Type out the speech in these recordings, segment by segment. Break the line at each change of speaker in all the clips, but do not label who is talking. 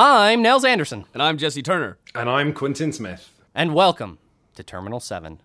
I'm Nels Anderson,
And I'm Jesse Turner.
And I'm Quentin Smith.
and welcome to Terminal 7.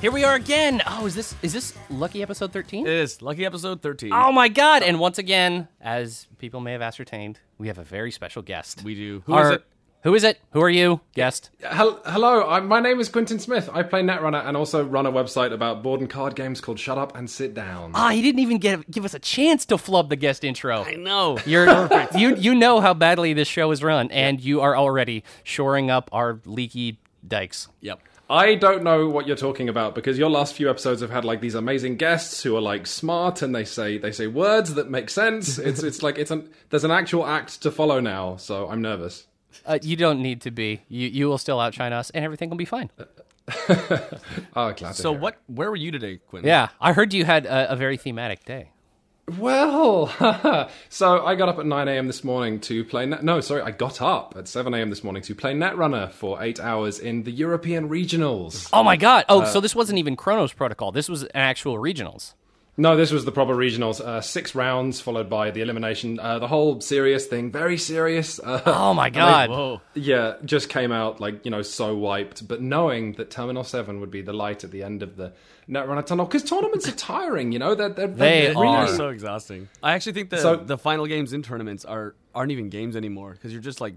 Here we are again. Oh, is this is this lucky episode 13?
It is lucky episode 13.
Oh my god, and once again, as people may have ascertained, we have a very special guest.
We do. Who
Who
is
is it? Who is it? Who are you? Guest.
Hel- Hello, I- my name is Quentin Smith. I play Netrunner and also run a website about board and card games called Shut Up and Sit Down.
Ah, he didn't even get give us a chance to flub the guest intro.
I know.
You're, you you know how badly this show is run, and you are already shoring up our leaky dikes.
yep.
I don't know what you're talking about because your last few episodes have had like these amazing guests who are like smart and they say they say words that make sense. It's it's like it's an there's an actual act to follow now, so I'm nervous.
Uh, you don't need to be. You you will still outshine us, and everything will be fine.
Oh, glad to
So
hear it.
what? Where were you today, Quinn?
Yeah, I heard you had a, a very thematic day.
Well, so I got up at 9 a.m. this morning to play. Net- no, sorry, I got up at 7 a.m. this morning to play Netrunner for eight hours in the European regionals.
Oh my god! Oh, so this wasn't even Chronos Protocol. This was an actual regionals.
No, this was the proper regionals. Uh, six rounds followed by the elimination. Uh, the whole serious thing, very serious. Uh,
Oh my god!
Whoa.
yeah, just came out like you know so wiped. But knowing that Terminal Seven would be the light at the end of the Netrunner tunnel, because tournaments are tiring. You know, they're, they're,
They
they're really
are.
They're so exhausting. I actually think the
So-
the final games in tournaments are aren't even games anymore because you're just like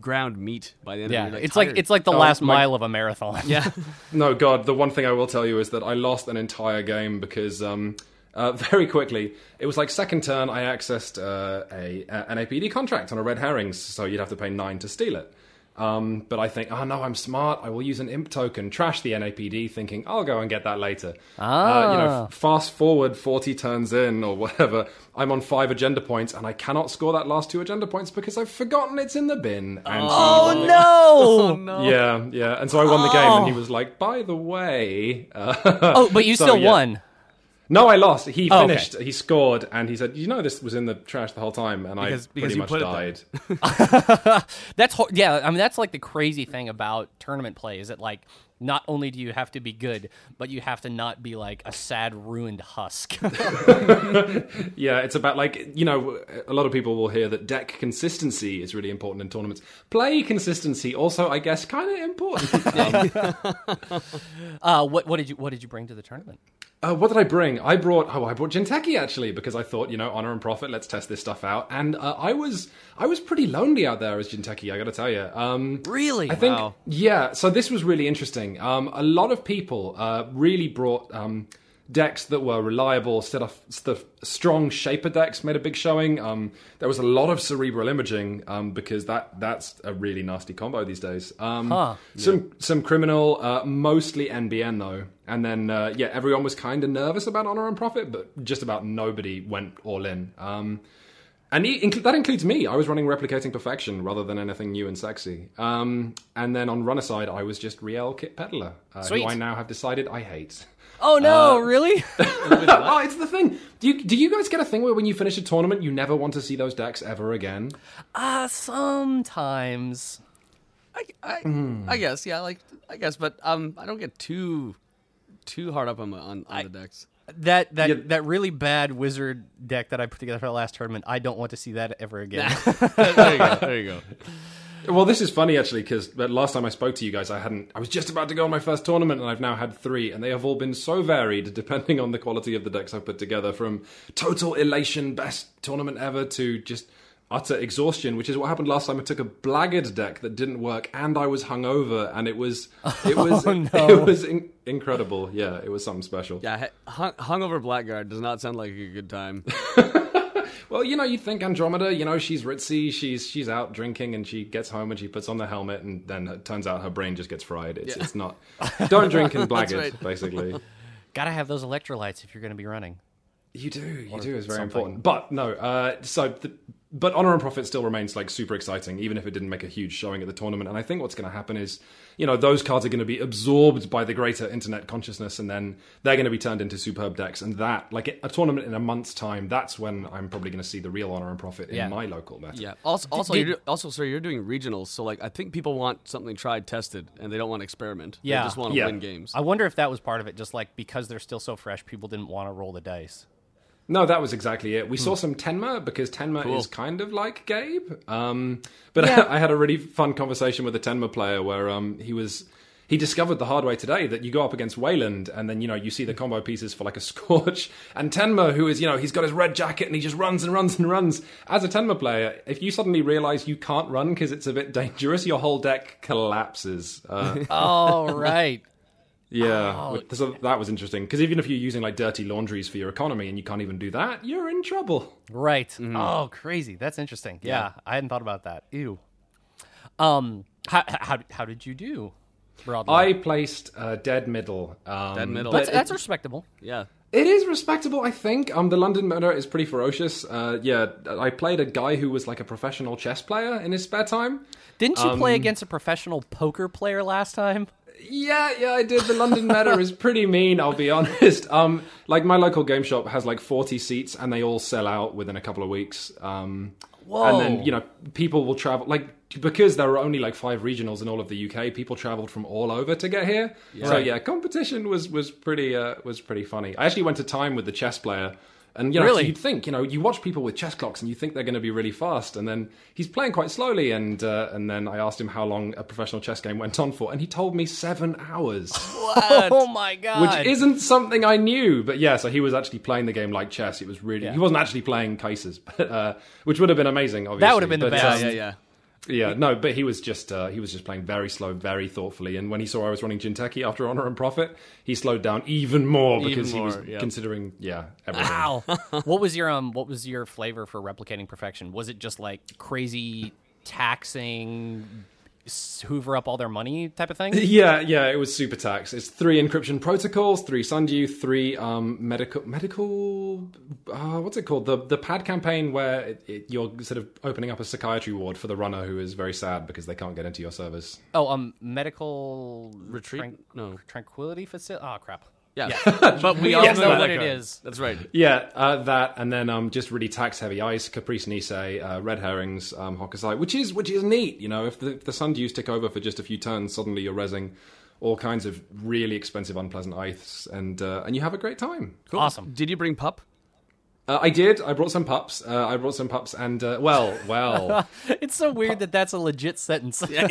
ground meat by the end.
yeah,
of it. You're,
it's like
tired.
it's like the
Oh,
last
my-
mile of a marathon.
yeah.
No, God, the one thing I will tell you is that I lost an entire game because um, uh, very quickly, it was like second turn, I accessed uh, a, a- an APD contract on a red herrings, so you'd have to pay nine to steal it. Um, but I think, oh no, I'm smart. I will use an imp token, trash the NAPD, thinking I'll go and get that later. Uh, you know, f- fast forward 40 turns in or whatever, I'm on five agenda points and I cannot score that last two agenda points because I've forgotten it's in the bin. And oh
No.
no.
yeah, yeah. And so I won the game, and
Oh.
he was like, "By the way, uh,
Oh, but you
So,
still
yeah.
won.
no, I lost." He
Oh, okay.
finished. He scored, and he said, "You know, this was in the trash the whole time," and
Because-
I
because
pretty
you
much
put it
died.
That's hor- yeah. I mean, that's like the crazy thing about tournament play is that like not only do you have to be good, but you have to not be like a sad ruined husk.
yeah, it's about like you know, a lot of people will hear that deck consistency is really important in tournaments. Play consistency also, I guess, kind of important. Um,
uh, what what did you what did you bring to the tournament?
Uh, what did I bring? I brought oh, I brought Jinteki actually because I thought you know honor and profit. Let's test this stuff out. And uh, I was I was pretty lonely out there as Jinteki. I got to tell you. Um,
Really?
I think
Wow.
yeah. So this was really interesting. Um, a lot of people uh, really brought um, decks that were reliable, set of the strong shaper decks made a big showing. Um, there was a lot of cerebral imaging um, because that that's a really nasty combo these days. Um,
Huh.
Some some criminal, uh, mostly NBN though, and then uh, yeah, everyone was kind of nervous about honor and profit, but just about nobody went all in. Um, and he, inc- that includes me. I was running Replicating Perfection rather than anything new and sexy. Um, and then on runner side, I was just Riel Kit Peddler, uh,
Sweet.
who I now have decided I hate.
Oh no! really?
oh, it's the thing. Do you, do you guys get a thing where when you finish a tournament, you never want to see those decks ever again?
uh, sometimes.
I, I,
Hmm.
I guess. Yeah. Like I guess, but um, I don't get too too hard up on my- on, on the decks.
That that
Yeah.
that really bad wizard deck that I put together for the last tournament. I don't want to see that ever again.
there you go. There you go.
Well, this is funny actually because last time I spoke to you guys, I hadn't. I was just about to go on my first tournament, and I've now had three, and they have all been so varied depending on the quality of the decks I've put together. From total elation, best tournament ever, to just utter exhaustion, which is what happened last time. I took a blackguard deck that didn't work, and I was hungover, and it was it was it was in- incredible. Yeah, it was something special.
Yeah. Hung, hungover blackguard does not sound like a good time.
Well, you know, you think Andromeda, you know, she's ritzy, she's she's out drinking, and she gets home and she puts on the helmet, and then it turns out her brain just gets fried. It's
Yeah.
it's not. Don't drink and black it,
right.
basically.
Gotta have those electrolytes if you're gonna be running.
You do, you do. It's very important. But no, uh, so the but Honor and Profit still remains like super exciting, even if it didn't make a huge showing at the tournament. And I think what's going to happen is, you know, those cards are going to be absorbed by the greater internet consciousness, and then they're going to be turned into superb decks. And that, like a tournament in a month's time, that's when I'm probably going to see the real Honor and Profit in
Yeah.
my local meta.
Yeah. Also, also, you're, do- also, sir, you're doing regionals, so like I think people want something tried, tested, and they don't want to experiment.
Yeah.
They just want to
Yeah.
win games.
I wonder if that was part of it, just like because they're still so fresh, people didn't want to roll the dice.
No, that was exactly it. We saw some Tenma because Tenma is kind of like Gabe. Um, but I, had a really fun conversation with a Tenma player where um, he was. He discovered the hard way today that you go up against Wayland and then, you know, you see the combo pieces for like a Scorch. And Tenma, who is, you know, he's got his red jacket and he just runs and runs and runs. As a Tenma player, if you suddenly realize you can't run because it's a bit dangerous, your whole deck collapses. Uh,
All right.
yeah. with- So that was interesting. Because even if you're using like dirty laundries for your economy and you can't even do that, you're in trouble.
Right. Oh, crazy. That's interesting. Yeah. I hadn't thought about that. Ew. Um, how how, how did you do, broadly?
I placed uh, Dead Middle. Um,
Dead Middle.
that's,
but
that's respectable.
yeah.
it is respectable, I think. Um, the London murder is pretty ferocious. Uh, yeah, I played a guy who was like a professional chess player in his spare time.
Didn't you play
Um,
against a professional poker player last time?
Yeah, yeah, I did. The London meta is pretty mean, I'll be honest. Um, like my local game shop has like 40 seats and they all sell out within a couple of weeks. Um,
Whoa.
And then, you know, people will travel like because there were only like five regionals in all of the UK, people traveled from all over to get here. So yeah, competition was was pretty uh, was pretty funny. I actually went to time with the chess player. And you know,
Really?
you'd think, you know, you watch people with chess clocks and you think they're going to be really fast, and then he's playing quite slowly. And uh, and then I asked him how long a professional chess game went on for, and he told me seven hours,
oh my god.
which isn't something I knew. But yeah, so he was actually playing the game like chess. It was really he wasn't actually playing cases, but uh, which would have been amazing. Obviously,
would have been the
But,
best.
um,
Yeah. Yeah.
yeah, no, but he was just uh, he was just playing very slow, very thoughtfully. And when he saw I was running Jinteki after Honor and Profit, he slowed down even more because
Even
he was
more, yeah.
considering yeah everything.
Wow. what was your um what was your flavor for replicating perfection? Was it just like crazy taxing s- hoover up all their money type of thing?
Yeah, yeah, it was super tax. It's three encryption protocols, three Sundew, three um, medical medical. Uh, what's it called? The the pad campaign where it, it, you're sort of opening up a psychiatry ward for the runner who is very sad because they can't get into your service.
Oh, um medical
Retreat? No.
tranquility facility. Oh crap.
Yeah. but we all
Yeah,
know
know
that
what
what
it
guy.
is.
That's right.
Yeah, uh, that, and then um, just really tax heavy ice, Caprice Nisei, uh, Red Herrings, um, Hokusai, which is which is neat. You know, if the, if the Sundews tick over for just a few turns, suddenly you're rezzing all kinds of really expensive, unpleasant ice, and uh, and you have a great time.
Awesome.
Did you bring pup?
Uh, I did. I brought some pups. Uh, I brought some pups, and uh, well, well,
It's so weird that that's a legit sentence. Did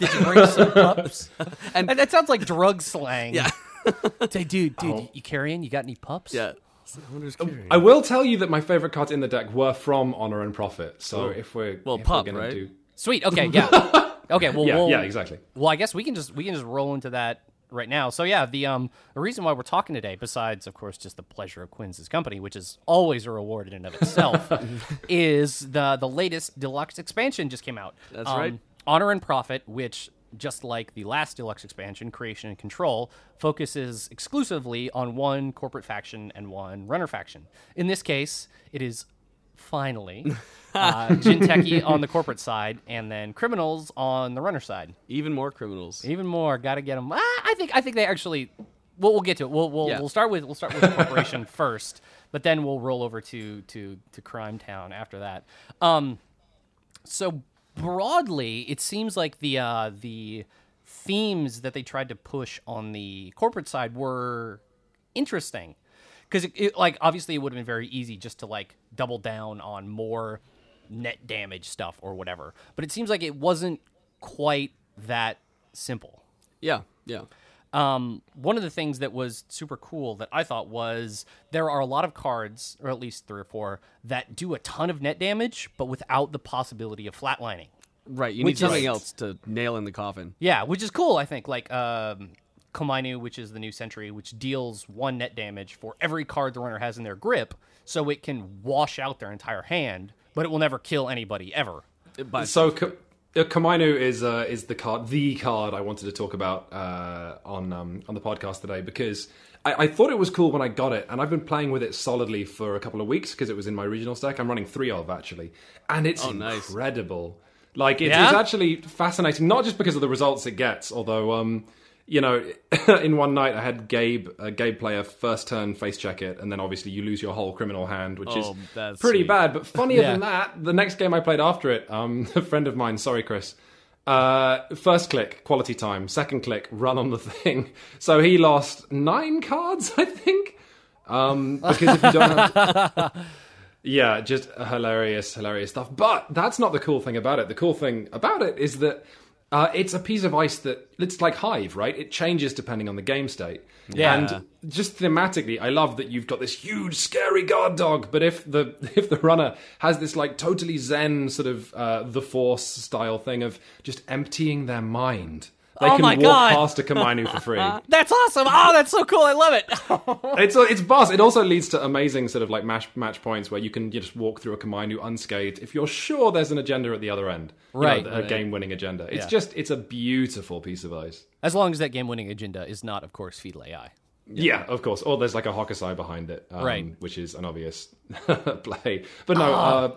you bring some pups? And that sounds like drug slang. Yeah. Say, dude, dude, you carrying? You got any pups?
Yeah.
I will tell you that my favorite cards in the deck were from Honor and Profit. So if we're
Well,
if
pup,
we're gonna
right?
do-
Sweet. Okay. Yeah. Okay. Well.
yeah,
we'll,
yeah, exactly.
Well, I guess we can just we can just roll into that right now. So yeah, the um the reason why we're talking today, besides of course just the pleasure of Quinn's company, which is always a reward in and of itself, is the the latest deluxe expansion just came out. Um,
That's right.
Honor and Profit, which just like the last deluxe expansion, Creation and Control, focuses exclusively on one corporate faction and one runner faction. In this case, it is finally uh, Jinteki on the corporate side and then criminals on the runner side.
Even more criminals.
Even more, gotta get them. Ah, I think I think they actually. We'll, we'll get to it. We'll we'll,
Yeah.
we'll start with we'll start with the corporation first, but then we'll roll over to to to Crime Town after that. Um, so broadly, it seems like the uh, the themes that they tried to push on the corporate side were interesting because it, it, like obviously it would have been very easy just to like double down on more net damage stuff or whatever but it seems like it wasn't quite that simple
Yeah. Yeah.
um, one of the things that was super cool that I thought was there are a lot of cards, or at least three or four, that do a ton of net damage, but without the possibility of flatlining.
Right. You
Which
need something
is-
else to nail in the coffin.
Yeah, which is cool, I think. Like um, Komainu, which is the new century, which deals one net damage for every card the runner has in their grip, so it can wash out their entire hand, but it will never kill anybody ever.
It- By
So K- Uh, Komainu is uh, is the card, the card I wanted to talk about uh, on um, on the podcast today because I, I thought it was cool when I got it, and I've been playing with it solidly for a couple of weeks because it was in my regional stack. I'm running three of actually, and it's
Oh, nice.
incredible. Like it's,
Yeah?
it's actually fascinating, not just because of the results it gets, although. Um, you know, in one night I had Gabe, uh, Gabe player first turn face check it, and then obviously you lose your whole criminal hand, which
Oh,
is
that's
pretty
sweet.
bad bad. But funnier
Yeah.
than that, the next game I played after it, um, a friend of mine, sorry Chris, uh, first click quality time, second click run on the thing. So he lost nine cards, I think. Um, because if you don't have yeah, just hilarious, hilarious stuff. But that's not the cool thing about it. The cool thing about it is that uh, it's a piece of ice that it's like Hive, right? It changes depending on the game state.
Yeah.
And just thematically, I love that you've got this huge, scary guard dog. But if the if the runner has this like totally zen sort of uh, the Force style thing of just emptying their mind, they
Oh
can
my
walk
God.
past a Kamainu for free.
That's awesome. Oh, that's so cool. I love it.
It's it's boss. It also leads to amazing sort of like match match points where you can you just walk through a Kamainu unscathed if you're sure there's an agenda at the other end, You know,
Right.
a game winning agenda. It's
Yeah.
just it's a beautiful piece of ice.
as long as that game winning agenda is not, of course, fetal AI.
Yeah, of course. Or there's like a Hokusai behind it, um,
Right. Ah.
Which is an obvious play. But no, uh,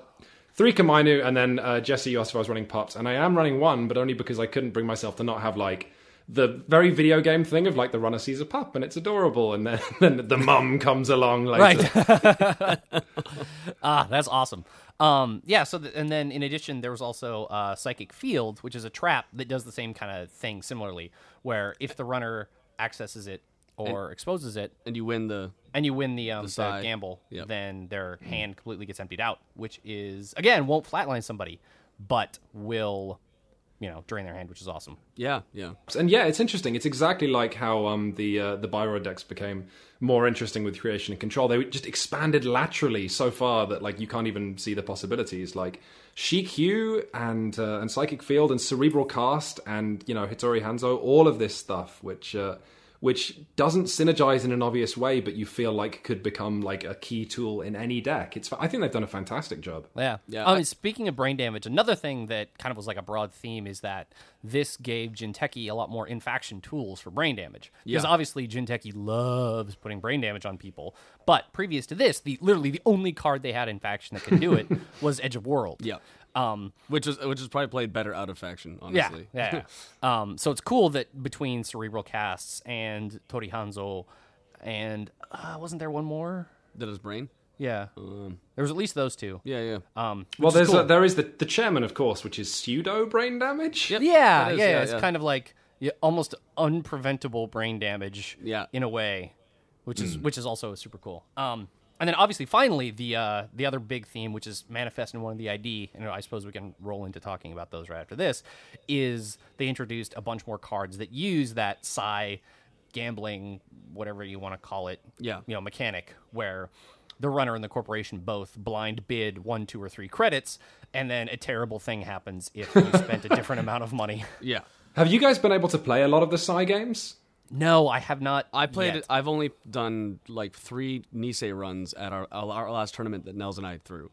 three Kamainu, and then uh, Jesse, you asked if I was running pups, and I am running one, but only because I couldn't bring myself to not have like the very video game thing of like the runner sees a pup and it's adorable, and then, then the mum comes along later.
ah, that's awesome. Um, yeah. So, th- and then in addition, there was also uh, psychic field, which is a trap that does the same kind of thing similarly, where if the runner accesses it or exposes it,
and you win the
and you win the, um, the,
side.
gamble,
Yep.
then their hand completely gets emptied out, which is again won't flatline somebody, but will, you know, drain their hand, which is awesome.
yeah yeah
And yeah, it's interesting. It's exactly like how um, the uh, the Byrod decks became more interesting with creation and control. They just expanded laterally so far that like you can't even see the possibilities. Like Sheik Hue and uh, and Psychic Field and Cerebral Cast and you know Hitori Hanzo, all of this stuff, which. Uh, which doesn't synergize in an obvious way, but you feel like could become like a key tool in any deck. It's I think they've done a fantastic job.
Yeah.
Yeah,
Um,
I-
and speaking of brain damage, another thing that kind of was like a broad theme is that this gave Jinteki a lot more in faction tools for brain damage. Because
Yeah.
obviously Jinteki loves putting brain damage on people. But previous to this, the literally the only card they had in faction that could do it was Edge of World.
yeah
Um,
which is which is probably played better out of faction
yeah,
honestly
yeah. um, so it's cool that between Cerebral Casts and Tori Hanzo, and uh, wasn't there one more?
that is brain
Yeah,
Um,
there was at least those two.
yeah yeah
Um,
Well,
which is
there's
cool.
uh there is the the chairman, of course, which is pseudo brain damage.
Yep.
Yeah,
That is,
yeah,
yeah,
It's
yeah.
kind of like yeah, almost unpreventable brain damage.
Yeah.
in a way, which
Hmm.
is which is also super cool. Um, and then obviously, finally, the uh, the other big theme, which is manifest in one of the ID, and I suppose we can roll into talking about those right after this, is they introduced a bunch more cards that use that psi gambling, whatever you want to call it,
Yeah.
you know, mechanic where the runner and the corporation both blind bid one, two, or three credits, and then a terrible thing happens if you spent a different amount of money.
yeah
Have you guys been able to play a lot of the Psy games?
No, I have not.
I played.
yet.
I've only done like three Nisei runs at our our last tournament that Nels and I threw.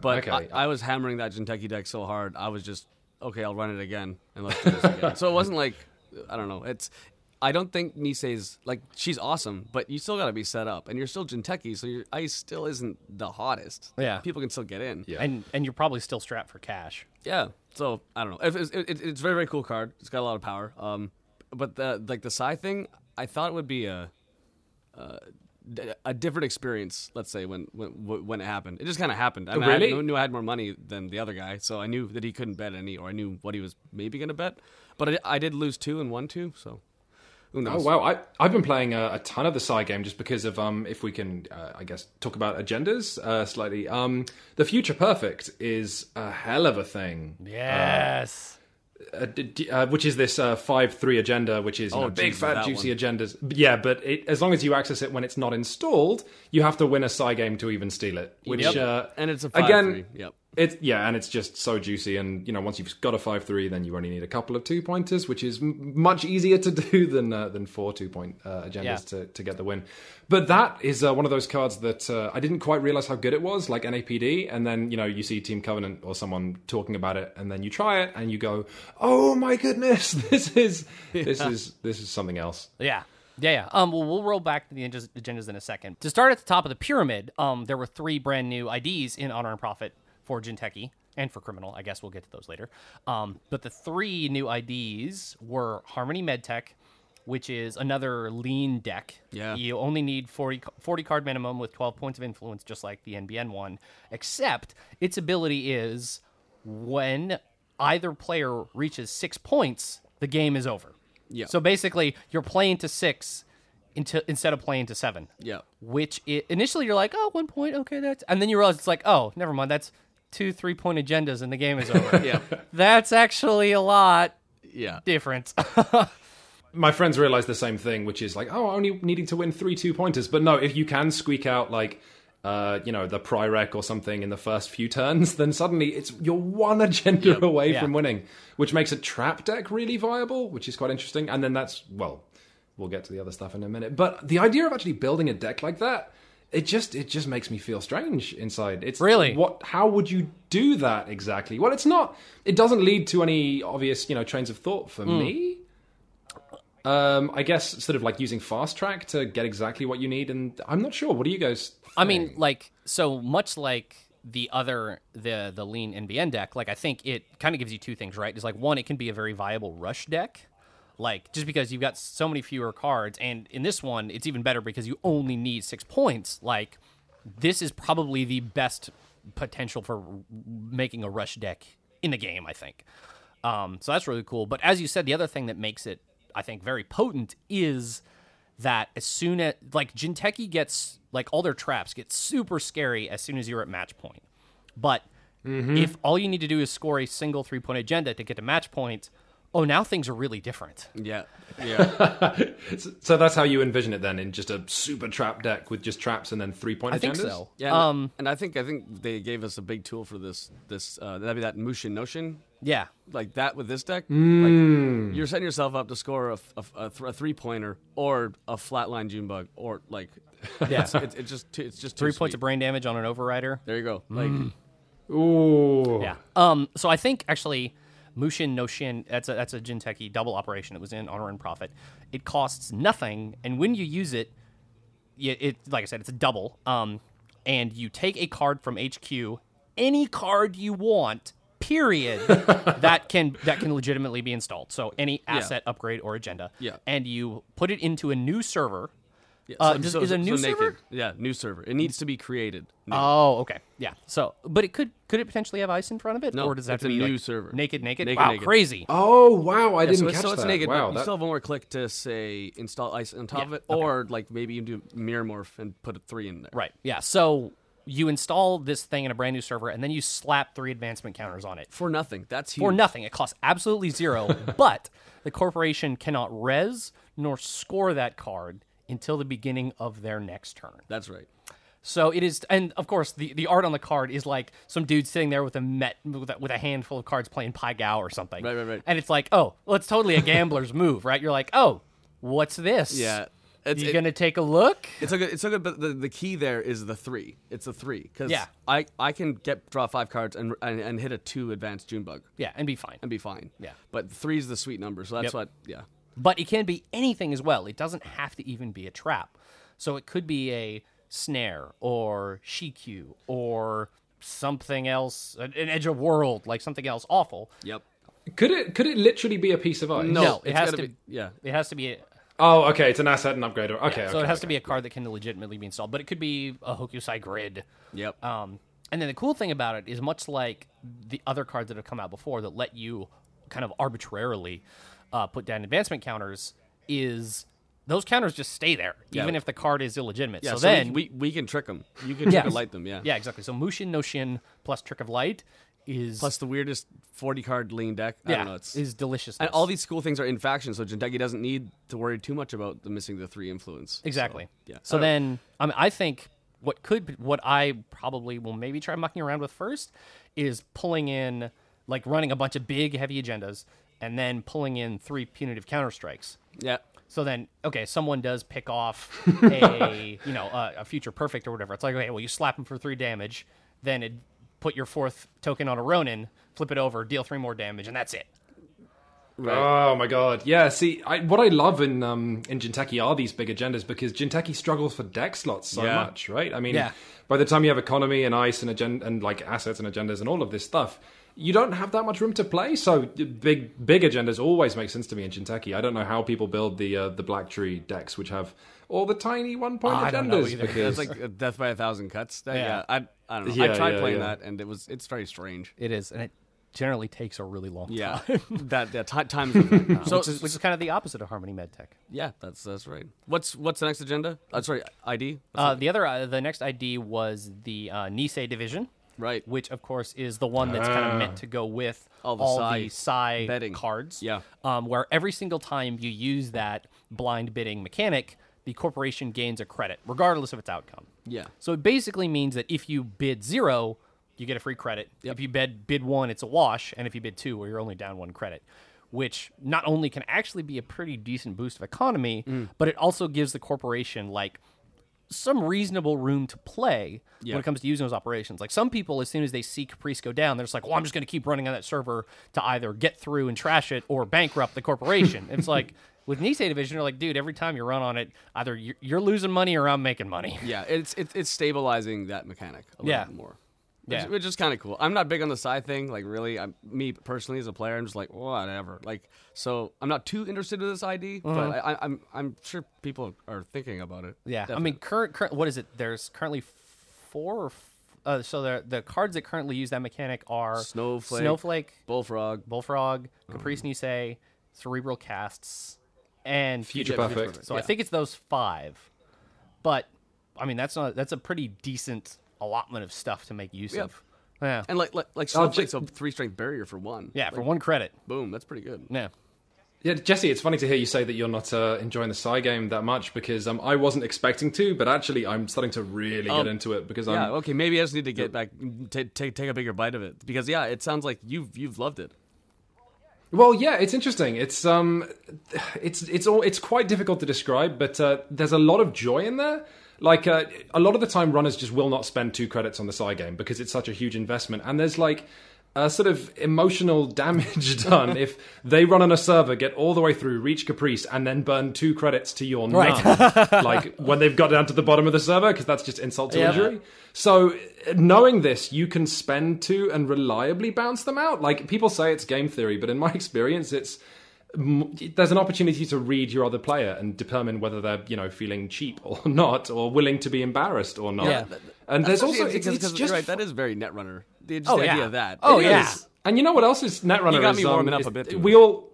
But
okay.
I, I was hammering that Jinteki deck so hard, I was just okay. I'll run it again and let's do this again. so it wasn't like I don't know. It's I don't think Nisei's like she's awesome, but you still got to be set up, and you're still Jinteki, so your ice still isn't the hottest.
Yeah.
people can still get in.
Yeah.
and and you're probably still strapped for cash.
Yeah. So I don't know. If it's, it, it- it's a very very cool card. It's got a lot of power. Um, but the like the Psy thing, I thought it would be a, a, a different experience. Let's say when when when it happened, it just kind of happened. I, mean, I had-
Really?
knew I had more money than the other guy, so I knew that he couldn't bet any, or I knew what he was maybe gonna bet. But I, I did lose two and won two, so who
Oh
knows?
wow, I, I've been playing a, a ton of the side game just because of um, if we can, uh, I guess, talk about agendas uh, slightly. Um, the future perfect is a hell of a thing,
Yes.
uh, d- d- uh, which is this uh, five three agenda, which is you know, Oh, big
Jesus,
fat
that
juicy agendas. But yeah, but it, as long as you access it when it's not installed, you have to win a side game to even steal it. Which
Yep.
uh,
and it's a five
again,
three. Yep.
It's yeah, and it's just so juicy. And you know, once you've got a five three, then you only need a couple of two pointers, which is m- much easier to do than uh, than four two point uh, agendas
Yeah.
to, to get the win. But that is uh, one of those cards that uh, I didn't quite realize how good it was, like NAPD. And then you know, you see Team Covenant or someone talking about it, and then you try it, and you go, "Oh my goodness, this is this is this is something else."
Yeah. Yeah, yeah. Um, well, we'll roll back to the agendas, agendas in a second. To start at the top of the pyramid, um, there were three brand new IDs in Honor and Profit for Jinteki and for Criminal. I guess we'll get to those later. Um, but the three new IDs were Harmony Medtech, which is another lean deck.
Yeah.
You only need 40, ca- 40 card minimum with 12 points of influence, just like the NBN one, except its ability is when either player reaches six points, the game is over.
Yeah.
So basically, you're playing to six into, instead of playing to seven.
Yeah.
Which i initially you're like, oh, one point, okay, that's. And then you realize it's like, oh, never mind, that's two three point agendas and the game is over.
Yeah.
That's actually a lot
Yeah.
different.
my friends realized the same thing, which is like, oh, only needing to win three two pointers. But no, if you can squeak out like, uh, you know, the Pryrek or something in the first few turns, then suddenly it's you're one agenda away
Yeah.
from winning, which makes a trap deck really viable, which is quite interesting. And then that's well, we'll get to the other stuff in a minute. But the idea of actually building a deck like that. It just it just makes me feel strange inside. It's
Really?
what how would you do that exactly? Well, it's not it doesn't lead to any obvious, you know, trains of thought for
Hmm.
me. Um, I guess sort of like using fast track to get exactly what you need, and I'm not sure. What do you guys?
I mean,
think?
like so much like the other the the lean NBN deck. Like I think it kind of gives you two things, right? It's like one, it can be a very viable rush deck, like just because you've got so many fewer cards, and in this one, it's even better because you only need six points. Like this is probably the best potential for making a rush deck in the game. I think. Um, so that's really cool. But as you said, the other thing that makes it, I think, very potent is that as soon as like Jinteki gets like all their traps get super scary as soon as you're at match point. But
Mm-hmm.
if all you need to do is score a single three point agenda to get to match point, oh now things are really different.
Yeah. Yeah.
so that's how you envision it then, in just a super trap deck with just traps and then three point.
I think so.
Yeah. And, um, and I think I think they gave us a big tool for this this uh, that'd be that Mushin Notion
Yeah.
like that with this deck,
Mm.
like you're setting yourself up to score a, a, a, th- a three pointer or a flatline June bug or like
Yeah.
it's, it's, it's just too, it's just too
Three points
sweet.
of Mm. Uh, brain damage on an overrider.
There you go. Like
Ooh,
Yeah. Um. So I think actually, Mushin no Shin. That's a that's a Jinteki double operation. It was in Honor and Profit. It costs nothing, and when you use it, yeah, it like I said, it's a double. Um, and you take a card from HQ, any card you want. Period. that can that can legitimately be installed. So any asset upgrade or agenda.
Yeah.
And you put it into a new server.
yeah,
Uh, does- is a new server?
Yeah, new server. It needs to be created. New.
Oh, okay, yeah. So, but it could could it potentially have ice in front of it,
No,
or does that have
it's
to
a
be
new
like,
server.
Naked, naked,
Naked,
wow,
naked.
crazy.
Oh wow, I didn't
so, it's-
catch
so it's
that.
naked,
wow,
but you
that-
still have one more click to say install ice on top of it, or like maybe you do mirror morph and put a three in there.
Right. Yeah. So you install this thing in a brand new server, and then you slap three advancement counters on it
For nothing. That's huge.
for nothing. It costs absolutely zero, but the corporation cannot res nor score that card until the beginning of their next turn.
That's right.
So it is, and of course, the, the art on the card is like some dude sitting there with a met with a, with a handful of cards playing Pai Gow or something.
Right, right, right.
And it's like, oh, well, it's totally a gambler's move, right? You're like, oh, what's this?
Yeah. It's,
you
it-
gonna take a look?
It's so good. It's so good. But the, the key there is the three. It's the three because
Yeah.
I, I can get draw five cards and, and and hit a two advanced June bug
Yeah, and be fine.
and be fine.
Yeah.
But three is the sweet number, so that's
Yep.
what. Yeah.
but it can be anything as well. It doesn't have to even be a trap. So it could be a snare or shikyu or something else, an an edge of world, like something else awful.
Yep.
could it could it literally be a piece of ice?
No, it
it's
has
gotta
to.
be- yeah.
it has to be.
Oh, okay, it's an asset and upgrader. Okay,
so
okay,
it has
okay.
to be a card that can legitimately be installed, but it could be a Hokusai grid.
Yep.
Um, and then the cool thing about it is much like the other cards that have come out before that let you kind of arbitrarily uh, put down advancement counters is those counters just stay there even if the card is illegitimate.
yeah.
so,
So,
then
we, we we can trick them. You can trick
Yeah.
and light them. Yeah.
yeah, exactly. So Mushin no Shin plus Trick of Light is
Plus the weirdest forty card lean deck. I
yeah,
don't know. It's
is delicious.
and all these cool things are in faction, so Jinteki doesn't need to worry too much about the missing the three influence.
exactly.
yeah.
So
I don't-
then I mean I think what could what I probably will maybe try mucking around with first is pulling in like running a bunch of big heavy agendas and then pulling in three punitive counter strikes.
Yeah.
So then, okay, someone does pick off a you know a, a future perfect or whatever. It's like okay, well you slap him for three damage, then it put your fourth token on a Ronin, flip it over, deal three more damage, and that's it.
Right.
Oh my god! Yeah, see, I, what I love in um, in Jinteki are these big agendas because Jinteki struggles for deck slots so
Yeah.
much, right? I mean,
Yeah.
by the time you have economy and ice and agenda and like assets and agendas and all of this stuff, you don't have that much room to play. So big big agendas always make sense to me in Jinteki. I don't know how people build the uh, the black tree decks which have all the tiny one point
I
agendas
don't know either.
because
That's like a death by a thousand cuts. That-
Yeah.
yeah. I I don't know. I
Yeah,
tried
yeah,
playing
yeah.
that and it was it's very strange.
It is, and it generally takes a really long
Yeah. that that ti- times. of it now.
So,
so
which, is, which is kind of the opposite of Harmony MedTech.
yeah, that's that's right. What's what's the next agenda? Uh, sorry, ID. What's
Uh, the other, uh, the next ID was the uh, Nisei division,
Right.
Which, of course, is the one that's kind of meant to go with
All the Psy
Psy
betting.
cards.
Yeah.
Um, where every single time you use that blind bidding mechanic, the corporation gains a credit, regardless of its outcome.
Yeah.
So it basically means that if you bid zero, you get a free credit. If you bid bid one, it's a wash, and if you bid two, well, you're only down one credit, which not only can actually be a pretty decent boost of economy,
Mm.
but it also gives the corporation like some reasonable room to play when it comes to using those operations. Like some people, as soon as they see Caprice go down, they're just like, "Well, I'm just going to keep running on that server to either get through and trash it or bankrupt the corporation." it's like with Nisei Division, you're like, "Dude, every time you run on it, either you're, you're losing money or I'm making money."
Yeah, it's it's, it's stabilizing that mechanic a little
Yeah.
bit more.
Yeah.
Which, which is kind of cool. I'm not big on the side thing, like really. I'm me personally as a player, I'm just like whatever. Like so, I'm not too interested in this ID, but I, I, I'm I'm sure people are thinking about it.
Mm-hmm. Yeah,
Definitely.
I mean, current, current what is it? There's currently four. Or f- uh, so the the cards that currently use that mechanic are
Snowflake.
Snowflake,
bullfrog.
Bullfrog, Caprice Nisei, Cerebral Casts, and
Future Perfect.
So I think it's those five. But I mean, that's not that's a pretty decent allotment of stuff to make use of. Yeah,
And like like, like snowflakes a three strength barrier for one.
yeah, for one credit.
Boom, that's pretty good.
Yeah.
Yeah, Jesse, it's funny to hear you say that you're not uh, enjoying the Psy game that much because um, I wasn't expecting to, but actually I'm starting to really get into it because I'm
Yeah, okay. Maybe I just need to get back, take take take a bigger bite of it because yeah, it sounds like you've you've loved it.
Well, yeah, it's interesting. It's um, it's it's all it's quite difficult to describe, but uh, there's a lot of joy in there. Like uh, a lot of the time, runners just will not spend two credits on the side game because it's such a huge investment, and there's like a sort of emotional damage done if they run on a server, get all the way through, reach Caprice, and then burn two credits to your
Right.
none. like when they've got down to the bottom of the server, because that's just insult to
Yeah.
injury. So uh, knowing this, you can spend two and reliably bounce them out. Like people say it's game theory, but in my experience, it's m- there's an opportunity to read your other player and determine whether they're you know feeling cheap or not, or willing to be embarrassed or not.
Yeah.
and there's
That's
also
actually
it's,
because-
it's
because you're
just
right. That is very Netrunner. The just
Oh,
idea
yeah.
of that.
Oh,
It
yeah.
is.
and you know what else is Netrunner?
You got
is,
me
um,
warming up
is-
a bit to
We
it.
all.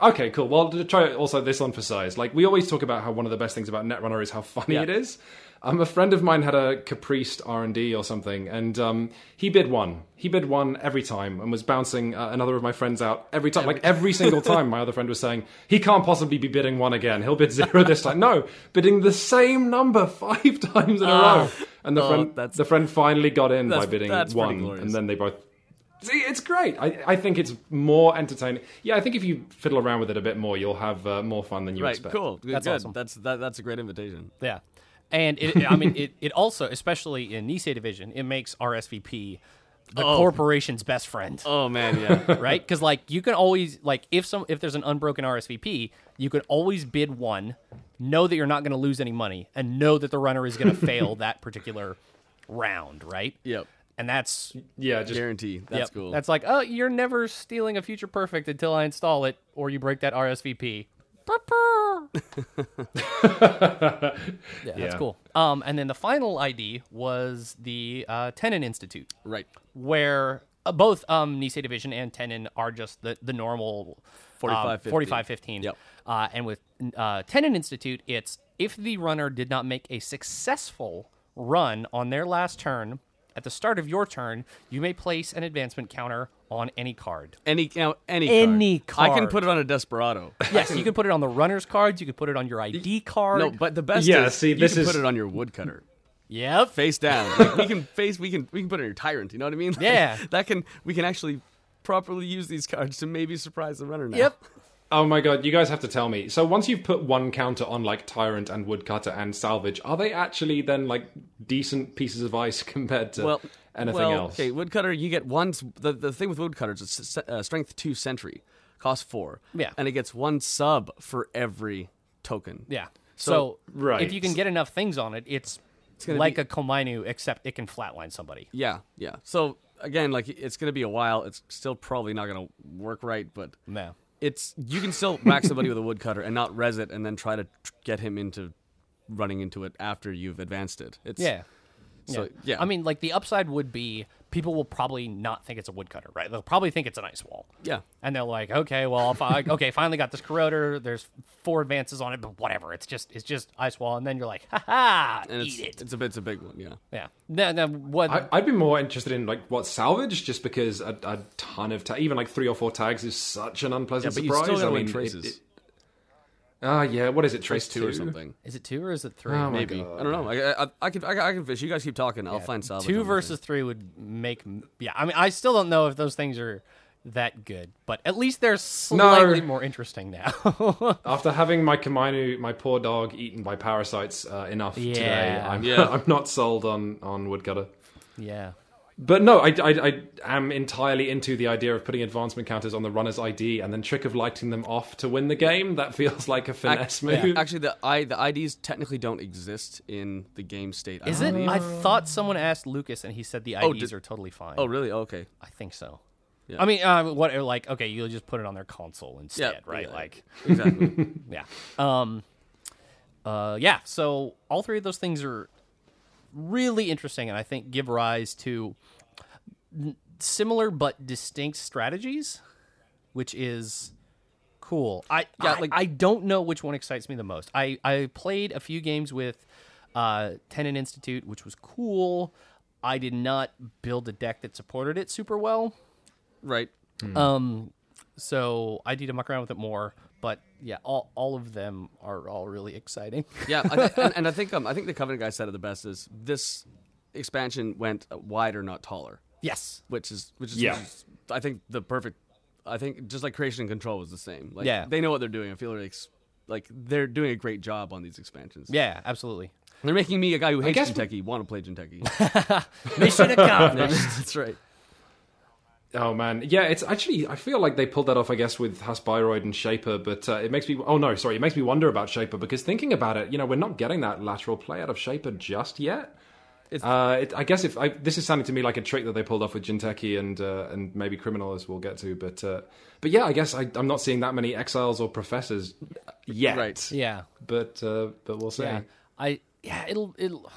Okay, cool. Well, to try also this on for size. Like we always talk about how one of the best things about Netrunner is how funny
Yeah.
it is. Um, a friend of mine had a Caprice R and D or something, and um, he bid one. He bid one every time, and was bouncing uh, another of my friends out every time. Like every single time, my other friend was saying he can't possibly be bidding one again. He'll bid zero this time. No, bidding the same number five times in a row. And the
oh,
friend,
that's-
the friend finally got in by
that's-
bidding
that's pretty
one,
glorious.
and then they both See, it's great. I, I think it's more entertaining. Yeah, I think if you fiddle around with it a bit more, you'll have uh, more fun than you
Right.
expect.
Cool. Good.
That's
That's
awesome.
That's that, that's a great invitation.
Yeah. And it, I mean, it, it also, especially in Nisei Division, it makes RSVP the corporation's best friend.
Oh man, yeah.
right? Because like you can always like if some if there's an unbroken RSVP, you could always bid one, know that you're not going to lose any money, and know that the runner is going to fail that particular round, right?
Yep.
And that's
Yeah, just
Guarantee. That's
yep,
cool.
That's like oh, you're never stealing a future perfect until I install it or you break that RSVP. yeah, that's
Yeah.
cool. Um, and then the final ID was the uh, Tenon Institute
right.
where uh, both um, Nisei Division and Tenon are just the, the normal
45, 15.
45 15.
Yep.
Uh, and with uh, Tenon Institute, it's if the runner did not make a successful run on their last turn, at the start of your turn, you may place an advancement counter on any card.
Any now, any
Any
I can
card.
put it on a desperado.
Yes, you can put it on the runner's cards, you can put it on your ID card.
no, but the best.
Yeah,
Is
see,
you
this
can
is-
put it on your woodcutter.
Yep.
face down. Like, we can face. We can we can put it in your tyrant. You know what I mean? Like,
Yeah.
that can we can actually properly use these cards to maybe surprise the runner now.
Yep.
Oh my god, you guys have to tell me. So once you've put one counter on like Tyrant and Woodcutter and Salvage, are they actually then like decent pieces of ice compared to
Well,
anything
well,
else?
Okay, woodcutter. You get one. s- The the thing with woodcutters is s- uh, strength two sentry, cost four.
Yeah.
and it gets one sub for every token.
Yeah. So,
So-
Right.
if you can get enough things on it, it's,
gonna
like
be-
a Komainu, except it can flatline somebody.
yeah, yeah. So again, like it's gonna be a while. It's still probably not gonna work right, but
No.
it's you can still whack somebody with a woodcutter and not res it, and then try to tr- get him into running into it after you've advanced it. It's
Yeah.
So, yeah.
I mean, like the upside would be people will probably not think it's a woodcutter, right? They'll probably think it's an ice wall.
yeah.
And they're like, okay, well, if I, okay, finally got this corroder. There's four advances on it, but whatever. It's just it's just ice wall. And then you're like, ha ha,
And
eat
it's
it.
it's a it's a big one. Yeah.
Yeah. No, no. What?
I, I'd be more interested in like what salvage, just because a, a ton of ta- even like three or four tags is such an unpleasant
but you
surprise.
still gotta
I
win
mean, it-
traces.
it- Ah, yeah. What is it? Trace,
two or something.
is it two or is it three?
Oh my
Maybe
Uh,
God.
I don't know. I, I, I can I, I can fish. You guys keep talking. I'll find salvage. on
two
the thing.
versus three would make. m- Yeah. I mean, I still don't know if those things are that good, but at least they're slightly more interesting now.
After having my Kamainu, my poor dog, eaten by parasites uh, enough today,
Yeah.
I'm,
Yeah.
I'm not sold on on woodcutter.
yeah.
But no, I, I, I am entirely into the idea of putting advancement counters on the runner's ID and then trick of lighting them off to win the game. That feels like a finesse move.
Actually, the I the IDs technically don't exist in the game state. I
Is
don't
it?
believe.
I thought someone asked Lucas, and he said the IDs
did-
are totally fine.
Oh, really? Oh, okay.
I think so.
Yeah.
I mean, uh, what? Like, okay, you'll just put it on their console instead, right?
yeah.
Like,
Exactly.
yeah. Um. Uh. Yeah. So all three of those things are really interesting, and I think give rise to n- similar but distinct strategies, which is cool. I
Yeah,
I,
like-
I don't know which one excites me the most. I I played a few games with uh Tenon Institute, which was cool. I did not build a deck that supported it super well.
right.
Um, so I need to muck around with it more. But yeah, all, all of them are all really exciting.
Yeah, I th- and, and I think um, I think the Covenant guy said it the best is this expansion went wider, not taller,
yes.
which is which is,
Yeah.
which is I think the perfect. I think just like creation and control was the same. Like,
Yeah.
they know what they're doing. I feel like ex- like they're doing a great job on these expansions.
Yeah, absolutely.
They're making me a guy who hates
guess-
Jinteki want to play Jinteki.
Mission accomplished.
That's right.
Oh man, yeah. It's actually I feel like they pulled that off. I guess with Hasbyroid and Shaper, but uh, it makes me. Oh no, sorry. It makes me wonder about Shaper because thinking about it, you know, we're not getting that lateral play out of Shaper just yet.
It's-
uh, it, I guess if I, this is sounding to me like a trick that they pulled off with Jinteki and uh, and maybe Criminal as we'll get to, but uh, but yeah, I guess I, I'm not seeing that many exiles or professors yet.
Right.
yeah.
But uh, but we'll see.
Yeah. I yeah, it'll it'll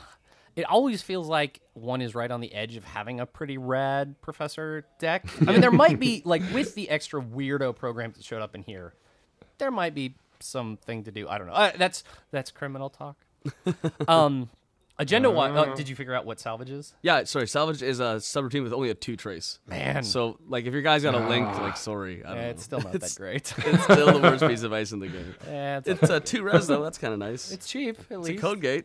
it always feels like one is right on the edge of having a pretty rad professor deck. I mean, there might be like with the extra weirdo programs that showed up in here, there might be something to do. I don't know. Uh, that's that's criminal talk. Um, agenda wise, uh, did you figure out what salvage is?
Yeah, sorry. Salvage is a subroutine with only a two trace.
Man. Ah.
So, like, if your guy's got a link, like, sorry. I don't
Yeah,
know.
it's still not that great.
It's still the worst piece of ice in the game.
yeah, it's,
It's a two res, though. That's kind of nice. It's
it's cheap at
a
least.
code gate.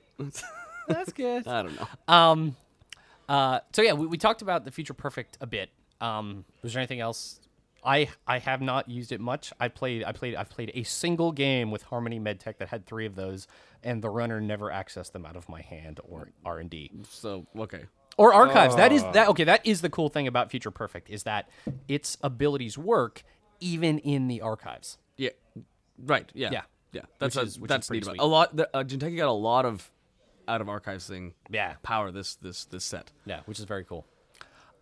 That's good.
I don't know.
Um, uh, so yeah, we, we talked about the Future Perfect a bit. Um, was there anything else? I I have not used it much. I played I played I've played a single game with Harmony MedTech that had three of those, and the runner never accessed them out of my hand or R and D
So, okay.
or archives. That is that okay. That is the cool thing about Future Perfect is that its abilities work even in the archives.
Yeah. Right. Yeah.
Yeah.
Yeah. That's
Which
a,
is- which is
that's
pretty
neat.
sweet.
About. A lot. The, uh, Jinteki got a lot of out of archives thing.
Yeah.
Power this this this set.
Yeah, which is very cool.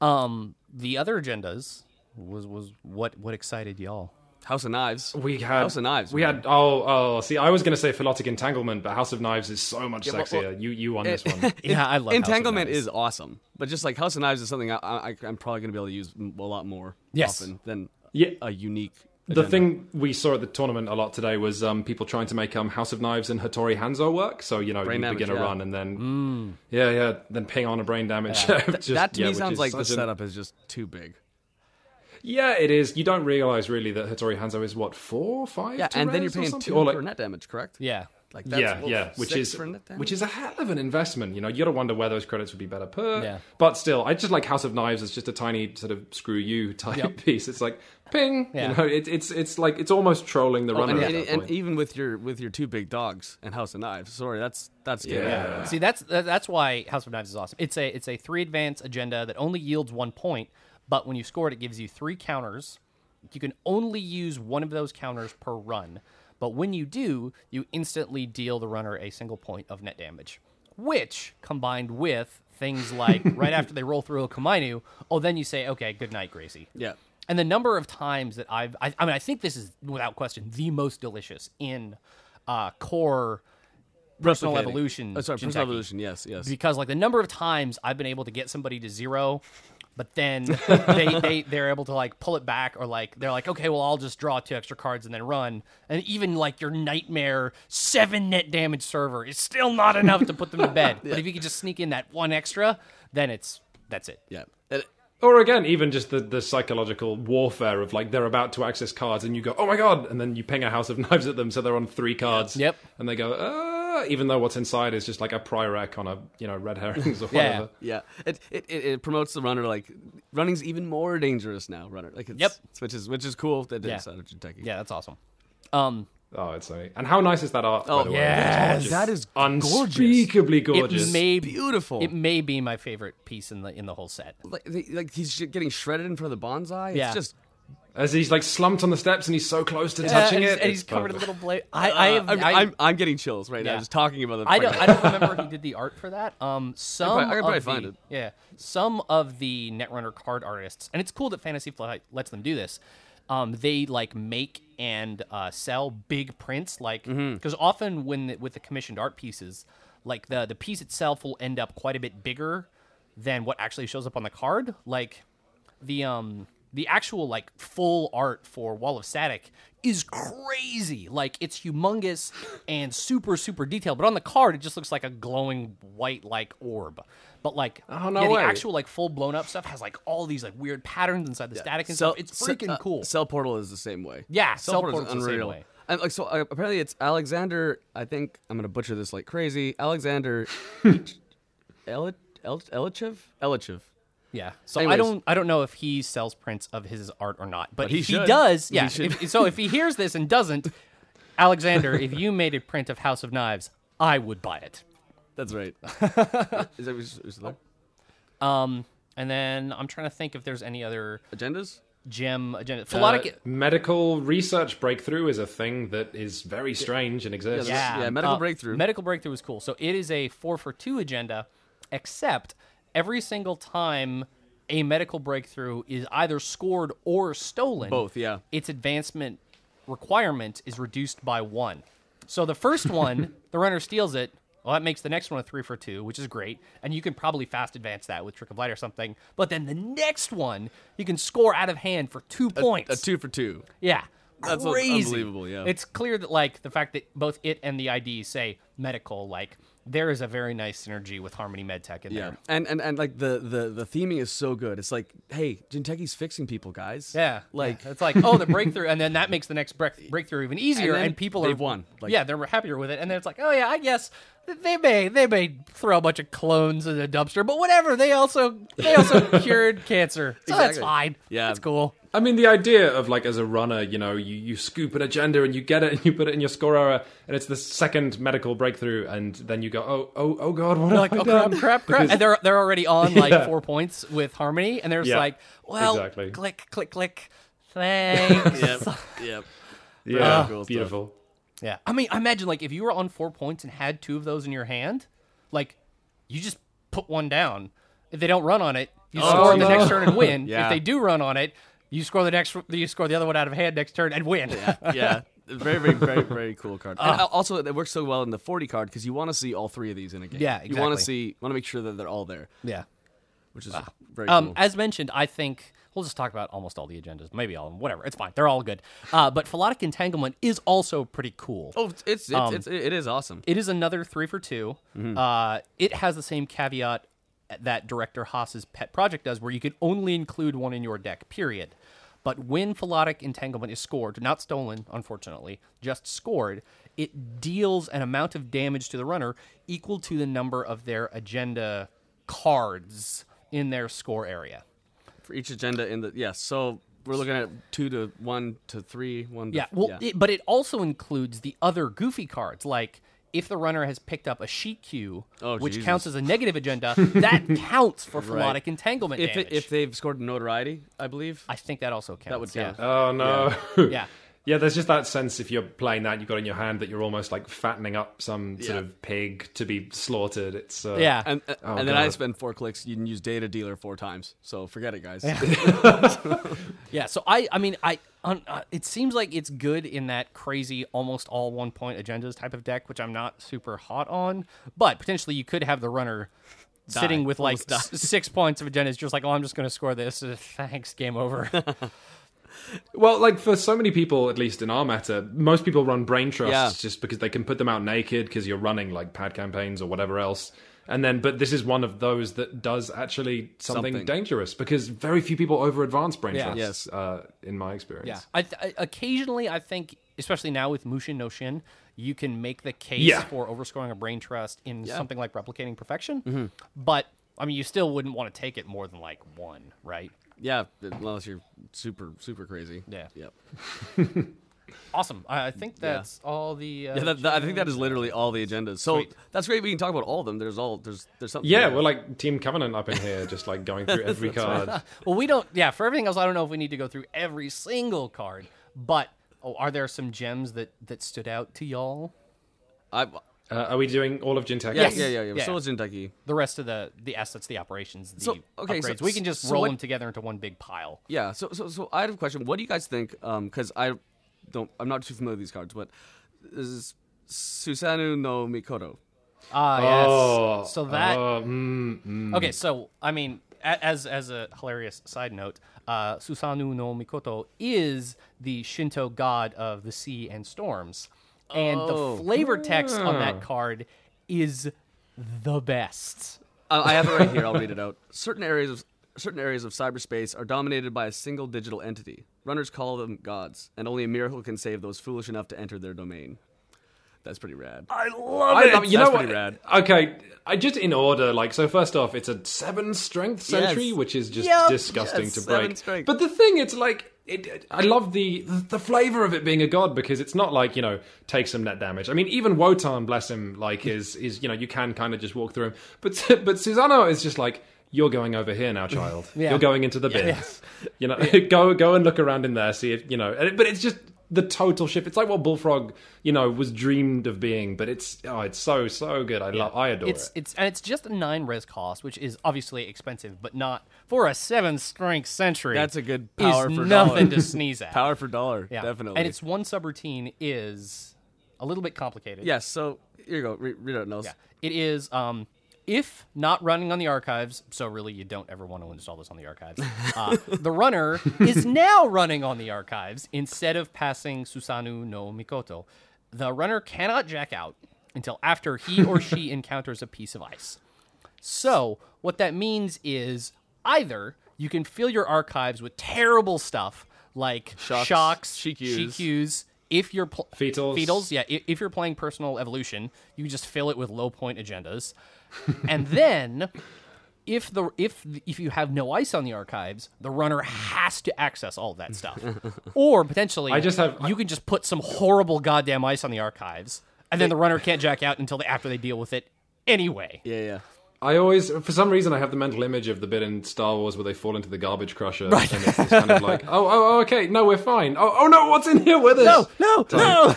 Um, the other agendas was was what what excited y'all.
House of Knives.
We had
House of Knives.
We
man.
had oh oh. See, I was going to say philotic entanglement, but House of Knives is so much
well,
sexier.
well,
you you
Eh,
won this one.
Yeah, I love House of
Entanglement
Knives.
is awesome, but just like House of Knives is something I, I, I'm probably going to be able to use m- a lot more
Yes.
often than
Yeah.
a unique.
The thing we saw at the tournament a lot today was um, people trying to make um, House of Knives and Hattori Hanzo work. So you know,
Brain
you
damage,
begin a
yeah. Mm.
run and then yeah, yeah, then ping on a brain damage. Just-
that to
yeah,
me
which
sounds
is
like the
such an-
setup is just too big.
Yeah, it is. You don't realize really that Hattori Hanzo is what four, five.
Yeah,
to
and then you're
raise or
paying
something?
two
Or,
for
like,
net damage, correct?
Yeah.
Like that's
yeah,
well,
yeah, which
six
is
for Nintendo?
which is a hell of an investment. You know, you got to wonder where those credits would be better put.
Yeah.
But still, I just like House of Knives as just a tiny sort of screw you type piece. It's like ping,
Yeah.
you know, it, it's it's like it's almost trolling the
Oh,
runner.
and,
at
and-
that
and
point.
even with your with your two big dogs and House of Knives, sorry, that's that's good.
Yeah.
See, that's that- that's why House of Knives is awesome. It's a it's a three advance agenda that only yields one point, but when you score it, it gives you three counters. You can only use one of those counters per run, but when you do, you instantly deal the runner a single point of net damage, which combined with things like right after they roll through a Kamainu, oh, then you say, okay, good night, Gracie.
Yeah.
And the number of times that I've, I, I mean, I think this is without question the most delicious in uh, core personal
Replicating.
evolution.
Oh, sorry,
Jinteki.
personal evolution. Yes, yes.
Because like the number of times I've been able to get somebody to zero, but then they, they they're able to like pull it back or like they're like, okay, well I'll just draw two extra cards and then run. And even like your nightmare seven net damage server is still not enough to put them to bed. But if you could just sneak in that one extra, then it's that's it.
yeah. And-
Or again, even just the, the psychological warfare of like they're about to access cards and you go, oh my god, and then you ping a house of knives at them so they're on three cards.
Yep.
And they go, uh, even though what's inside is just like a priorek on a, you know, red herrings or
Yeah.
whatever.
yeah, it, it it it promotes the runner like running's even more dangerous now. Runner, like it's,
Yep.
which is which is cool. That
Yeah.
yeah. out of Kentucky.
Yeah, that's awesome. Um,
Oh, it's so. And how nice is that art? by
Oh,
the way?
yes.
It's
That is gorgeous.
unspeakably gorgeous.
it may
beautiful.
It may be my favorite piece in the in the whole set.
like, they- like he's sh- getting shredded in front of the bonsai.
Yeah.
It's just
As he's like slumped on the steps and he's so close to
and
touching
he's,
it.
and he's
it's
covered in
perfect.
little blade. I,
I
I, have,
am,
I,
I, am uh, I'm getting chills right
Yeah.
now just talking about the.
I don't.
fucking-
I don't remember who did the art for that. Um, some
probably- I could probably
of the-
find it.
Yeah, some of the Netrunner card artists, and it's cool that Fantasy Flight lets them do this. Um, they like make and uh, sell big prints, like because often when the, with the commissioned art pieces, like the the piece itself will end up quite a bit bigger than what actually shows up on the card. Like the um the actual like full art for Wall of Static is crazy. Like it's humongous and super super detailed, but on the card it just looks like a glowing white like orb. But like
Oh, no
yeah, the
way.
actual like full blown up stuff has like all these like weird patterns inside the static and
Cell-
stuff. It's
ce-
freaking
uh,
cool.
Cell Portal is the same way.
Yeah, Cell
Portal's
Portal's the same way.
And like so, uh, apparently it's Alexander. I think I'm gonna butcher this like crazy. Alexander, Elitch- El- El- Elichev, Elichev.
yeah. So I
Anyways.
don't I don't know if he sells prints of his art or not, but,
he
if he
should.
does,
He
yeah.
should.
if- so if he hears this and doesn't, Alexander, if you made a print of House of Knives, I would buy it.
That's right. Oh. is that is, is there?
Um, and then I'm trying to think if there's any other
agendas?
gem agenda.
Uh,
Philotic.
medical research breakthrough is a thing that is very strange and exists.
Yeah.
yeah, Uh,
medical breakthrough.
Medical breakthrough is cool. So it is a four for two agenda, except every single time a medical breakthrough is either scored or stolen,
Both, yeah.
its advancement requirement is reduced by one. So the first one, the runner steals it. Well, that makes the next one a three for two, which is great. And you can probably fast advance that with Trick of Light or something. But then the next one, you can score out of hand for two points.
A two for two.
Yeah.
That's un-
crazy.
unbelievable, yeah.
It's clear that like the fact that both it and the ID say medical, like there is a very nice synergy with Harmony MedTech in
Yeah,
there.
and and and like the the the theming is so good. It's like, hey, Jinteki's fixing people, guys.
Yeah,
like
it's like oh the breakthrough, and then that makes the next break- breakthrough even easier, and,
then
people
they've
are
won, like-
yeah, they're happier with it, and then it's like oh yeah, I guess th- they may they may throw a bunch of clones in a dumpster, but whatever. They also they also cured cancer, so that's
Exactly.
fine.
Yeah.
that's cool.
I mean, the idea of like as a runner, you know, you, you scoop an agenda and you get it and you put it in your score error, and it's the second medical breakthrough, and then you go, oh, oh, oh, god, what? Have
like,
I
oh crap,
done?
crap, crap, and they're they're already on like
Yeah.
four points with Harmony, and they're just
Yeah,
like, well,
exactly.
click, click, click, thanks. yeah.
yep, yep.
Yeah,
cool stuff.
beautiful.
I mean, I imagine like if you were on four points and had two of those in your hand, like you just put one down. If they don't run on it, you score on the
no.
next turn and win.
Oh, Yeah.
If they do run on it, you score the next, you score the other one out of hand next turn and win.
yeah. Very, very, very, very cool card.
Ah.
And al- also, it works so well in the 40 card because you want to see all three of these in a game.
Yeah,
You want
exactly.
to see, want to make sure that they're all there,
yeah.
which is very
Um,
cool.
As mentioned, I think we'll just talk about almost all the agendas, maybe all of them, whatever. It's fine. They're all good. Uh, but Philotic Entanglement is also pretty cool.
Oh, it's it's,
um,
it's it is awesome.
It is another three for 2 Uh, it has the same caveat that director Haas's pet project does, where you can only include one in your deck, period. But when Philotic Entanglement is scored, not stolen, unfortunately, just scored, it deals an amount of damage to the runner equal to the number of their agenda cards in their score area.
for each agenda in the yeah. So we're looking at two to one to three, one. To,
Yeah, well, It, but it also includes the other goofy cards, like if the runner has picked up a sheet cue,
Oh,
which
Jesus.
counts as a negative agenda, that counts for phylotic entanglement
if
damage.
it, if they've scored notoriety, I believe
I think that also counts. That
would count.
Oh no.
Yeah. yeah.
Yeah, there's just that sense if you're playing that you've got in your hand that you're almost like fattening up some sort
Yeah.
of pig to be slaughtered. It's uh,
Yeah. Oh,
And, and then I
God.
spend four clicks. You can use data dealer four times. So forget it, guys.
Yeah, so I, I mean, I, un, uh, it seems like it's good in that crazy, almost all one point agendas type of deck, which I'm not super hot on. But potentially, you could have the runner sitting with like s- six points of agendas, just like, oh, I'm just going to score this. Uh, Thanks, game over.
Well, like for so many people, at least in our meta, most people run brain trusts
Yeah.
just because they can put them out naked because you're running like pad campaigns or whatever else. And then, but this is one of those that does actually something,
Something.
dangerous because very few people over advance brain
Yeah.
trusts, uh, in my experience.
Yeah, I, th- I occasionally I think, especially now with Mushin no Shin, you can make the case
Yeah.
for overscoring a brain trust in something like replicating perfection.
Mm-hmm.
But I mean, you still wouldn't want to take it more than like one, right?
yeah, unless you're super super crazy.
Yeah.
Yep.
Awesome. I, I think that's all the. Uh,
Yeah, that, that- I think that is literally all the agendas. So
Sweet.
that's great. We can talk about all of them. There's all there's there's something.
Yeah,
there.
we're like Team Covenant up in here, just like going through every card.
well, we don't. Yeah, for everything else, I don't know if we need to go through every single card, but. Oh, are there some gems that, that stood out to y'all?
I,
Uh, are we doing all of Jinteki?
yeah,
Yes.
yeah, yeah, yeah,
Yeah.
So is Jinteki.
The rest of the the assets, the operations, the
So, okay, so-
upgrades. we can just
so
roll
what-
them together into one big pile.
Yeah. So so so I have a question. What do you guys think? Um, because I don't. I'm not too familiar with these cards, but this is Susanu no Mikoto.
Ah, yes.
Oh,
so that
oh, mm, mm.
Okay, so I mean, a- as as a hilarious side note, uh, Susanu no Mikoto is the Shinto god of the sea and storms, and
Oh.
the flavor text on that card is the best.
Uh, I have it right here. I'll read it out. Certain areas of certain areas of cyberspace are dominated by a single digital entity. Runners call them gods, and only a miracle can save those foolish enough to enter their domain. That's pretty rad.
I love
it.
you
That's
know
pretty
what?
rad.
Okay, I just in order. Like, so first off, it's a seven strength sentry,
Yes.
which is just
Yep,
disgusting
yes,
to
seven
break.
strength.
But the thing, it's like. It, I love the the flavor of it being a god because it's not like you know take some net damage. I mean, even Wotan, bless him, like is is you know you can kind of just walk through him. But but Susano is just like you're going over here now, child. You're going into the bin. You know, go go and look around in there, see if you know. and it- But it's just the total shift. It's like what Bullfrog you know was dreamed of being. But it's oh, it's so so good. I love. I adore
It's
it.
it's and it's just a nine res cost, which is obviously expensive, but not for a seven strength century.
That's a good
is
power for
nothing
dollar.
to sneeze at.
Power for dollar,
Yeah.
definitely.
And its one subroutine is a little bit complicated.
yes. So here you go. Re- read out Nels.
Yeah. It is um if not running on the archives, so really you don't ever want to install this on the archives. Uh, the runner is now running on the archives instead of passing Susanu no Mikoto. The runner cannot jack out until after he or she encounters a piece of ice. So, what that means is either you can fill your archives with terrible stuff like
Shocks,
shocks,
CQs.
CQs, if you're pl-
Fetals.
fetals, yeah. i- If you're playing personal evolution, you just fill it with low point agendas, and then if the if the- if you have no ice on the archives, the runner has to access all of that stuff, or potentially I
just have-
you can just put some horrible goddamn ice on the archives, and then the runner can't jack out until they, after they deal with it anyway.
Yeah. Yeah.
I always, for some reason, I have the mental image of the bit in Star Wars where they fall into the garbage crusher, and it's this kind of like, oh, oh, oh, okay, no, we're fine. Oh, oh, no, what's in here with us?
No, no,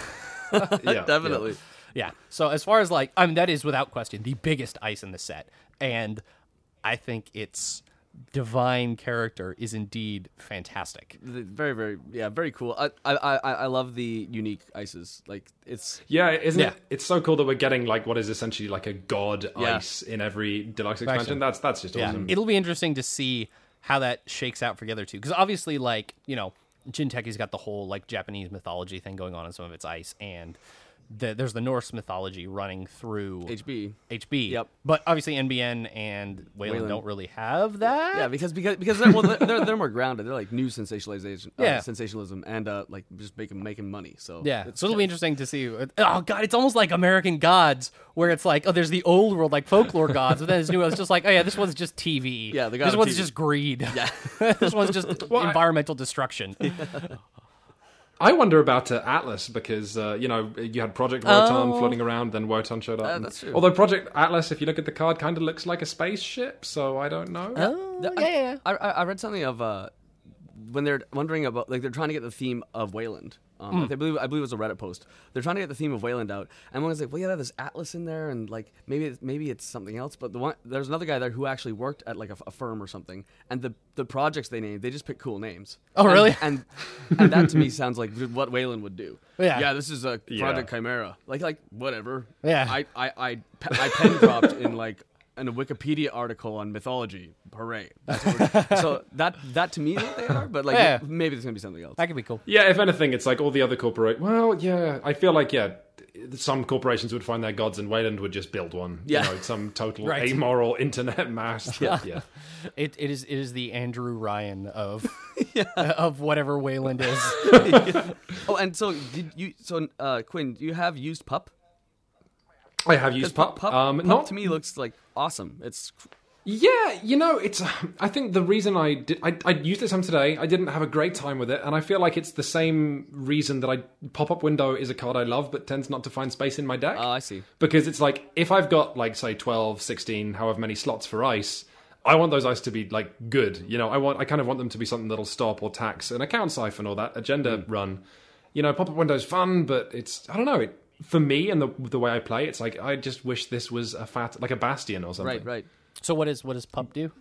no.
Yeah, yeah.
Definitely.
Yeah. So as far as like, I mean, that is without question the biggest ice in the set, and I think its divine character is indeed fantastic.
The- Very, very, yeah, very cool. I, I, I, I love the unique ices. Like it's
Yeah, isn't
Yeah.
it? It's so cool that we're getting like what is essentially like a god
Yeah.
ice in every deluxe expansion. That's that's just awesome.
Mm-hmm. It'll be interesting to see how that shakes out for the other two, because obviously, like you know, Jinteki's got the whole like Japanese mythology thing going on in some of its ice, and the, there's the Norse mythology running through
HB.
HB.
Yep.
But obviously NBN and Wayland,
Wayland.
don't really have that.
Yeah, because because because they're, well, they're- they're they're more grounded. They're like news sensationalization, uh,
Yeah.
sensationalism, and uh, like just making making money. So
Yeah,
it's
so it'll be interesting to see. Oh god, it's almost like American Gods, where it's like, oh, there's the old world, like folklore gods, but then there's new. It's just like, oh yeah, this one's just TV.
Yeah, the god
this
of
one's
TV.
just greed. Yeah, this one's just
I-
environmental destruction.
I wonder about uh, Atlas because uh, you know you had Project Wotan floating around, then Wotan showed up. and-
Oh. that's true.
Although Project Atlas, if you look at the card, kind of looks like a spaceship, so I don't know.
Oh,
Th-
yeah, yeah, yeah.
I, I I read something of uh, when they're wondering about like they're trying to get the theme of Wayland. Um,
Hmm.
they believe I believe it was a Reddit post. They're trying to get the theme of Wayland out, and one was like, "Well, yeah, there's Atlas in there, and like maybe it's, maybe it's something else." But the one there's another guy there who actually worked at like a, f- a firm or something, and the the projects they named they just pick cool names.
Oh,
And-
really?
And and, that to me sounds like what Wayland would do.
Yeah.
yeah, this is a
Yeah.
Project Chimera. Like like whatever.
Yeah.
I I I, pe- I pen dropped in like in a Wikipedia article on mythology. Hooray! That's what we're- so that that to me is what they are, but like
Yeah.
maybe there's gonna be something else.
that could be cool.
Yeah, if anything, it's like all the other corporate. Well, yeah, I feel like yeah, some corporations would find their gods, and Wayland would just build one.
Yeah.
you know, some total
Right.
amoral internet mass. Yeah, yeah.
It, it is it is the Andrew Ryan of uh, of whatever Wayland is.
oh, and so did you? So uh, Quinn, do you have used pup?
I have used pup.
pup,
um,
pup
not
to me looks like awesome. It's
Yeah, you know, it's. I think the reason I did, I, I used it some today. I didn't have a great time with it, and I feel like it's the same reason that I pop up window is a card I love, but tends not to find space in my deck.
oh, I see.
because it's like if I've got like say 12, 16, however many slots for ice, I want those ice to be like good. You know, I want I kind of want them to be something that'll stop or tax an account siphon or that agenda
Hmm.
run. You know, pop up window's fun, but it's I don't know. It, for me and the the way I play, it's like I just wish this was a fat like a bastion or something.
Right, right.
So what is what does Pup do?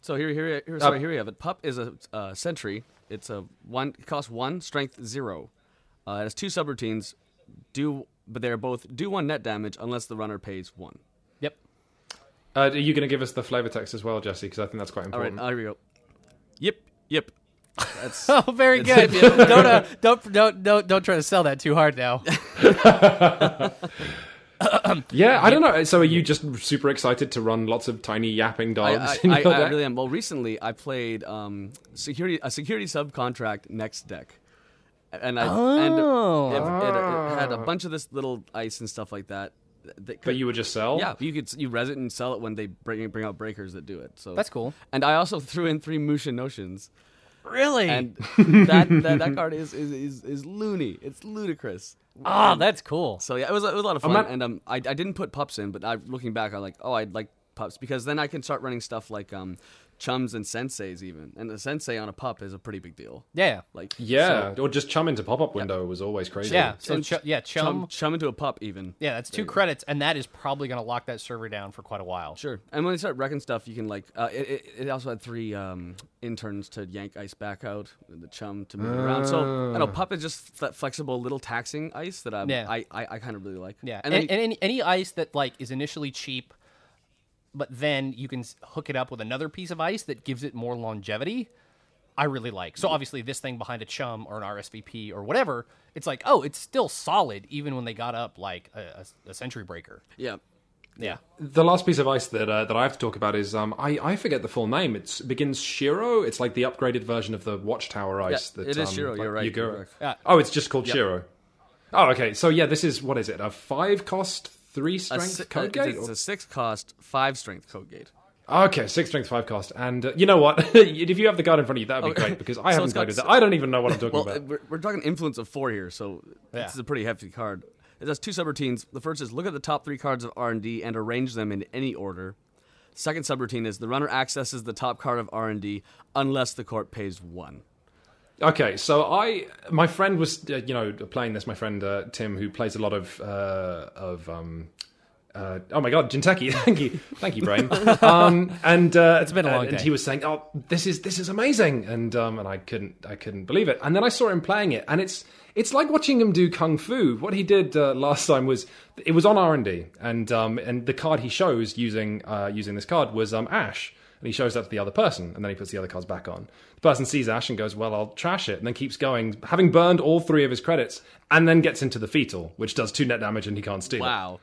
So here, here,
Uh,
here, sorry, here we have it. Pup is a uh, sentry. It's a one. It costs one, strength zero. Uh, it has two subroutines. Do, but they're both do one net damage unless the runner pays one.
Yep.
Uh, are you going to give us the flavor text as well, Jesse? Because I think that's quite
All right,
important.
uh, here we go. Yip, yip. That's
Oh, very good.
Yep, yep.
don't, uh, don't don't don't don't try to sell that too hard now.
yeah, I don't know. So are you just super excited to run lots of tiny yapping
I,
dogs?
I,
in
I,
your
I
deck?
really am. Well, recently I played um, security a security subcontract next deck, and I and
Oh. Ah.
it, it, it had a bunch of this little ice and stuff like that. that
But you would just sell?
Yeah, you could s- you res it and sell it when they bring bring out breakers that do it. So
That's cool.
And I also threw in three Mushin Notions,
Really?
and that, that that card is, is is is loony. It's ludicrous.
oh, that's cool.
So yeah, it was it was a lot of fun.
not-
and um, I I didn't put pups in, but I looking back, I'm like, oh, I'd like pups because then I can start running stuff like um, chums and senseis even, and a sensei on a pup is a pretty big deal.
Yeah.
Like
Yeah, or just chum into pop up window was always crazy.
Yeah. So
And
ch- yeah,
so
chum.
chum chum into a pup even.
Yeah, that's two credits, and that is probably going to lock that server down for quite a while.
Sure. And when they start wrecking stuff, you can like uh, it, it. It also had three um, interns to yank ice back out, and the chum to move it around. So I know pup is just fle- flexible little taxing ice that I
Yeah.
I, I, I kind of really like.
Yeah,
And
and,
then
and, any, any ice that like is initially cheap, but then you can s- hook it up with another piece of ice that gives it more longevity. I really like.
Mm-hmm.
So obviously, this thing behind a chum or an RSVP or whatever, it's like, oh, it's still solid even when they got up like a, a, a century breaker.
yeah.
Yeah,
The last piece of ice that uh, that I have to talk about is um, I I forget the full name. It's, it begins Shiro. It's like the upgraded version of the Watchtower ice.
Yeah,
that,
it is
um,
Shiro,
like,
you're right,
You
you're
go,
correct.
Yeah.
Oh, it's just called Shiro. Oh, okay. So yeah, this is what is it? A five cost, three
A
strength
si-
code
uh,
gate.
It's a six cost, five strength code gate.
Okay, six strength, five cost, and uh, you know what? if you have the card in front of you, that would be
Oh,
great because I
so
haven't
it's got
played with
s-
that. I don't even know what I'm talking
Well, uh,
about.
we're, we're talking influence of four here, so
Yeah.
this is a pretty hefty card. It has two subroutines. The first is look at the top three cards of R and D and arrange them in any order. Second subroutine is the runner accesses the top card of R and D unless the court pays one.
Okay, so I, my friend was, uh, you know, playing this. My friend uh, Tim, who plays a lot of, uh, of, um, uh, oh my god, Jinteki, thank you, thank you, Brain. um, and uh, it's
been a long
and, and
day.
he was saying, "Oh, this is this is amazing," and um, and I couldn't, I couldn't believe it. And then I saw him playing it, and it's it's like watching him do kung fu. What he did uh, last time was it was on R and D, um, and the card he shows using uh, using this card was um, Ash. and he shows that to the other person, and then he puts the other cards back on. The person sees Ash and goes, "Well, I'll trash it," and then keeps going, having burned all three of his credits, and then gets into the fetal, which does two net damage, and he can't steal. it
Wow.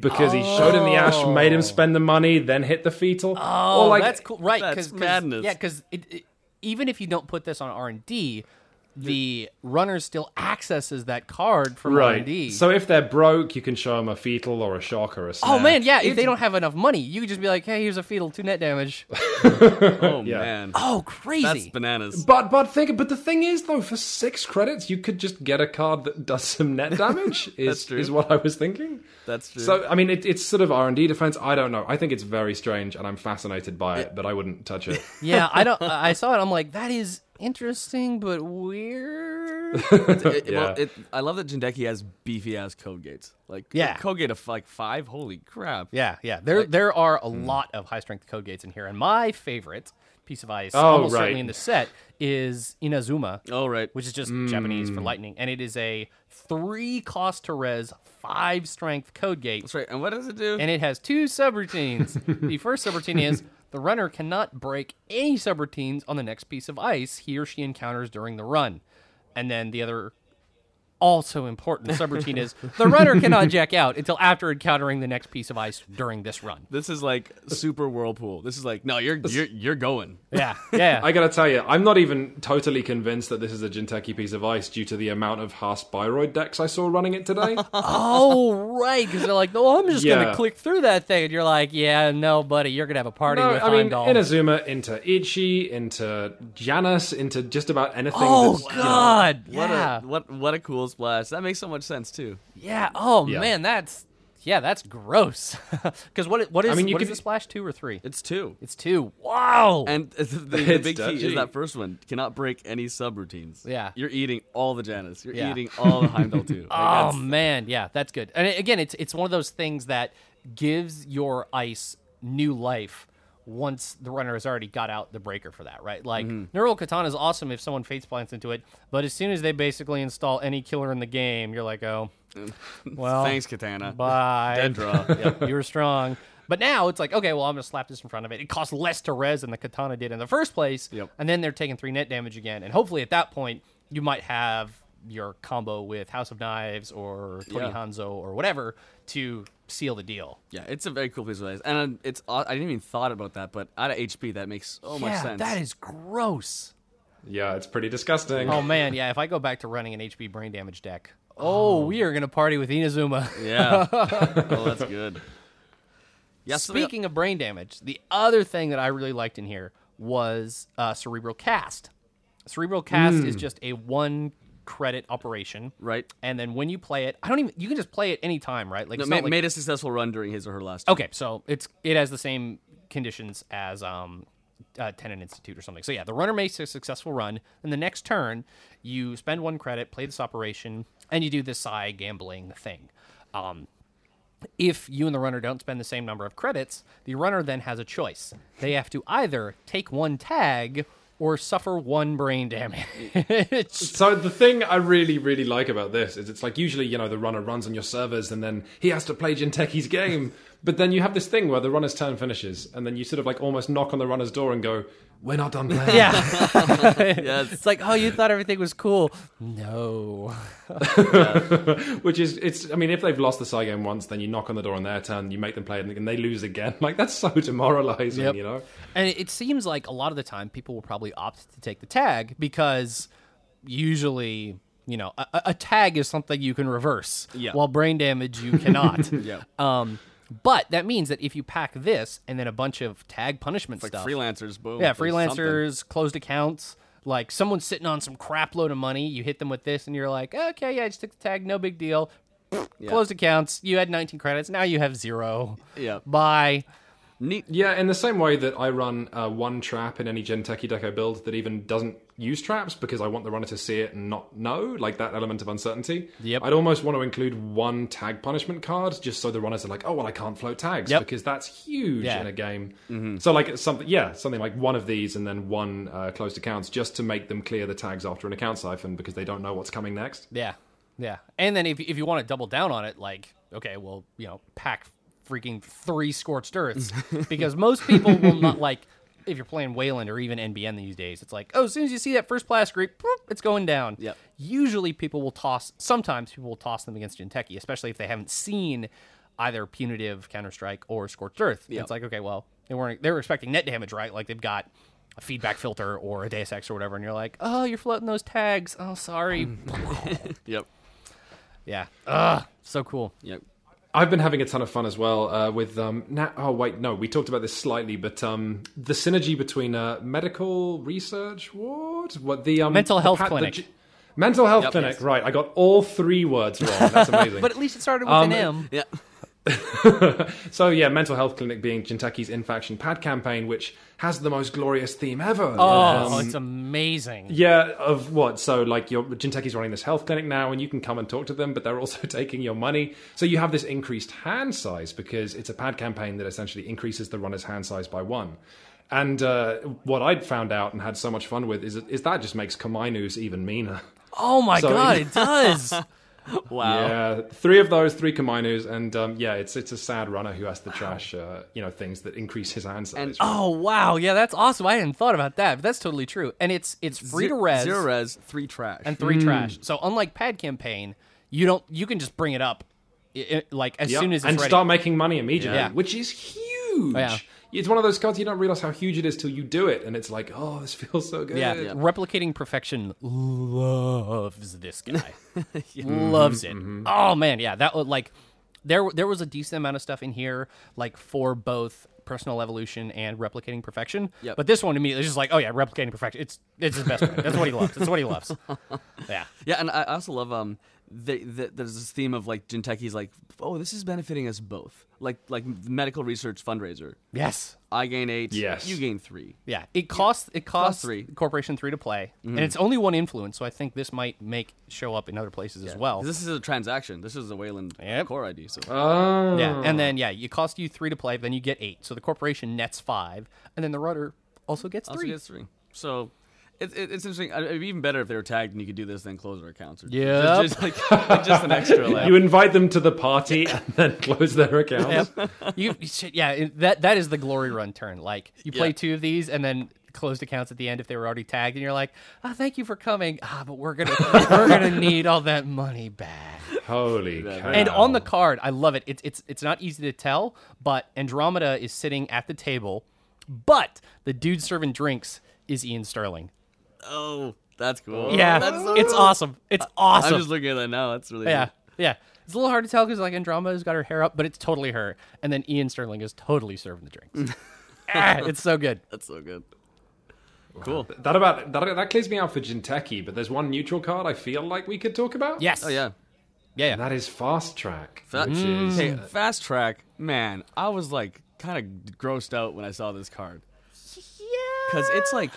because he showed him the ash, made him spend the money, then hit the fetal.
Oh,
Or, like,
that's cool, right?
that's
Cause, 'cause-
madness.
Yeah, because even if you don't put this on R and D, the runner still accesses that card from R
Right.
and D.
So if they're broke, you can show them a fetal or a shock or a snap.
oh man, yeah. If they don't have enough money, you could just be like, "Hey, here's a fetal, two net damage."
Oh man.
Oh,
That's
crazy!
bananas.
But but think but the thing is though, for six credits, you could just get a card that does some net damage. Is
true.
is what I was thinking.
That's true.
So I mean, it, it's sort of R and D defense. I don't know. I think it's very strange, and I'm fascinated by it, but I wouldn't touch it.
yeah, I don't. I saw it. I'm like, that is interesting, but weird.
It- well,
Yeah.
it- I love that Jindeki has beefy ass code gates. Like
Yeah.
code gate of like five. Holy crap.
yeah, yeah. There there are
Hmm.
a lot of high strength code gates in here, and my favorite piece of ice,
Oh,
almost
right. Oh.
certainly in the set, is Inazuma.
All right.
which is just
Hmm.
Japanese for lightning, and it is a three cost to res, five strength code gate,
That's right. And what does it do?
and it has two subroutines. the first subroutine is the runner cannot break any subroutines on the next piece of ice he or she encounters during the run, and then the other. Also important subroutine is the runner cannot jack out until after encountering the next piece of ice during this run.
This is like super whirlpool. This is like no, you're you're you're going.
Yeah, yeah.
I gotta tell you, I'm not even totally convinced that this is a Jinteki piece of ice due to the amount of Haas Byroid decks I saw running it today.
oh, right, because they're like, "Oh, I'm just
Yeah.
gonna click through that thing," and you're like, "Yeah, no, buddy, you're gonna have a party
No,
with
I mean
Heimdall."
Inazuma into Ichi, into Janus, into just about anything.
Oh
that's, you know-
God!
What
yeah,
a what what a cool splash. That makes so much sense too.
yeah. Oh
Yeah.
man, that's yeah, that's gross. Because what what is
mean, you
what is
could-
the splash two or three?
It's two.
It's two. Wow.
And the, the, the big key
dodgy.
is that first one cannot break any subroutines.
Yeah.
you're eating all the Janus. You're
Yeah.
eating all the Heimdall too.
oh man, yeah, that's good. And again, it's it's one of those things that gives your ice new life once the runner has already got out the breaker for that, right? Like
Mm-hmm.
neural katana is awesome if someone face plants into it, but as soon as they basically install any killer in the game, you're like, oh, well,
Thanks, Katana.
Bye.
Dead draw. Yep.
you were strong. But now it's like, okay, well, I'm going to slap this in front of it. It costs less to res than the katana did in the first place.
Yep.
And then they're taking three net damage again. And hopefully at that point, you might have your combo with House of Knives or Tony
Yeah.
Hanzo or whatever to seal the deal.
Yeah, it's a very cool piece of advice, and um, it's aw- I didn't even thought about that, but out of HP, that makes so much
yeah,
sense.
that is gross.
yeah, it's pretty disgusting.
Oh, man. Yeah, if I go back to running an HP brain damage deck, oh, we are going to party with Inazuma.
yeah. oh, that's good. Yeah. so we-
Speaking of brain damage, the other thing that I really liked in here was uh, cerebral cast. Cerebral cast is just a one credit operation,
Mm. right.
And then when you play it, I don't even you can just play it any time, right? Like,
No,
it's
ma-
not like- Oh,
made a successful run during his or her last.
okay, so it's it has the same conditions as um, uh, Tenant Institute or something. So yeah, the runner makes a successful run, and the next turn you spend one credit, play this operation, and you do this psi gambling thing. Um, if you and the runner don't spend the same number of credits, the runner then has a choice. They have to either take one tag or suffer one brain damage.
So the thing I really, really like about this is it's like usually, you know, the runner runs on your servers and then he has to play Jinteki's game. But then you have this thing where the runner's turn finishes and then you sort of like almost knock on the runner's door and go, We're not done playing.
yeah.
Yes.
It's like, oh, you thought everything was cool. No.
Which is it's I mean, if they've lost the side game once, then you knock on the door on their turn, you make them play it and they lose again. Like that's so demoralizing,
Yep.
you know?
And it- it seems like a lot of the time people will probably opt to take the tag because usually, you know, a, a- a tag is something you can reverse,
Yeah.
while brain damage you cannot.
Yeah.
Um, but that means that if you pack this and then a bunch of tag punishment
Like
stuff,
freelancers, boom.
Yeah,
or something.
freelancers, closed accounts. Like someone's sitting on some crap load of money. You hit them with this, and you're like, okay, yeah, I just took the tag, no big deal. Closed accounts. You had 19 credits. Now you have zero.
Yeah.
Bye.
Neat.
Yeah, in the same way that I run uh, one trap in any Genteki deck I build that even doesn't use traps because I want the runner to see it and not know, like that element of uncertainty.
Yep.
I'd almost want to include one tag punishment card just so the runners are like, oh, well, I can't float tags
Yep.
because that's huge
Yeah.
in a game. So, like, it's something, yeah, something like one of these and then one uh, closed accounts just to make them clear the tags after an account siphon because they don't know what's coming next.
Yeah, yeah. And then if if you want to double down on it, like, okay, well, you know, pack freaking three scorched earths because most people will not like if you're playing Wayland or even NBN these days. It's like oh, as soon as you see that first blast creep, boop, it's going down.
Yep.
Usually people will toss. Sometimes people will toss them against Jinteki, especially if they haven't seen either punitive Counter Strike or scorched earth. It's like okay, well they weren't they were expecting net damage, right? Like they've got. A feedback filter or a Deus Ex or whatever, and you're like, oh, you're floating those tags. Oh, sorry.
Yep.
yeah. Ugh. So cool.
Yep.
I've been having a ton of fun as well uh, with. Um, na- oh wait, no, we talked about this slightly, but um, the synergy between uh, medical research ward, what the um,
Mental
the
health
the
clinic.
g- mental health clinic.
yes.
Right, I got all three words wrong. That's amazing.
But at least it started with an M.
Yep.
so yeah, mental health clinic being Jintaki's in faction pad campaign, which has the most glorious theme ever. Um,
Oh, it's amazing.
Yeah, of what? So like your Jinteki's running this health clinic now and you can come and talk to them, but they're also taking your money. So you have this increased hand size because it's a pad campaign that essentially increases the runner's hand size by one. And uh, what I'd found out and had so much fun with is, is that just makes Kamainu's even meaner.
Oh my
So-
god, it does.
Wow.
Yeah, three of those, three Kamainus, and um, yeah, it's it's a sad runner who has to trash, uh, you know, things that increase his hand size.
And-
oh wow, yeah, that's awesome. I hadn't thought about that, but that's totally true. And it's it's free to
Ze-
res
Zero res, three trash.
and three trash. So unlike pad campaign, you don't you can just bring it up i i- like as
Yep,
soon as it's
and
ready.
start making money immediately,
Yeah.
which is huge.
Yeah.
It's one of those cards you don't realize how huge it is till you do it, and it's like, oh, this feels so good.
yeah. replicating perfection loves this guy, loves it. Oh man, yeah, that would like there. There was a decent amount of stuff in here, like for both personal evolution and replicating perfection.
Yep.
But this one immediately is just like, oh yeah, replicating perfection. It's it's his best. friend. That's what he loves. That's what he loves. Yeah.
Yeah, and I I also love um the, the, there's this theme of like Gentechi's like, oh, this is benefiting us both. Like like medical research fundraiser.
Yes.
I gain eight.
Yes.
You gain three.
Yeah. It costs it costs
three. Mm-hmm.
corporation three to play, and it's only one influence. So I think this might make show up in other places as well.
This is a transaction. This is a Wayland
Yep.
core ID. So
Oh.
Yeah, and then yeah, it costs you three to play, but then you get eight. So the corporation nets five, and then the rudder also gets
also
three.
gets three. So it, it, it's interesting. I- It'd be even better if they were tagged and you could do this then close their accounts. Or
Yep.
Just, just like, like, just an extra lap.
You invite them to the party and then close their accounts.
you, you should- yeah, it- that that is the glory run turn. Like you play
Yeah.
two of these, and then closed accounts at the end if they were already tagged, and you're like, ah, thank you for coming. Ah, but we're gonna we're gonna need all that money back.
Holy cow.
And on the card, I love it. It's it's it's not easy to tell, but Andromeda is sitting at the table, but the dude serving drinks is Ian Sterling.
Oh, that's cool.
Yeah,
That's so
it's
cool.
awesome. It's awesome.
I'm just looking at that now. That's really
Yeah, yeah. It's a little hard to tell because like Andromeda's got her hair up, but it's totally her. And then Ian Sterling is totally serving the drinks. Ah, it's so good.
That's so good. Cool.
that about that, that clears me out for Jinteki, but there's one neutral card I feel like we could talk about.
Yes.
Oh yeah.
Yeah.
And that is Fast Track.
Fa- Mm.
which is
Hey, fast track, man. I was like kind of grossed out when I saw this card
yeah.
because it's like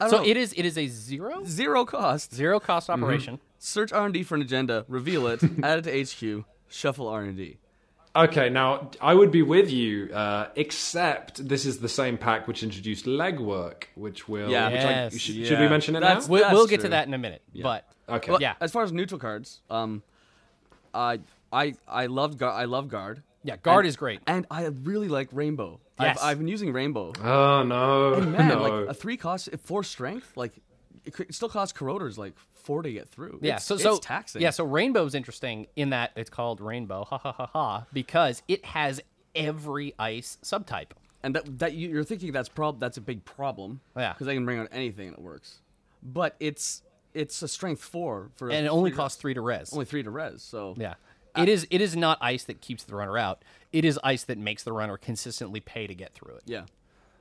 I don't
So
know,
it is. It is a zero
zero cost.
zero cost
Mm-hmm.
operation.
Search R and D for an agenda, reveal it, add it to HQ, shuffle R and D.
Okay, now I would be with you, uh, except this is the same pack which introduced legwork, which will.
Yeah.
Which I-
Yes.
sh- Should we
Yeah.
mention it
That's-
now?
We'll, we'll get to
true.
that in a minute. But
Okay.
Yeah.
As far as neutral cards, um, I I I loved Gar- I love guard.
yeah, guard
And-
is great.
and I really like rainbow.
Yes.
I've, I've been using rainbow.
Oh no!
Man,
no.
like a three cost, four strength, like it, could- it still costs corroders like four to get through.
Yeah,
It's-
so
it's
so
taxing.
Yeah, so Rainbow's interesting in that it's called Rainbow, ha ha ha ha, because it has every ice subtype.
and that, that you, you're thinking that's prob that's a big problem.
Oh, Yeah.
because I can bring out anything and it works. But it's it's a strength four for a
And it only
three-
costs three to res.
only three to res. So
Yeah. It is it is not ice that keeps the runner out. It is ice that makes the runner consistently pay to get through it.
yeah,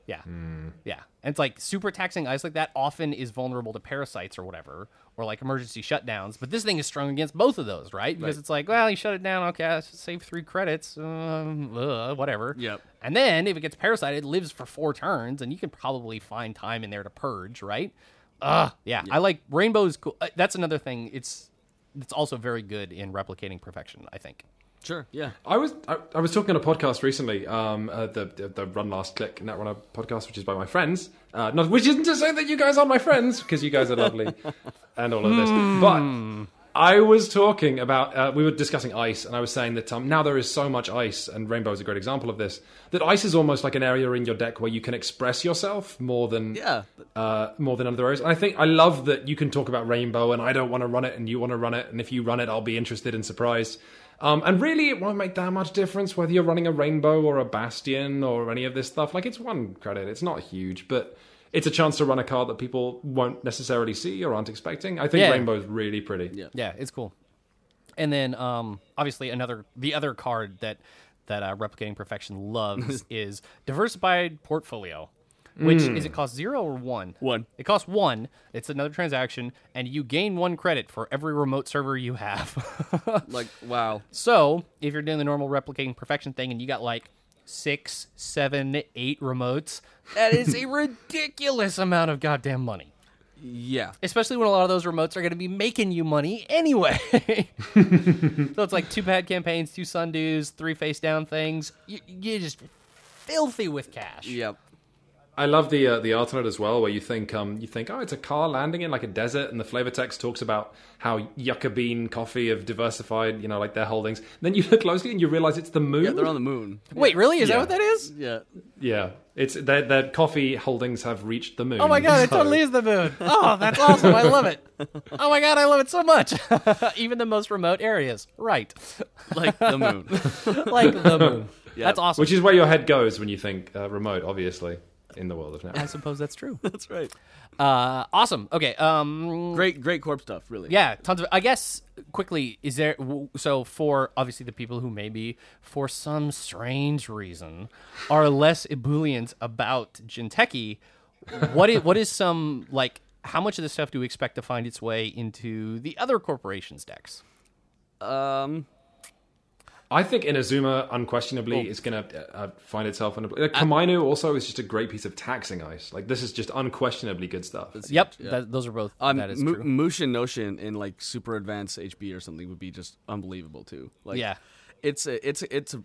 Yeah. Yeah. And it's like super taxing ice like that often is vulnerable to parasites or whatever or like emergency shutdowns, but this thing is strung against both of those, right? Because it's like, well, you shut it down, okay, I save 3 credits, um, uh, whatever.
Yep.
And then if it gets parasited, it lives for 4 turns and you can probably find time in there to purge, right? Uh, yeah. I like rainbows cool. uh, That's another thing. It's it's also very good in replicating perfection, I think.
sure, yeah.
I was I, I was talking on a podcast recently, um, uh, the, the the Run Last Click Netrunner podcast, which is by my friends. Uh, not which isn't to say that you guys are my friends because you guys are lovely and all of this, but I was talking about uh, we were discussing ice, and I was saying that um, now there is so much ice, and Rainbow is a great example of this. That ice is almost like an area in your deck where you can express yourself more than
Yeah.
uh, more than other areas. And I think I love that you can talk about Rainbow, and I don't want to run it, and you want to run it, and if you run it, I'll be interested and surprised. Um, and really, it won't make that much difference whether you're running a Rainbow or a Bastion or any of this stuff. Like it's one credit, it's not huge, but. It's a chance to run a card that people won't necessarily see or aren't expecting. I think
Yeah.
Rainbow is really pretty. Yeah.
Yeah, it's cool. And then um, obviously another the other card that that uh, replicating perfection loves is diversified portfolio, which is it costs zero or one?
One.
It costs one. It's another transaction, and you gain one credit for every remote server you have.
Like wow.
so if you're doing the normal replicating perfection thing, and you got like six, seven, eight remotes, that is a ridiculous amount of goddamn money
Yeah.
especially when a lot of those remotes are going to be making you money anyway. so it's like two pad campaigns, two sundews, three face down things. You, you're just filthy with cash.
Yep.
I love the uh, the alternate as well, where you think um you think oh it's a car landing in like a desert, and the flavor text talks about how Yucca Bean Coffee have diversified, you know, like their holdings. Then you look closely and you realize it's the moon.
Yeah, they're on the moon.
Wait, really? Is
Yeah.
that what that is?
Yeah.
Yeah, it's their their coffee holdings have reached the moon.
Oh my god, it
So-
totally is the moon. Oh, that's awesome. I love it. Oh my god, I love it so much. Even the most remote areas. Right.
Like the moon.
like the moon. That's awesome.
Which is where your head goes when you think uh, remote, obviously, in the world of now.
I suppose that's true.
That's right.
Uh, awesome. Okay. Um,
Great great corp stuff, really.
Yeah, tons of. I guess quickly, is there w- so for obviously the people who maybe for some strange reason are less ebullient about Jinteki, what is what is some like how much of this stuff do we expect to find its way into the other corporations' decks?
Um
I think Inazuma unquestionably is going to uh, find itself in a. Like, Kamino also is just a great piece of taxing ice. Like this is just unquestionably good stuff.
Yep, that, those are both.
um,
that is
Mu-
true.
Mushin Notion in like super advanced HB or something would be just unbelievable too. Like
Yeah.
it's a, it's a, it's a,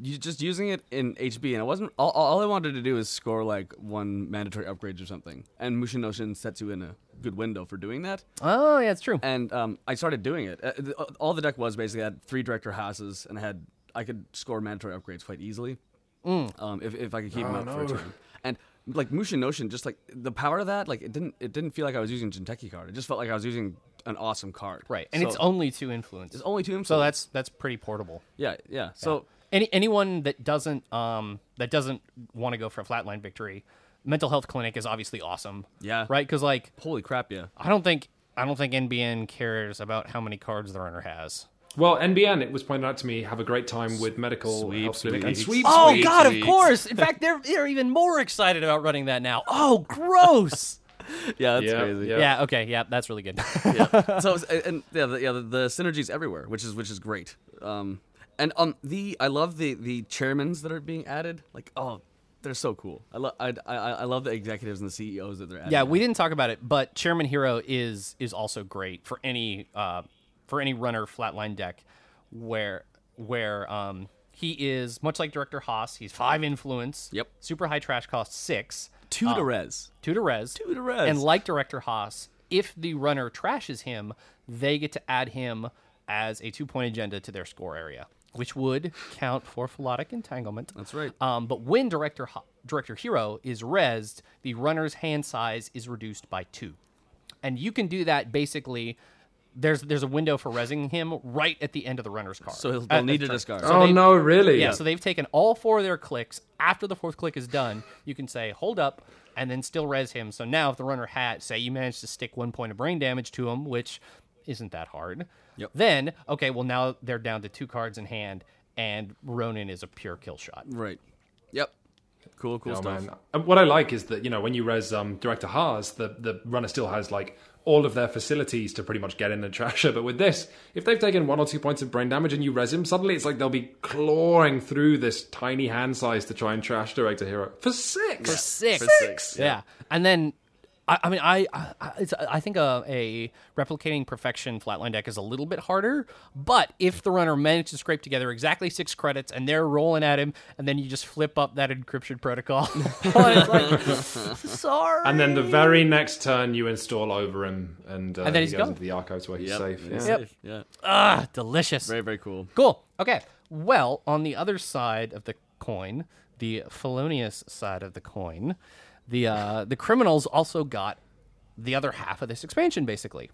you just using it in HB and I wasn't all, all I wanted to do is score like one mandatory upgrades or something. And Mushin Notion sets you in a good window for doing that.
Oh yeah, it's true.
and um, I started doing it. Uh, th- all the deck was basically I had three director houses, and I had I could score mandatory upgrades quite easily um, if if I could keep them up for a turn. And like Mushin Notion, just like the power of that, like it didn't it didn't feel like I was using Jinteki card. It just felt like I was using an awesome card.
Right, and
So
it's only two influences.
it's only two influence.
so that's that's pretty portable.
yeah, yeah. So
Any anyone that doesn't um that doesn't want to go for a flatline victory, mental health clinic is obviously awesome.
Yeah.
Right? Because like
holy crap, yeah.
I don't think I don't think NBN cares about how many cards the runner has.
Well, NBN, it was pointed out to me, have a great time with medical health clinic and
sweet.
sweep
Oh
sweep.
God,
sweet.
of course. In fact, they're they're even more excited about running that now. Oh, gross.
Yeah, that's
Yeah,
crazy.
yeah.
yeah. Okay. Yeah, that's really good.
so it's- and yeah, the, yeah, the, the synergies everywhere, which is which is great. Um, and um, the I love the the chairmans that are being added. Like, oh, they're so cool. I love I, I I love the executives and the CEOs that they're adding.
yeah, we didn't talk about it, but Chairman Hero is is also great for any uh, for any runner flatline deck where where um, he is much like Director Haas. He's five influence.
Yep.
Super high trash cost six.
two to res.
two to res, two
to res.
and like Director Haas, if the runner trashes him, they get to add him as a two point agenda to their score area, which would count for philotic entanglement.
That's right.
Um, but when Director Ha- Director Hero is resed, the runner's hand size is reduced by two, and you can do that basically. There's there's a window for resing him right at the end of the runner's card.
So they'll,
Uh,
they'll need to
sorry.
discard.
Oh
they-
no, really?
Yeah, so they've taken all four of their clicks. After the fourth click is done, you can say hold up and then still res him. So now if the runner had say you managed to stick one point of brain damage to him, which isn't that hard.
Yep.
Then, okay, well now they're down to two cards in hand and Ronin is a pure kill shot.
right. Yep. Cool. Cool
Oh,
stuff.
man. And What I like is that you know when you res um, director Haas, the the runner still has like all of their facilities to pretty much get in the trasher. But with this, if they've taken one or two points of brain damage and you res him, suddenly it's like they'll be clawing through this tiny hand size to try and trash director hero for six.
Six.
For six,
Yeah. And then I, I mean, I I, I- it's, I think a, a replicating perfection flatline deck is a little bit harder, but if the runner managed to scrape together exactly six credits and they're rolling at him, and then you just flip up that encryption protocol, and it's like, sorry,
And then the very next turn, you install over him, and, uh,
And then
he
he's
goes
gone.
into the archives where he's
Yep.
safe. Yeah.
Yep.
Yeah.
ah, delicious.
Very, very cool.
Cool. Okay. Well, on the other side of the coin, the felonious side of the coin, the uh, the criminals also got the other half of this expansion, basically,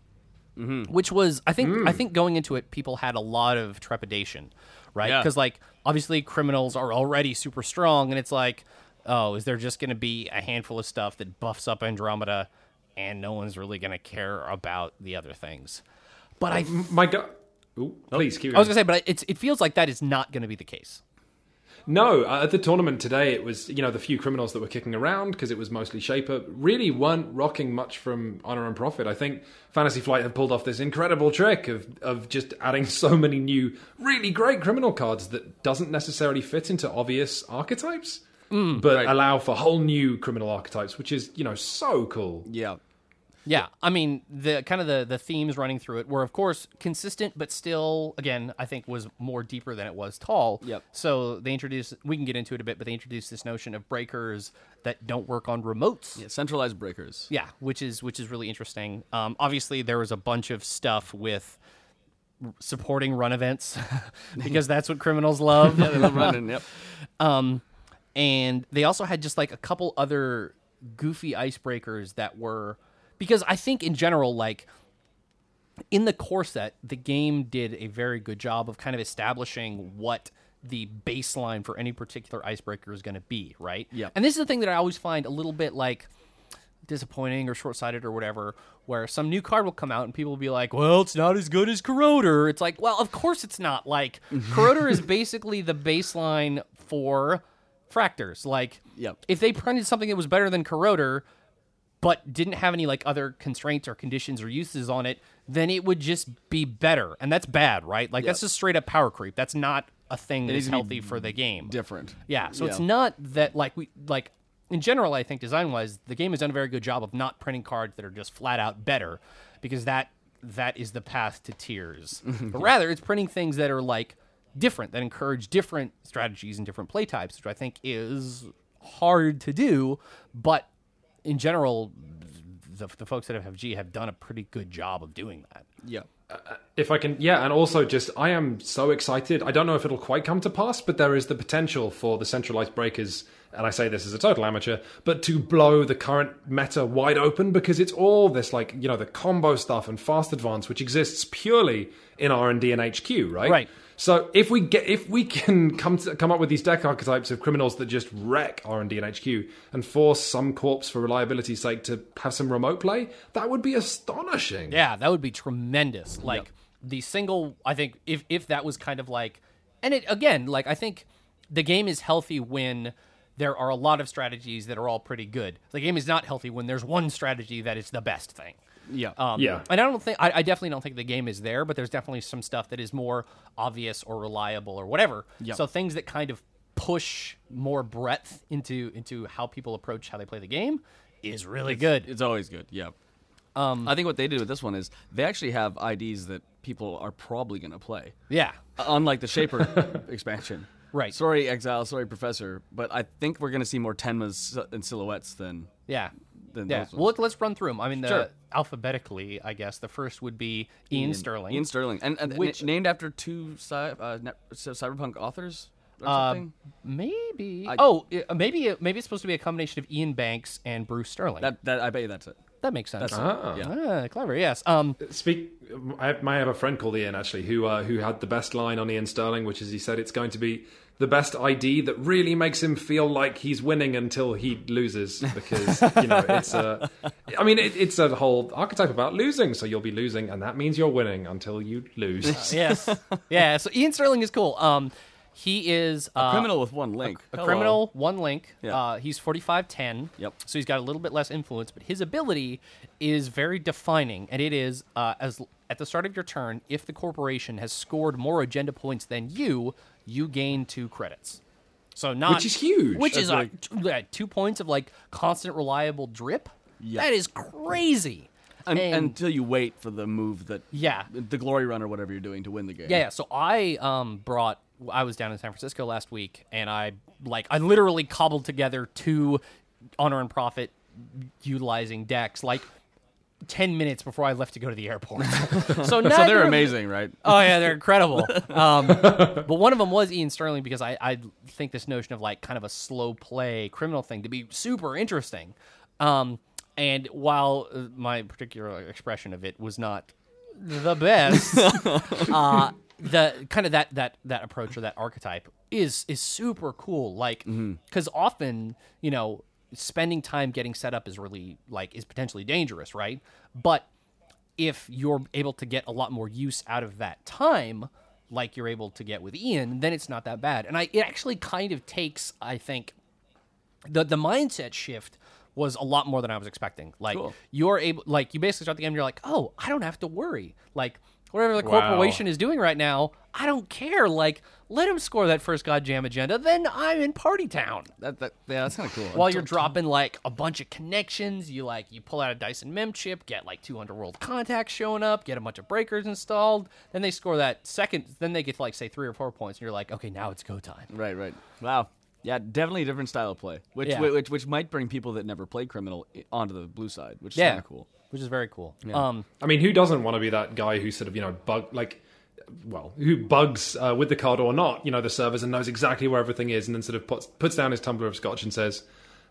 which was I think I think going into it, people had a lot of trepidation, right?
Yeah.
Because like obviously criminals are already super strong, and it's like, oh, is there just going to be a handful of stuff that buffs up Andromeda, and no one's really going to care about the other things? But I
My God. Ooh, please keep
I was
going.
gonna say, but it's it feels like that is not gonna be the case.
No, uh, at the tournament today, it was, you know, the few criminals that were kicking around because it was mostly Shaper really weren't rocking much from Honor and Profit. I think Fantasy Flight have pulled off this incredible trick of, of just adding so many new, really great criminal cards that doesn't necessarily fit into obvious archetypes. but allow for whole new criminal archetypes, which is you know so cool.
Yeah.
Yeah, I mean the kind of the the themes running through it were of course consistent, but still again I think was more deeper than it was tall.
Yep.
So they introduced we can get into it a bit, but they introduced this notion of breakers that don't work on remotes.
Centralized breakers.
Yeah, which is which is really interesting. Um, obviously, there was a bunch of stuff with r- supporting run events because that's what criminals love.
Yeah, they love running. Yep.
Um, and they also had just like a couple other goofy icebreakers that were because I think in general, like in the core set, the game did a very good job of kind of establishing what the baseline for any particular icebreaker is going to be, right?
Yep.
And this is the thing that I always find a little bit like disappointing or short-sighted or whatever where some new card will come out and people will be like well it's not as good as corroder it's like well of course it's not like corroder is basically the baseline for fractors like
Yep.
if they printed something that was better than corroder but didn't have any like other constraints or conditions or uses on it then it would just be better and that's bad right like that's just straight up power creep that's not a thing that is
needs to be
healthy for the game
Different.
yeah, so it's
Yeah.
not that like we like in general. I think design wise, the game has done a very good job of not printing cards that are just flat out better, because that that is the path to tears. but rather, it's printing things that are like different that encourage different strategies and different play types, which I think is hard to do. But in general, the, the folks that have G have done a pretty good job of doing that.
Yeah.
If I can, yeah, and also just I am so excited. I don't know if it'll quite come to pass, but there is the potential for the centralized breakers, and I say this as a total amateur, but to blow the current meta wide open because it's all this like you know the combo stuff and fast advance, which exists purely in R and D and HQ, right?
Right.
So if we get if we can come to, come up with these deck archetypes of criminals that just wreck R and D and HQ and force some corpse for reliability's sake to have some remote play, that would be astonishing.
Yeah, that would be tremendous. Like the single, I think if if that was kind of like, and it again, like I think the game is healthy when there are a lot of strategies that are all pretty good. The game is not healthy when there's one strategy that is the best thing.
Yeah.
Um,
Yeah.
and I don't think I, I definitely don't think the game is there, but there's definitely some stuff that is more obvious or reliable or whatever. So things that kind of push more breadth into into how people approach how they play the game is really good.
It's always good. Yeah. Um, I think what they did with this one is they actually have IDs that people are probably going to play,
yeah.
unlike the Shaper expansion.
Right.
Sorry, Exile. Sorry, Professor. But I think we're going to see more Tenmas and silhouettes than.
Yeah.
than
yeah.
those
Well, let, us run through them. I mean, the,
Sure.
alphabetically, I guess the first would be Ian, Sterling.
Ian Sterling. And, and
Which-
n- named after two cy- uh, ne- cy- cyberpunk authors or
Uh,
something?
maybe. oh, uh, maybe. Maybe it's supposed to be a combination of Ian Banks and Bruce Sterling. That,
that, that, I bet you that's it.
makes sense.
That's
Ah.
it. Yeah.
Ah, clever. Yes. Um.
Speak. I have- I have a friend called Ian actually, who uh, who had the best line on Ian Sterling, which is he said it's going to be the best ID that really makes him feel like he's winning until he loses, because you know it's a. I mean, it, it's a whole archetype about losing. So you'll be losing, and that means you're winning until you lose.
Yes. yeah. So Ian Sterling is cool. Um. He is uh,
Criminal with one link.
A
Hello.
criminal, one link.
Yeah.
Uh, he's 45'10.
Yep.
So he's got a little bit less influence, but his ability is very defining, and it is uh, as at the start of your turn, if the corporation has scored more agenda points than you, you gain two credits. So not
Which is huge.
Which
That's
is uh, t- yeah, two points of like constant reliable drip.
Yeah.
That is crazy.
Un-
And-
until you wait for the move that
Yeah.
the glory run or whatever you're doing to win the game.
Yeah, yeah. So I um brought I was down in San Francisco last week and I like I literally cobbled together two honor and profit utilizing decks like 10 minutes before I left to go to the airport. so,
So
neither
they're
of-
amazing, right?
Oh yeah, they're incredible. Um, but one of them was Ian Sterling because I, I think this notion of like kind of a slow play criminal thing to be super interesting. Um, and while uh, my particular expression of it was not the best, uh, the kind of that that that approach or that archetype is is super cool. Like because often you know spending time getting set up is really like is potentially dangerous, right? But if you're able to get a lot more use out of that time like you're able to get with Ian, then it's not that bad. And I it actually kind of takes, I think, the the mindset shift was a lot more than I was expecting. Like you're able like you basically start the game and you're like, "Oh, I don't have to worry." Like whatever the
Wow.
corporation is doing right now, I don't care. Like let him score that first goddamn agenda, then I'm in party town.
That, that, yeah, that's kind of cool.
While you're dropping like a bunch of connections, you like you pull out a Dyson Mem chip, get like 200 world contacts showing up, get a bunch of breakers installed. Then they score that second. Then they get to like say three or four points, and you're like, okay, now it's go time.
Right, right. Wow. Yeah, definitely a different style of play, which
Yeah.
which which might bring people that never played criminal i- onto the blue side, which is kind of cool.
which is very cool. Um,
I mean, who doesn't want to be that guy who sort of, you know, bug, like, well, who bugs uh, with the card or not, you know, the servers and knows exactly where everything is and then sort of puts, puts down his tumbler of scotch and says,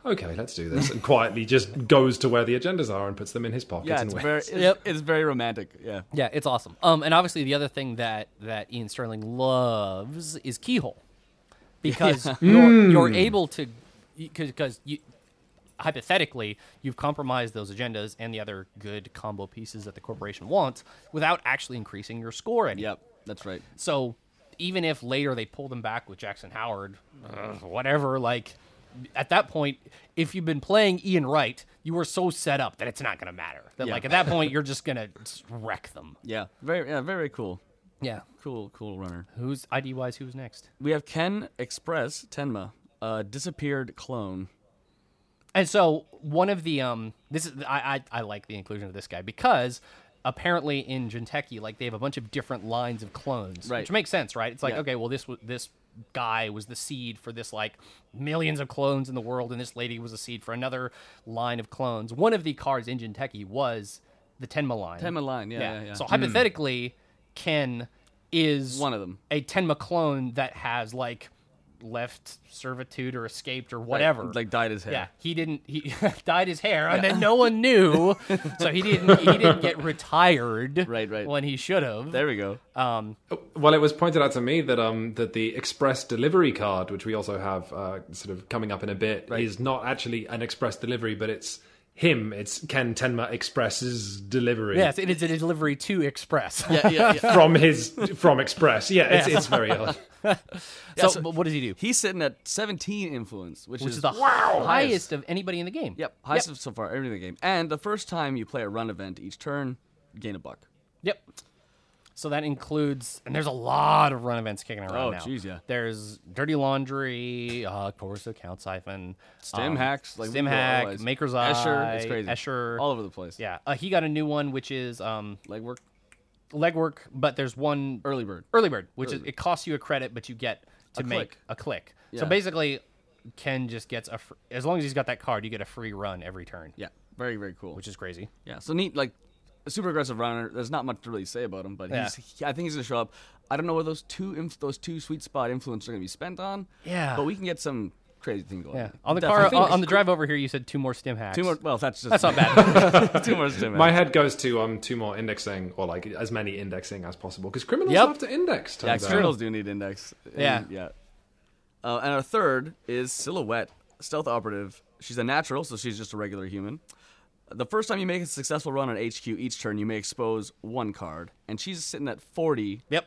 okay, let's do this. And quietly just goes to where the agendas are and puts them in his pockets
Yeah,
and
it's
wins.
very it's,
Yep.
it's very romantic. Yeah.
yeah, it's awesome. Um, and obviously the other thing that that Ian Sterling loves is Keyhole, because you're, you're able to, because you hypothetically, you've compromised those agendas and the other good combo pieces that the corporation wants without actually increasing your score any.
Yep. That's right.
So even if later they pull them back with Jackson Howard, uh, whatever, like at that point, if you've been playing Ian Wright, you were so set up that it's not going to matter. That
Yeah.
like at that point you're just going to wreck them.
Yeah. Very yeah, very cool.
Yeah.
Cool cool runner.
Who's ID wise? Who's next?
We have Ken Express Tenma, a disappeared clone.
And so one of the um, this is I, I I like the inclusion of this guy because apparently in Jinteki like they have a bunch of different lines of clones,
Right.
which makes sense, right? It's like
Yeah.
okay, well this was this guy was the seed for this like millions of clones in the world, and this lady was a seed for another line of clones. One of the cards in Jinteki was the Tenma line.
Tenma line. Yeah, yeah, yeah. Hmm.
So hypothetically, Ken is
One of them.
a Tenma clone that has like left servitude or escaped or whatever.
Like dyed his hair.
Yeah, he didn't. He dyed his hair, and then no one knew, so he didn't. He didn't get retired.
Right, right.
When he should have.
There we go. Uh,
Well, it was pointed out to me that um, that the express delivery card, which we also have uh, sort of coming up in a bit, is not actually an express delivery, but it's him. It's Ken Tenma Express's delivery
Yes, it is a delivery to Express.
yeah, yeah, yeah.
from his from Express. Yeah, it's, it's very odd.
so,
so-
but what does he do?
He's sitting at 17 influence, which,
Which is the highest of anybody in the game.
Yep, highest so far every the game. And the first time you play a run event each turn, gain a buck.
Yep. So that includes, and there's a lot of run events kicking around
Oh,
now.
jeez, yeah.
There's Dirty Laundry, uh, of course, Account Siphon,
Stim
um,
hacks, like we
Stim
go
Hack,
otherwise.
Maker's Eye,
Escher, it's crazy.
Escher,
all over the place.
Yeah, uh, he got a new one, which is um,
legwork,
legwork, but there's one
early bird.
early bird, which is it costs you a credit, but you get to make
click.
a click.
Yeah.
So basically, Ken just gets a fr- as long as he's got that card, you get a free run every turn,
Yeah, very very cool.
which is crazy.
yeah, so neat. Like a super aggressive runner. There's not much to really say about him, but he's. He, I think he's gonna show up. I don't know where those two inf- those two sweet spot influence are gonna be spent on.
Yeah.
but we can get some crazy thing going.
Yeah, on the
Definitely.
car on, on the drive over here, you said two more stim hacks.
Two more. Well, that's just
That's not bad.
two more. Stim
My
hacks.
head goes to um two more indexing or like as many indexing as possible because criminals
Yep.
love to index.
Yeah,
Turns out.
criminals do need index.
Yeah.
And- yeah. Uh, and our third is Silhouette, stealth operative. She's a natural, so she's just a regular human. The first time you make a successful run on HQ each turn, you may expose one card, and she's sitting at 40,
yep,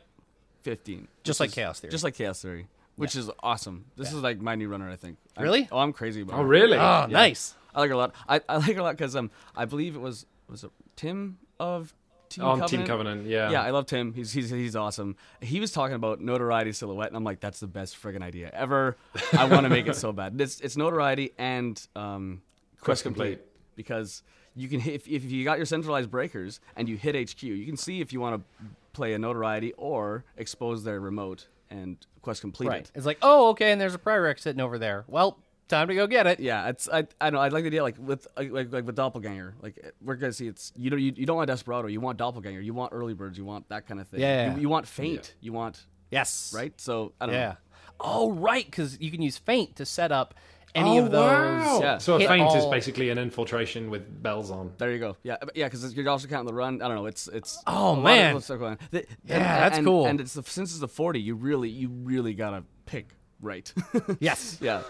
15.
Just
which
like Chaos Theory.
Just like Chaos Theory, which is awesome. This is like my new runner, I think. I'm-
Really?
oh, I'm crazy about
Oh
her.
really?
Ah,
oh, nice.
I like her a lot. I, I like her a lot because um, I believe it was was it Tim of Team
On
Covenant?
Oh, Team Covenant, yeah.
Yeah, I loved him. He's he's he's awesome. He was talking about notoriety silhouette, and I'm like, that's the best friggin' idea ever. I want to make it so bad. It's it's notoriety and um, quest,
Quest
complete.
complete.
because you can hit, if, if you got your centralized breakers and you hit HQ, you can see if you want to play a notoriety or expose their remote and quest complete
Right.
it.
It's like, oh, okay, and there's a prereq sitting over there. Well, time to go get it.
Yeah, it's I I don't know I like the idea like with like like like with doppelganger like we're gonna see it's you know you, you don't want desperado you want doppelganger you want early birds you want that kind of thing
Yeah.
you, you want faint you want
Yes.
right so I don't
Yeah.
know
Oh, right, because you can use faint to set up any
oh,
of those.
Wow.
Yeah.
So a
Hit
feint is
all-
basically an infiltration with bells on.
there you go yeah but- yeah because you're also counting the run I don't know it's it's
Oh,
a lot of
man.
little stuff going on. The-
Yeah, that's
and-
cool.
and it's the, since it's the forty you really you really gotta pick right
Yes.
yeah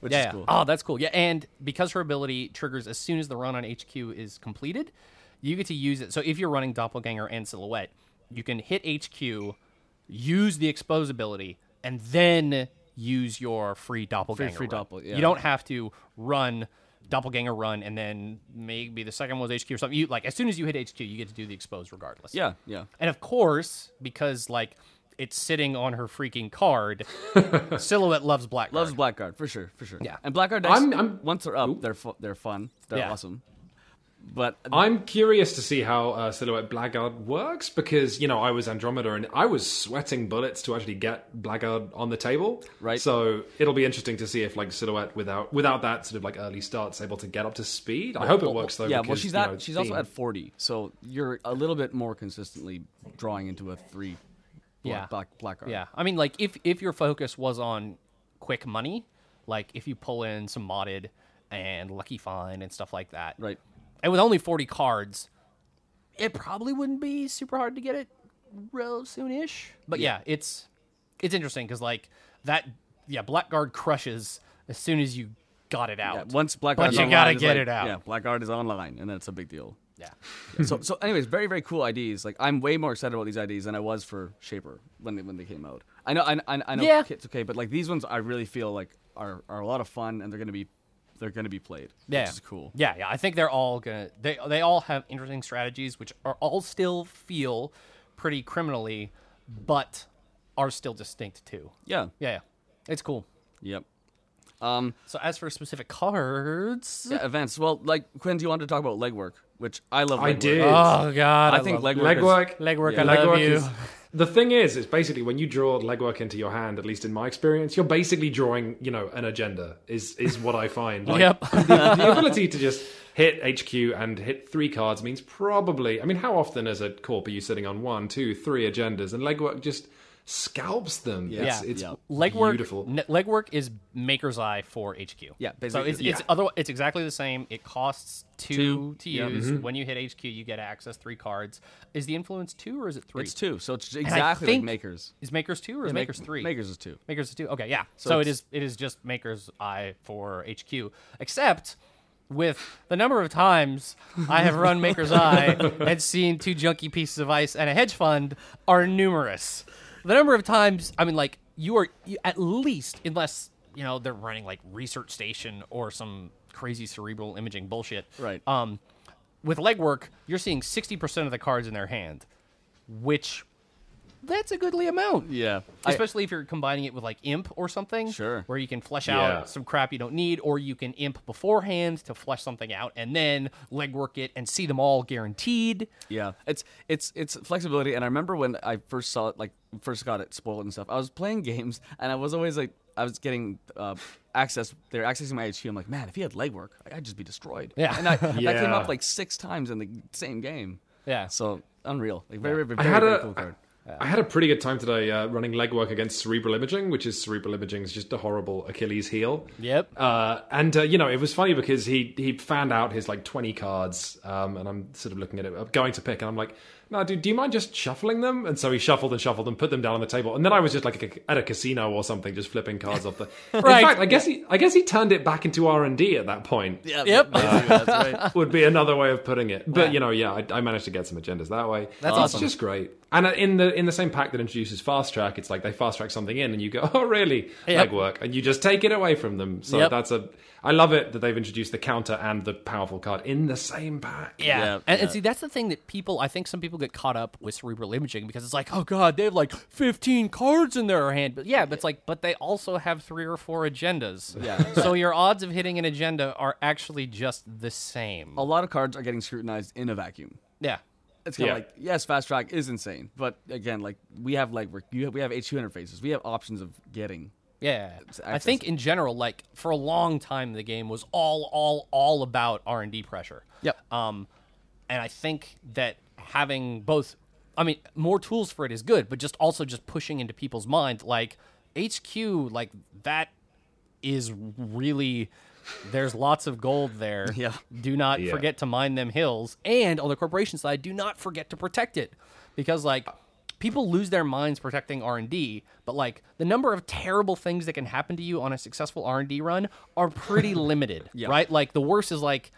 which
yeah.
is cool
Oh, that's cool. Yeah, and because her ability triggers as soon as the run on HQ is completed, you get to use it. So if you're running Doppelganger and Silhouette, you can hit HQ, use the expose ability, and then use your free Doppelganger.
free
run.
doppel, yeah.
You don't have to run Doppelganger run and then maybe the second one was HQ or something. You like as soon as you hit HQ, you get to do the expose regardless.
yeah yeah
And of course, because like it's sitting on her freaking card, Silhouette loves Black.
Loves Blackguard for sure, for sure.
Yeah.
and Blackguard dice,
I'm- I'm-
once they're up, they're fu- they're fun, they're
Yeah.
awesome. But
I'm curious to see how uh, Silhouette Blackguard works because you know I was Andromeda and I was sweating bullets to actually get Blackguard on the table.
Right.
So it'll be interesting to see if like Silhouette without without that sort of like early start's able to get up to speed. I hope it works though.
yeah, well,
because,
she's
you
at
know,
she's
being-
also at forty, so you're a little bit more consistently drawing into a three. Black,
Yeah.
black, Blackguard.
Yeah, I mean, like if if your focus was on quick money, like if you pull in some modded and lucky find and stuff like that,
right.
And with only forty cards, it probably wouldn't be super hard to get it real soonish. But yeah, it's it's interesting because like that, yeah, Blackguard crushes as soon as you got it out.
Yeah, once Blackguard,
but
is
you
online,
gotta
it's
get
like-
it out.
Yeah, Blackguard is online, and that's a big deal.
yeah.
so, so, anyways, very, very cool IDs. Like, I'm way more excited about these IDs than I was for Shaper when they, when they came out. I know, I, I, I know,
Yeah.
it's okay, but like these ones, I really feel like are, are a lot of fun, and they're gonna be, they're gonna be played.
Yeah,
which is cool.
Yeah, yeah. I think they're all gonna they they all have interesting strategies, which are all still feel pretty criminally, but are still distinct too.
Yeah.
Yeah, yeah. it's cool.
Yep. Um,
So as for specific cards,
Yeah, events. Well, like Quinn, do you want to talk about legwork, which I love.
I
legwork.
did.
oh god,
I, think
love-
legwork. Is,
legwork.
legwork.
Yeah.
I love
Legwork
you.
is- the thing is, it's basically when you draw legwork into your hand, at least in my experience, you're basically drawing, you know, an agenda. Is is what I find. Like,
Yep.
the, the ability to just hit HQ and hit three cards means probably. I mean, how often as a corp are you sitting on one, two, three agendas, and legwork just scalps them? It's,
Yeah.
it's
Yeah.
legwork.
beautiful.
ne- legwork is Maker's Eye for HQ.
Yeah,
So
basically,
it's
yeah.
it's other it's exactly the same. It costs two,
Two,
to
yeah. Mm-hmm.
use. When you hit HQ, you get to access three cards. Is the influence two or is it three?
It's two, so it's
And I
exactly
think-
like makers.
Is Makers two or is
Make-
Makers three?
Makers is two.
Makers is two. Okay, yeah. So, it
it's-
is it is just Makers Eye for HQ. Except with the number of times I have run Maker's Eye and seen two junky pieces of ice and a hedge fund are numerous. The number of times I mean like you are you, at least unless you know they're running like research station or some crazy cerebral imaging bullshit.
Right.
Um with legwork, you're seeing 60% of the cards in their hand, which that's a goodly amount
Yeah. I-
especially if you're combining it with like imp or something
Sure.
where you can flesh
Yeah.
out some crap you don't need or you can imp beforehand to flesh something out and then legwork it and see them all guaranteed
Yeah, it's it's it's flexibility. And I remember when I first saw it, like first got it spoiled and stuff. I was playing games, and I was always like, I was getting uh, access. They're accessing my HQ. I'm like, man, if he had legwork, I'd just be destroyed.
Yeah.
and I, that came
Yeah.
up like six times in the same game.
Yeah.
so unreal. Like very very
I
very,
had
very
a
cool card.
I had a pretty good time today uh, running legwork against cerebral imaging, which is cerebral imaging is just a horrible Achilles heel.
Yep.
Uh, and uh, you know, it was funny because he he fanned out his like twenty cards, um, and I'm sort of looking at it, I'm going to pick, and I'm like, "No, dude, do you mind just shuffling them?" And so he shuffled and shuffled and put them down on the table, and then I was just like a, at a casino or something, just flipping cards off the.
Right.
In fact, I guess he I guess he turned it back into R and D at that point.
Yeah,
Yep.
basically, that's right.
would be another way of putting it. But you know, yeah, I, I managed to get some agendas that way.
That's
it's
awesome.
just great. And uh, in the but in the same pack that introduces fast track, it's like they fast track something in, and you go, "Oh, really?
Yep.
Legwork," and you just take it away from them. So
Yep.
that's a. I love it that they've introduced the counter and the powerful card in the same pack.
Yeah.
Yeah,
and, and
yeah.
see, that's the thing that people, I think some people get caught up with cerebral imaging because it's like, oh God, they have like 15 cards in their hand. But yeah, but it's like, but they also have three or four agendas.
Yeah.
so your odds of hitting an agenda are actually just the same.
A lot of cards are getting scrutinized in a vacuum.
Yeah.
It's kind of
Yeah.
like yes, fast track is insane, but again, like we have like we're- you have, we have H two interfaces, we have options of getting.
Yeah. I
access-
think in general, like for a long time, the game was all, all, all about R and D pressure.
Yep.
Um, and I think that having both, I mean, more tools for it is good, but just also just pushing into people's mind, like HQ, like that is really. There's lots of gold there.
Yeah.
Do not forget to mine them hills, and on the corporation side, do not forget to protect it, because like people lose their minds protecting R and D, but like the number of terrible things that can happen to you on a successful R and D run are pretty limited, right? Like the worst is like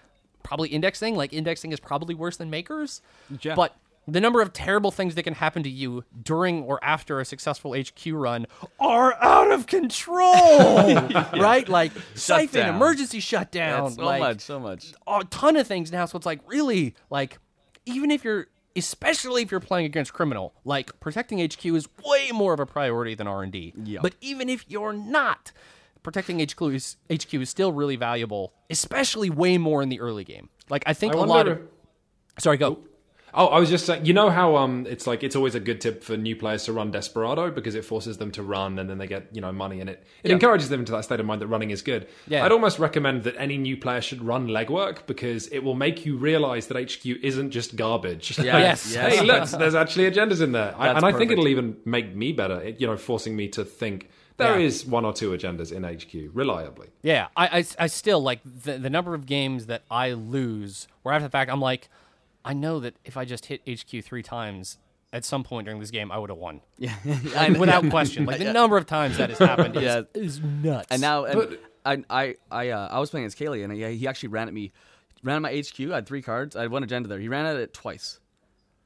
probably indexing. Like indexing is probably worse than makers.
Yeah.
But the number of terrible things that can happen to you during or after a successful HQ run are out of control. Right? Like siphon,
down.
emergency shutdown.
so
Oh, like,
much, so much.
a ton of things now. So it's like really like even if you're especially if you're playing against criminal, like protecting HQ is way more of a priority than R and D. But even if you're not, protecting HQ is HQ is still really valuable, especially way more in the early game. Like I think
I
a
wonder.
lot of sorry go.
Oh, I was just saying, you know how um, it's like it's always a good tip for new players to run Desperado because it forces them to run and then they get you know money and it it encourages them to that state of mind that running is good.
Yeah.
I'd almost recommend that any new player should run legwork because it will make you realize that HQ isn't just garbage. Yeah.
Yes.
yes.
Hey, look, there's actually agendas in there, I, and I think
perfect.
it'll even make me better. It, you know, forcing me to think there is one or two agendas in HQ reliably.
Yeah, I, I, I still like the, the number of games that I lose where after the fact I'm like, I know that if I just hit HQ three times at some point during this game, I would have won. Yeah, without question. Like the number of times that has happened is,
Yeah.
is nuts.
And now, and
But-
I, I, I, uh, I was playing as Kaylee, and he, he actually ran at me, ran at my HQ. I had three cards. I had one agenda there. He ran at it twice,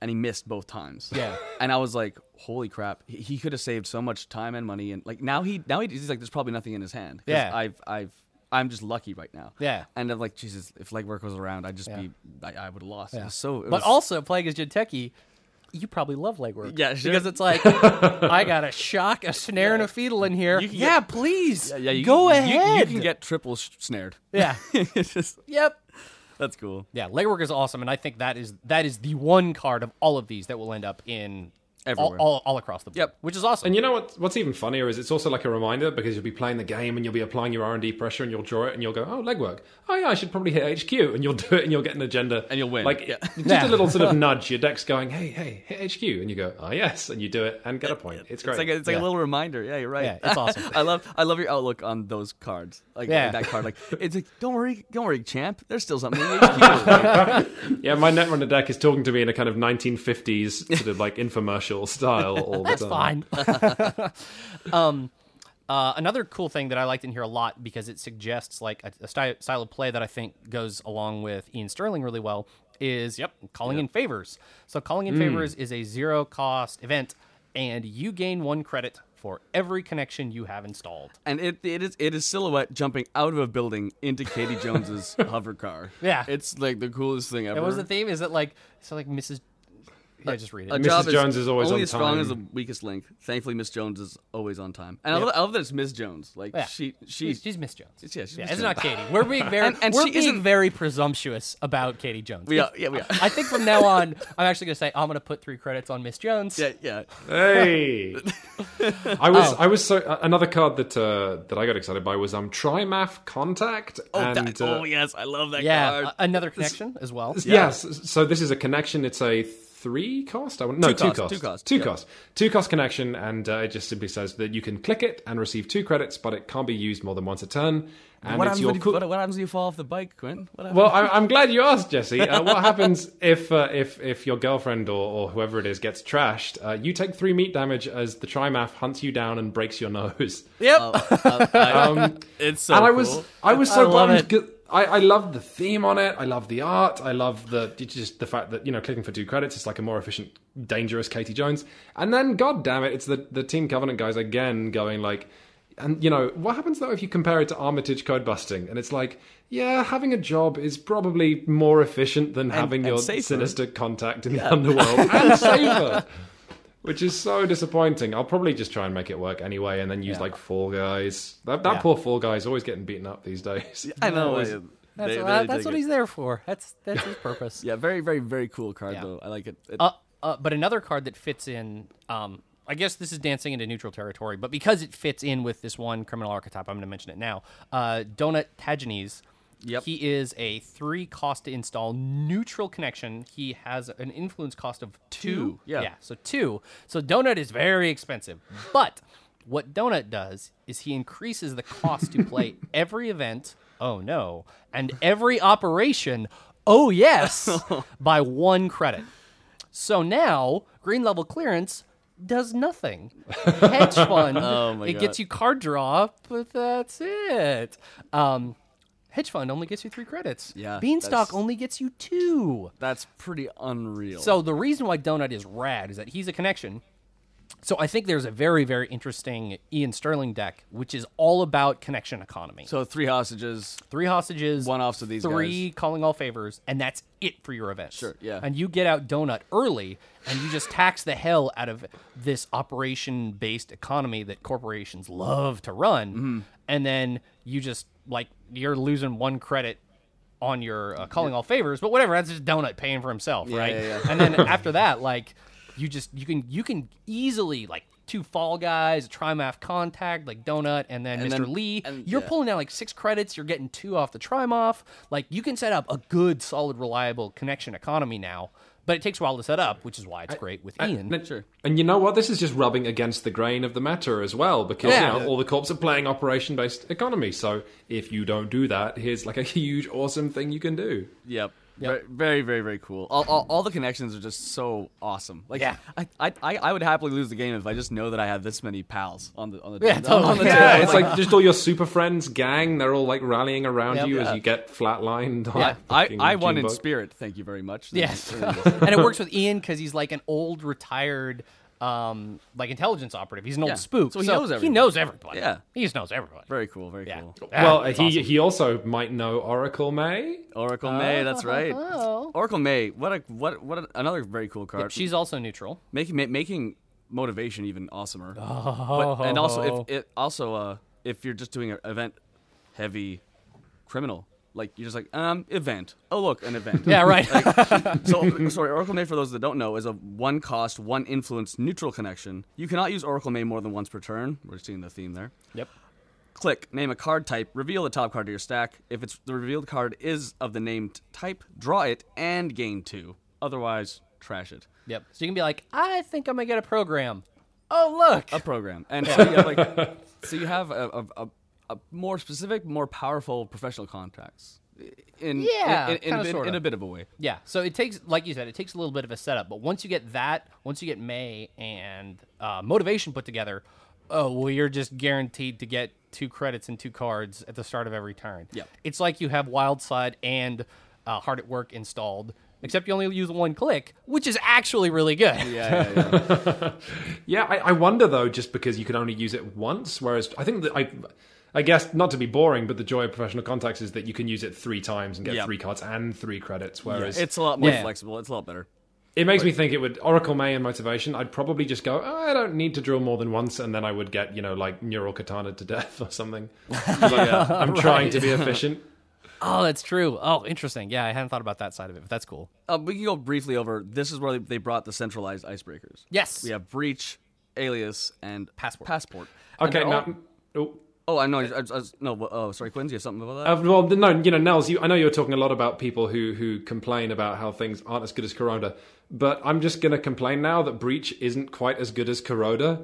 and he missed both times.
Yeah.
And I was like, holy crap! He, he could have saved so much time and money. And like now he, now he, he's like, there's probably nothing in his hand. 'Cause
Yeah.
I've, I've. I'm just lucky right now.
Yeah.
And I'm like, Jesus, if legwork was around, I'd just be, I, I would have lost. It was so, it
but
was-
also playing as Jinteki, you probably love legwork.
Yeah, sure.
because it's like I got a shock, a snare, and a fetal in here.
can
Yeah, please.
yeah, you
go
can- you- You,
ahead.
can get triple sh- snared.
yeah.
it's just,
yep.
that's cool.
Yeah, legwork is awesome, and I think that is that is the one card of all of these that will end up in all-
Everywhere.
all, all across the board.
Yep.
which is awesome.
And you know what? What's even funnier is it's also like a reminder because you'll be playing the game and you'll be applying your R and D pressure and you'll draw it and you'll go, oh, legwork. Oh yeah, I should probably hit HQ and you'll do it and you'll get an agenda
And you'll win.
Like
Yeah.
just
Yeah.
a little sort of nudge. Your deck's going, hey, hey, hit HQ, and you go, oh yes, and you do it and get a point. It's great.
It's like a, it's like a little reminder. Yeah, you're right.
Yeah, it's awesome.
I love I love your outlook on those cards. Like
Yeah.
that card. Like it's like don't worry, don't worry, champ. There's still something. in the
yeah, my Netrunner deck is talking to me in a kind of 1950s sort of like infomercial style all the
That's
time.
fine. um, uh, another cool thing that I liked in here a lot because it suggests like a, a sty- style of play that I think goes along with Ian Sterling really well is yep Mm. calling in favors. So calling in favors is a zero cost event, and you gain one credit for every connection you have installed.
and it it is it is silhouette jumping out of a building into Katie Jones's hover car.
Yeah.
it's like the coolest thing ever.
And what was the theme? Is it like so like uh, Mrs. Yeah, just read it.
A
Mrs.
job
Jones is always
only
on
as strong
time.
as the weakest link. Thankfully, Miss Jones is always on time. And I, love, I love that it's Miss Jones. Like
Yeah.
she she
She's, she's Miss Jones.
yeah, she's Miss
it's
Jones.
not Katie. We're being very,
And- and
we're
she
being
isn't-
very presumptuous about Katie Jones.
We are- yeah, we are.
I think from now on, I'm actually going to say I'm going to put three credits on Miss Jones.
yeah yeah.
Hey, I was I was so uh, another card that uh, that I got excited by was um Trimath Contact.
Oh,
and,
that,
uh,
oh yes, I love that
Yeah,
card.
a- another connection as well.
Yes. So this is a connection. It's a three cost. I want, no, two
cost,
cost.
two cost,
Two
yeah.
cost. Two cost connection, and uh, it just simply says that you can click it and receive two credits, but it can't be used more than once a turn. And
what,
it's
happens
your
when you,
cool-
what, what happens when you fall off the bike, Quinn? What happens?
well, I'm, I'm glad you asked, Jesse. Uh, what happens if uh, if if your girlfriend or, or whoever it is gets trashed? Uh, you take three meat damage as the Trimath hunts you down and breaks your nose. Um,
Yep.
Oh, uh, I- it's so
and I
cool.
was I was so
love
bummed
it.
because I, I love the theme on it. I love the art. I love the just the fact that you know clicking for two credits is like a more efficient, dangerous Katie Jones. And then, god damn it, it's the the Team Covenant guys again going like, and you know what happens though if you compare it to Armitage code busting? And it's like, yeah, having a job is probably more efficient than having
and
your
safer.
sinister contact in the underworld and safer. Which is so disappointing. I'll probably just try and make it work anyway, and then use like Fall Guys. That, that poor Fall Guy is always getting beaten up these days.
I know.
Always.
That's,
That's, what, that's what he's there for. That's that's his purpose.
Yeah, very, very, very cool card
Yeah.
though. I like it. It-
uh, uh, but another card that fits in um, i guess this is dancing into neutral territory but because it fits in with this one criminal archetype i'm going to mention it now uh, donut tagenes
Yep.
He is a three cost to install neutral connection. He has an influence cost of two.
yeah.
So two. So Donut is very expensive. But what Donut does is he increases the cost to play every event, oh no, and every operation, oh yes, by one credit. So now green level clearance does nothing. Hedge fund.
Oh my
it
God.
gets you card draw, but that's it. Um, hedge fund only gets you three credits.
Yeah,
Beanstalk
that's-
only gets you two.
that's pretty unreal.
So the reason why Donut is rad is that he's a connection. So I think there's a very very interesting Ian Sterling deck which is all about connection economy.
so three hostages.
Three hostages,
One-offs of these
three calling all favors, and that's it for your events.
Sure, yeah.
And you get out donut early, and you just tax the hell out of this operation-based economy that corporations love to run,
Mm-hmm.
and then you just like you're losing one credit on your uh, calling all favors, but whatever. That's just donut paying for himself, right?
yeah,
And then after that, like you just you can you can easily like. Two Fall Guys, Trimath Contact, like Donut, and then
And
Mr.
then-
Lee.
and-
you're
yeah.
pulling out like six credits. You're getting two off the trim off. Like you can set up a good, solid, reliable connection economy now, but it takes a while to set up, which is why it's great with Ian.
And, and you know what? This is just rubbing against the grain of the matter as well, because
Yeah.
you know, all the corps are playing operation-based economy. So if you don't do that, here's like a huge, awesome thing you can do.
Yep. Ver- Very, very, very cool. All, all, all the connections are just so awesome. Like,
Yeah.
I, I, I I would happily lose the game if I just know that I have this many pals on the on the
Yeah,
on the
totally.
table.
Yeah,
Yeah, it's like just all your super friends gang. They're all like rallying around
Yep.
you
Yeah.
as you get flatlined. on
Yeah.
I,
fucking
I won
Gene
in
Buck.
spirit. Thank you very much.
Yes, and it works with Ian because he's like an old retired, um, like intelligence operative. He's an old
Yeah.
spook,
So he knows
He
everyone.
knows everybody.
Yeah.
he just knows everybody.
Very cool. Very
Yeah.
cool.
Ah,
Well, he
it's awesome.
he also might know Oracle May.
Oracle May. That's right.
oh.
Oracle May. What a what what a, another very cool card.
she's also neutral.
making ma- making motivation even awesomer. But, and also if it also uh, if you're just doing an event heavy criminal, like you're just like um event. Oh look, an event.
Yeah, right.
so sorry, Oracle May for those that don't know is a one cost, one influence neutral connection. You cannot use Oracle May more than once per turn. We're seeing the theme there.
yep.
Click, name a card type, reveal the top card to your stack. If it's the revealed card is of the named type, draw it and gain two. Otherwise, trash it.
Yep. So you can be like, I think I'm gonna get a program. Oh look,
a program, and so you have, like, so you have a, a, a, a more specific, more powerful professional contracts. In
Yeah,
in, in, in, a
kinda,
bit-
sorta.
in a bit of a way.
Yeah, so it takes, like you said, it takes a little bit of a setup, but once you get that, once you get May and uh, motivation put together, oh well, you're just guaranteed to get two credits and two cards at the start of every turn.
Yep.
it's like you have Wildside and uh, Hard at Work installed, except you only use one click, which is actually really good.
Yeah, yeah, yeah.
Yeah, I, I wonder though, just because you can only use it once. Whereas I think that I, I guess not to be boring, but the joy of professional contacts is that you can use it three times and get
Yeah.
three cards and three credits. Whereas
it's a lot more
Yeah.
flexible. It's a lot better.
it makes me think it would Oracle May and Motivation. I'd probably just go. Oh, I don't need to drill more than once, and then I would get you know like Neural Katana to death or something. I'm trying to be efficient.
Oh, that's true. Oh, interesting. Yeah, I hadn't thought about that side of it, but that's cool.
Uh, we can go briefly over. This is where they, they brought the centralized icebreakers.
Yes.
we have breach, alias, and
Passport.
Passport. And
Okay,
they're all-
now. oh.
Oh, I know. I, I, I, no. Oh, sorry, Quinn. Do you have something about that?
Uh, well, no, you know, Nels, you, I know you're talking a lot about people who who complain about how things aren't as good as Corona, but I'm just going to complain now that Breach isn't quite as good as Corona.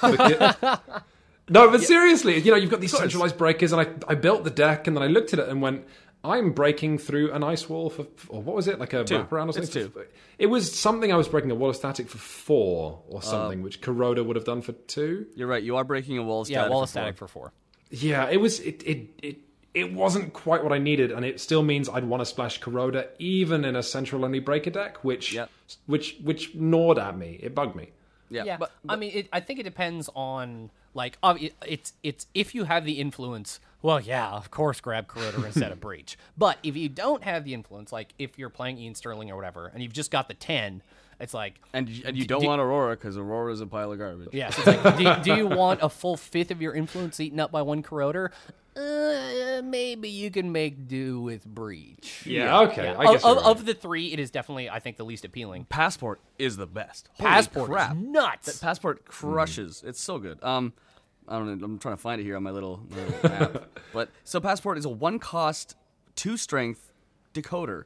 Because- no, but seriously, you know, you've got these centralized breakers, and I, I built the deck, and then I looked at it and went, I'm breaking through an ice wall for, or what was it, like a wraparound or
It's
something?
two.
It was something I was breaking a wall of static for four
Uh.
or something, which Corona would have done for two.
You're right. You are breaking a wall. Of
Yeah,
static
wall
for
of static
four.
for four.
Yeah, it was it it it it wasn't quite what I needed, and it still means I'd want to splash Corroda even in a central only breaker deck, which
Yep.
which which gnawed at me. It bugged me.
Yeah,
Yeah,
but
I mean, it, I think it depends on like ob- it- it's it's if you have the influence. Well, yeah, of course, grab Corroder instead of Breach. But if you don't have the influence, like if you're playing Ian Sterling or whatever, and you've just got the ten, it's like
and y- and you don't want Aurora because Aurora is a pile of garbage.
yes, it's like do, do you want a full fifth of your influence eaten up by one Corroder? Uh, maybe you can make do with Breach.
Yeah, okay. I
Of-
guess
of,
you're right.
of the three, it is definitely I think the least appealing.
Passport is the best. Holy
Passport
crap.
is nuts.
That passport crushes. It's so good. Um, I don't know. I'm trying to find it here on my little, my little app. But so passport is a one cost, two strength decoder,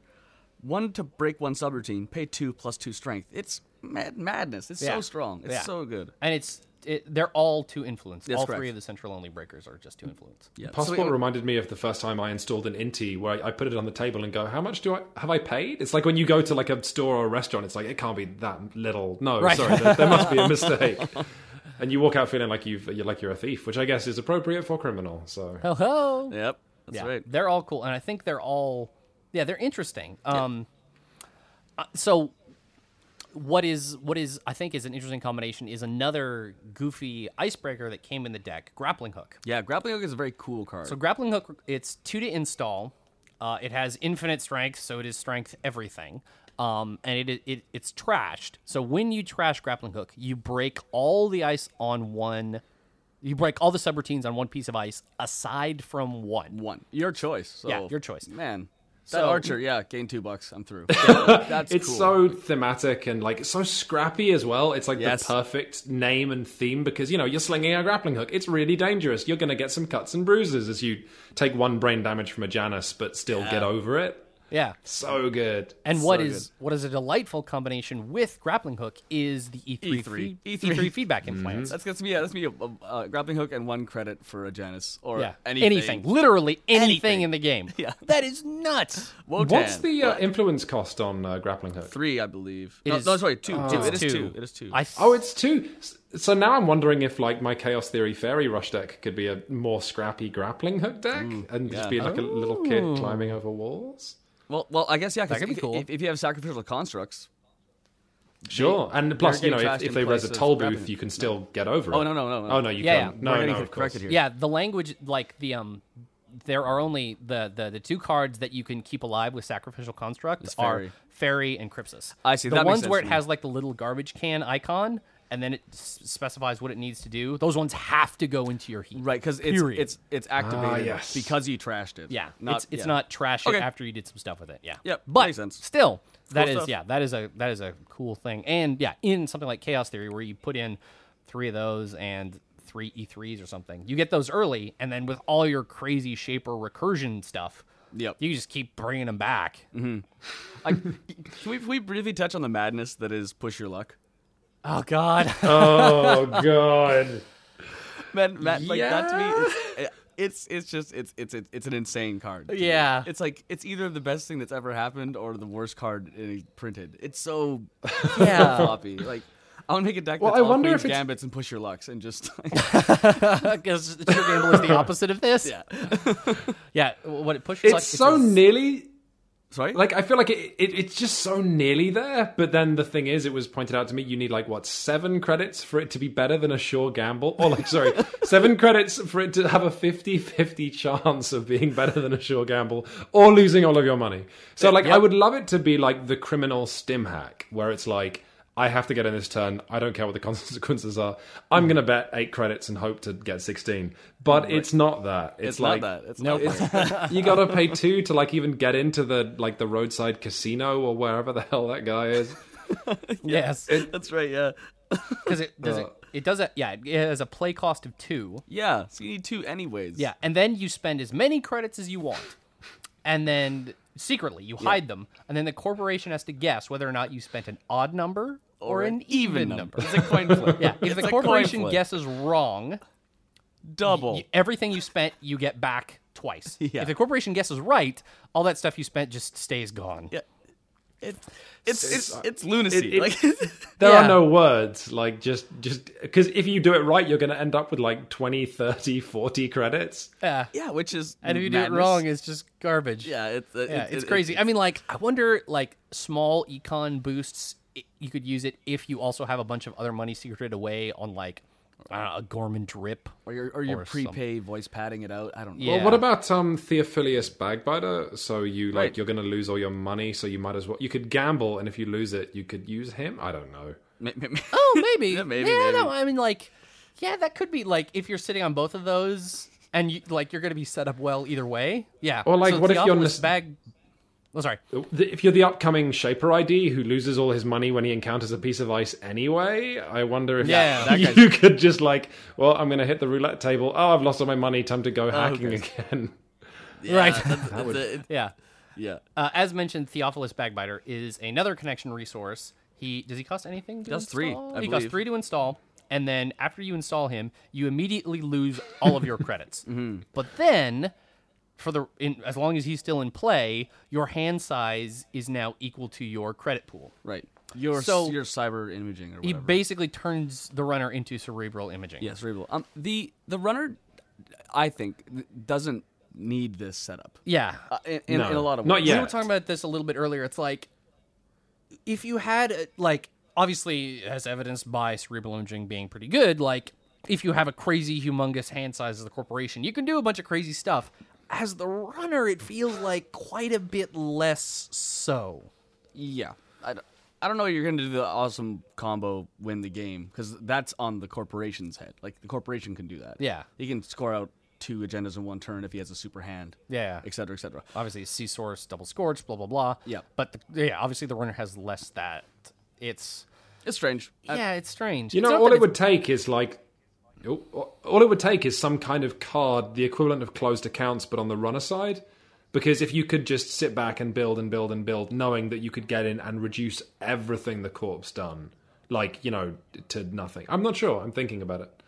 one to break one subroutine, pay two plus two strength. It's mad madness. It's
Yeah.
so strong. It's
Yeah.
so good.
and it's it, they're all two influence.
That's
all
correct.
three of the central only breakers are just two influence.
Yeah. so
Passport
it-
reminded me of the first time I installed an Inti, where I, I put it on the table and go, "How much do I have I paid?" It's like when you go to like a store or a restaurant, it's like it can't be that little. No,
Right.
sorry, there, there must be a mistake. And you walk out feeling like you've you're like you're a thief, which I guess is appropriate for a criminal. So
Ho ho.
yep. That's right.
They're all cool, and I think they're all yeah, they're interesting. Um, uh, so what is what is I think is an interesting combination is another goofy icebreaker that came in the deck, grappling hook.
Yeah. Grappling hook is a very cool card.
So grappling hook, it's two to install. Uh, it has infinite strength, so it is strength everything. Um, and it, it it's trashed. So when you trash grappling hook, you break all the ice on one. You break all the subroutines on one piece of ice, aside from one.
one. Your choice. So.
Yeah, your choice.
Man. That
So-
archer, yeah, gain two bucks. I'm through. That's
it's
cool.
so thematic and like so scrappy as well. It's like
Yes.
the perfect name and theme because you know you're slinging a grappling hook. It's really dangerous. You're going to get some cuts and bruises as you take one brain damage from a Janus, but still get over it.
Yeah.
So good.
And what is what is a delightful combination with grappling hook is the E3
E3.
feed- E3 feedback implants.
E That's gonna be yeah, that's gonna be a, a, a grappling hook and one credit for a Janus or
Yeah.
anything.
Literally anything,
Anything.
in the game.
Yeah.
That is nuts.
Wotan.
What's the uh, influence cost on uh, grappling hook?
three? I believe.
It
no,
is-
no, sorry, two. two.
it's
It is
two.
two. It is two.
I
Oh, it's two. S- So now I'm wondering if like my Chaos Theory Fairy Rush deck could be a more scrappy grappling hook deck and just be like a little kid climbing over walls.
well, well, I guess yeah. Because
could be
if,
cool.
if, if you have sacrificial constructs,
Sure, and plus, you know,
getting
if,
trashed
if
in
they res a
place
toll
of grappling
booth,
hook.
you can still get over
Oh,
it.
no, no, no, no.
Oh no, you
Yeah, yeah.
can't. No,
We're gonna
no,
get
of course.
corrected here.
Yeah, the language like the um there are only the the, the two cards that you can keep alive with sacrificial constructs are
Fairy.
fairy and Crypsis.
I see,
The
that makes
ones
sense
where it
to me.
has like the little garbage can icon and then it s- specifies what it needs to do. Those ones have to go into your heap.
right? Because it's,
Period. Ah,
it's it's activated
yes.
because you trashed it.
Yeah,
not,
it's it's
yeah.
not trash
Okay.
it after you did some stuff with it. Yeah,
Yep,
But
makes sense.
still, that
Cool
is
stuff.
yeah, that is a that is a cool thing. And yeah, in something like Chaos Theory, where you put in three of those and three E3s or something, you get those early, and then with all your crazy shaper recursion stuff,
Yep.
you just keep bringing them back.
Mm-hmm. I, can we can we briefly touch on the madness that is push your luck?
Oh God,
Oh god.
Man, Matt, like that to me, it's, it's it's just it's it's it's it's an insane card. to me.
Yeah.
it's like it's either the best thing that's ever happened or the worst card in- printed. It's so
Yeah.
floppy. Like I want to make a deck
Well,
that's
I
all
wonder
queens,
if it's-
gambits and push your lucks and just
because Sugar Gamble is the opposite of this. Yeah, yeah. What it pushes
It's
like,
so
a-
nearly
sorry.
like I feel like it, it it's just so nearly there, but then the thing is it was pointed out to me you need like what, 7 credits for it to be better than a sure gamble or like sorry, 7 credits for it to have a 50/50 chance of being better than a sure gamble or losing all of your money. So like I would love it to be like the criminal stim hack where it's like I have to get in this turn. I don't care what the consequences are.
Hmm.
I'm going to bet eight credits and hope to get 16. But it's not that. It's,
it's
like
not that. It's
Nope.
not that.
you gotta pay two to like even get into the like the roadside casino or wherever the hell that guy is.
yes,
That's right. Yeah.
because it does it.
uh.
It does it. Yeah, it has a play cost of two.
Yeah. So you need two anyways.
Yeah, and then you spend as many credits as you want, and then secretly you hide them, and then the corporation has to guess whether or not you spent an odd number or, an even number.
It's a coin flip.
Yeah, if
It's a
the
coin
corporation
flip.
guesses wrong,
double.
you- everything you spent you get back twice.
Yeah.
If the corporation guesses right, all that stuff you spent just stays gone.
yeah.
it's it's it's lunacy.
it- it-
like
There
Yeah.
are no words. Like just just because if you do it right, you're going to end up with like 20, 30, 40 credits.
Yeah.
yeah, which is
And if you do
madness.
it wrong, it's just garbage.
yeah, it's uh,
Yeah,
it-
it's
it-
crazy.
it-
I mean, like, I wonder, like, small econ boosts. i you could use it if you also have a bunch of other money secreted away on like I don't know, a Gorman drip.
Or
your
your or your
Or some-
prepay voice padding it out. I don't know.
Yeah.
Well, what about um, Theophilus Bagbiter? So you like
Right.
you're going to lose all your money, so you might as well. You could gamble, and if you lose it, you could use him. I don't know.
ma- ma- ma-
Oh, maybe.
Yeah, maybe,
Yeah,
maybe.
no, I mean, like, yeah, that could be like if you're sitting on both of those and you like you're going to be set up well either way. Yeah.
Or, like,
So
what if you're
Theophilus
list-
bag? Oh, sorry.
If you're the upcoming Shaper ID who loses all his money when he encounters a piece of ice anyway, I wonder if
Yeah, that
you could just like, well, I'm going to hit the roulette table. Oh, I've lost all my money. Time to
Oh,
go hacking again.
yeah,
Right.
that's- that's a- it-
Yeah.
yeah.
Uh, as mentioned, Theophilus Bagbiter is another connection resource. He does he cost anything? To
Does three,
install?
I
he
believe.
costs three to install, and then after you install him, you immediately lose all of your credits.
Mm-hmm.
But then, for the in, as long as he's still in play, your hand size is now equal to your credit pool.
Right. Your
So-
your cyber imaging or
He
whatever.
basically turns the runner into cerebral imaging.
yeah, cerebral. Um, the the runner, I think, th- doesn't need this setup.
Yeah.
Uh, in, in, in a lot of
Not
ways.
yet.
We were talking about this a little bit earlier. It's like if you had uh, like obviously as evidenced by cerebral imaging being pretty good, like if you have a crazy humongous hand size as a corporation, you can do a bunch of crazy stuff. As the runner, it feels like quite a bit less so.
Yeah. I don't, I don't know you're going to do the awesome combo win the game because that's on the corporation's head. Like the corporation can do that.
Yeah.
He can score out two agendas in one turn if he has a super hand.
Yeah.
Et cetera, et cetera.
Obviously, sea source, double scorch, blah blah blah.
Yeah.
But the, yeah, obviously the runner has less that. It's
It's strange. I-
yeah, it's strange.
Uh, You
It's
know,
not
all
that
it would take is like, all all it would take is some kind of card, the equivalent of closed accounts, but on the runner side. Because if you could just sit back and build and build and build, knowing that you could get in and reduce everything the corp's done, like you know, to nothing. I'm not sure. I'm thinking about it.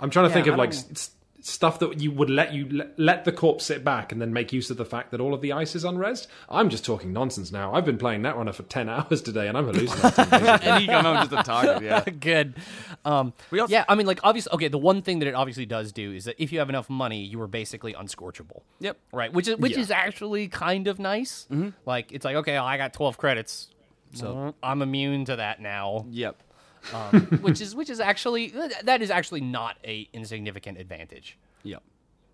I'm trying to think
I
of like
don't-
s- stuff that you would let you let, let the corpse sit back and then make use of the fact that all of the ice is unresed. I'm just talking nonsense now. I've been playing that runner for ten hours today, and I'm hallucinating.
and he come out just a target. Yeah.
good. Um,
also-
yeah, I mean, like, obviously, okay. The one thing that it obviously does do is that if you have enough money, you are basically unscorchable.
Yep.
Right. Which is which is actually kind of nice. Like, it's like okay, I got twelve credits, so I'm immune to that now.
Yep.
which is which is actually that is actually not a insignificant advantage.
Yep.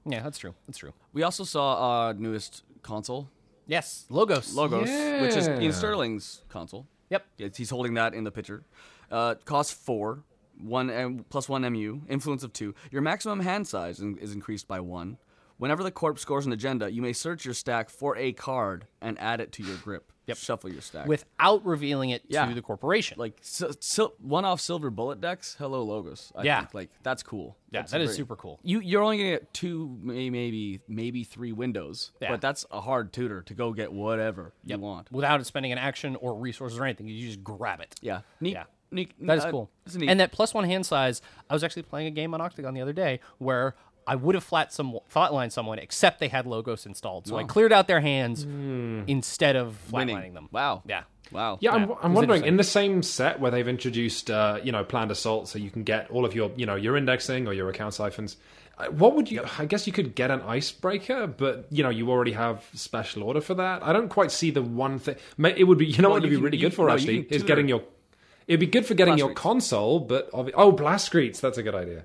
Yeah, that's true. That's true.
We also saw our newest console,
Yes, logos.
Logos, which is
Yeah.
Ian Sterling's console.
Yep.
Yeah, He's holding that in the picture. Uh, costs four, one M, plus one MU, influence of two. Your maximum hand size in, is increased by one. Whenever the corpse scores an agenda, you may search your stack for a card and add it to your grip. Yep. Shuffle your stack.
Without revealing it
Yeah.
to the corporation.
like sil- sil- one-off silver bullet decks. Hello, logos. I
Yeah.
think. like that's cool.
yeah,
that's
that is
very-
super cool.
You you're only gonna get two, may- maybe maybe three windows,
Yeah.
but that's a hard tutor to go get whatever
Yep.
you want.
without spending an action or resources or anything. You just grab it.
Yeah, neat.
Yeah.
neat
That is
uh,
cool.
It's neat.
And that plus one hand size, I was actually playing a game on Octagon the other day where I would have flat some flatlined someone, except they had logos installed. So I cleared out their hands instead of
Oh. Hmm. Winning.
flatlining them.
Wow.
Yeah.
Wow.
Yeah, I'm,
Yeah,
I'm
it's
wondering
interesting.
in the same set where they've introduced, uh, you know, planned assault, so you can get all of your, you know, your indexing or your account siphons. uh, What would you? I guess you could get an icebreaker, but you know, you already have special order for that. I don't quite see the one thing. ma- It would be, you know,
Well,
what would
you
be
can-
really
you-
good for
no, you
actually
can
is
tutor.
getting your. It'd be good for getting your
Blastreaks.
console, but obvi- oh, Blastreets, that's a good idea.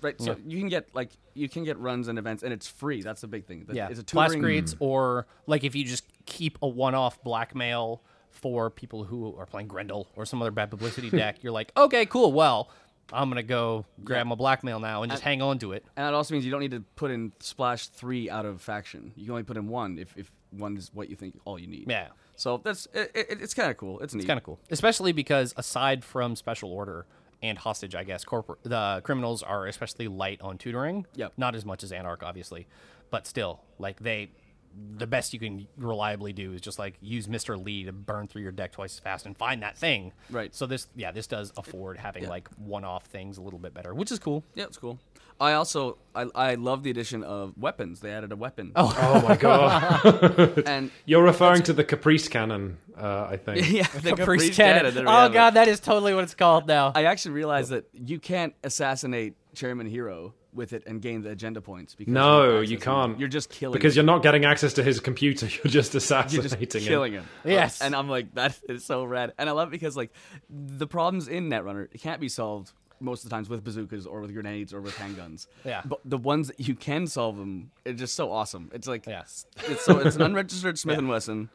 Right. So you can get like you can get runs and events, and it's free. That's the big thing. That-
Yeah.
It's a
Blast
tutoring.
grades or like if you just keep a one off blackmail for people who are playing Grendel or some other bad publicity deck, you're like, okay, cool. Well, I'm going to go grab my blackmail now and just hang on to it.
And that also means you don't need to put in splash three out of faction. You can only put in one if, if one is what you think all you need.
Yeah.
So that's it, it, it's kind of cool. It's neat.
It's kind of cool, especially because aside from special order and hostage, I guess corporate the criminals are especially light on tutoring.
Yep.
Not as much as Anarch, obviously, but still, like they the best you can reliably do is just like use Mister Lee to burn through your deck twice as fast and find that thing.
Right.
So this, yeah, this does afford having like one-off things a little bit better, which is cool.
Yeah, it's cool. I also I, I love the addition of weapons. They added a weapon.
Oh my god!
and
You're referring to the Caprice cannon, uh, I think.
yeah, the
Caprice
Caprice
cannon.
Cannon, there we
Oh
have it.
god, that is totally what it's called now.
I actually realized that you can't assassinate Chairman Hero with it and gain the agenda points. Because you're
No,
not
you
accessing-
can't.
You're just killing.
because
him.
you're not getting access to his computer. You're just
You're
assassinating
just
him.
killing him.
Yes.
and I'm like, that is so rad. And I love it because like the problems in Netrunner can't be solved most of the times with bazookas or with grenades or with handguns.
Yeah.
But the ones that you can solve them are just so awesome. It's like
Yes.
it's so it's an unregistered Smith and Wesson.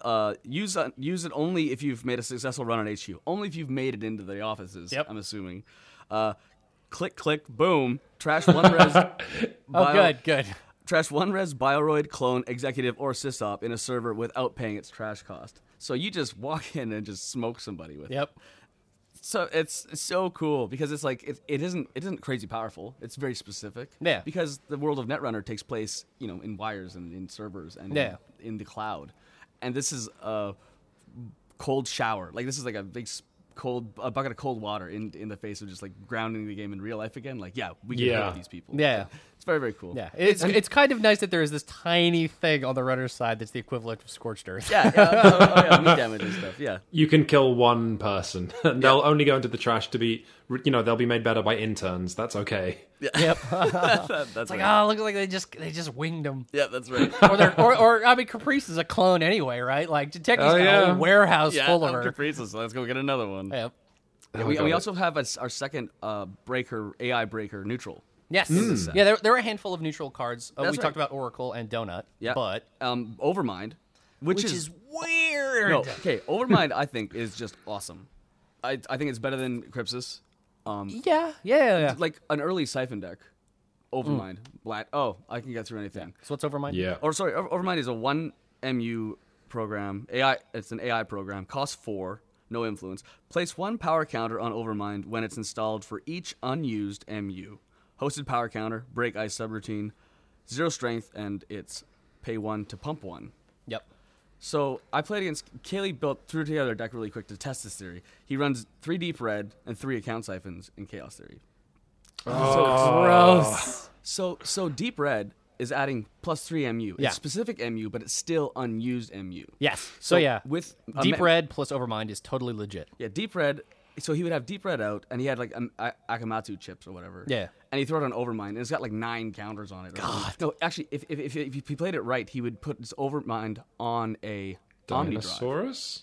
Uh, use uh, use it only if you've made a successful run on HQ. Only if you've made it into the offices.
Yep.
I'm assuming. Uh, click click boom. Trash one res.
oh,
bio-
good, good.
Trash one res Bioroid clone executive or sysop in a server without paying its trash cost. So you just walk in and just smoke somebody with it.
Yep.
So it's so cool because it's like it, it isn't it isn't crazy powerful. It's very specific.
Yeah.
Because the world of Netrunner takes place, you know, in wires and in servers and
Yeah.
in, in the cloud. And this is a cold shower. Like this is like a big s- cold a bucket of cold water in in the face of just like grounding the game in real life again. Like yeah, we can
Yeah.
help these people.
Yeah.
It's very very cool.
Yeah, it's it's kind of nice that there is this tiny thing on the runner's side that's the equivalent of scorched earth.
Yeah, yeah, oh, oh, yeah, meat damage and stuff. Yeah,
You can kill one person. and They'll only go into the trash to be, you know, they'll be made better by interns. That's okay.
Yep.
that's
like
right.
oh, look like they just they just winged him.
Yeah, that's right.
Or, they're- or, or I mean, Caprice is a clone anyway, right? Like, Detective's
Oh,
got a
yeah.
whole warehouse
yeah,
full of
I'm
her.
Caprices, so let's go get another one.
Yep.
Oh,
we,
got
we
it.
also have a s our second uh, breaker AI breaker neutral.
Yes. Mm.
Mm.
Yeah, there, there were a handful of neutral cards. Uh, we
That's right.
talked about Oracle and Donut.
Yeah,
But
um, Overmind, which,
which is weird.
no okay. Overmind, I think is just awesome. I I think it's better than Crypsis. Um,
Yeah, yeah, yeah. yeah.
like an early Siphon deck.
Mm.
Overmind, black. Oh, I can get through anything.
so what's over mine?
Yeah.
Or sorry, Over- Overmind is a one MU program. AI, it's an AI program. Costs four, no influence. Place one power counter on Overmind when it's installed for each unused MU. Hosted power counter, break ice subroutine, zero strength, and it's pay one to pump one.
Yep.
So I played against Kaylee built threw together a deck really quick to test this theory. He runs three deep red and three account siphons in Chaos Theory.
Gross.
So so deep red is adding plus three MU.
Yeah.
It's specific MU, but it's still unused MU.
Yes. So, yeah.
with a
Deep
ma-
Red plus Overmind is totally legit.
Yeah, deep red. So he would have deep red out, and he had like um, A- Akamatsu chips or whatever.
Yeah.
And he threw it on Overmind, and it's got like nine counters on it. God. No, actually, if, if, if, if he played it right, he would put his Overmind on a Omnidrive.
Dinosaurus?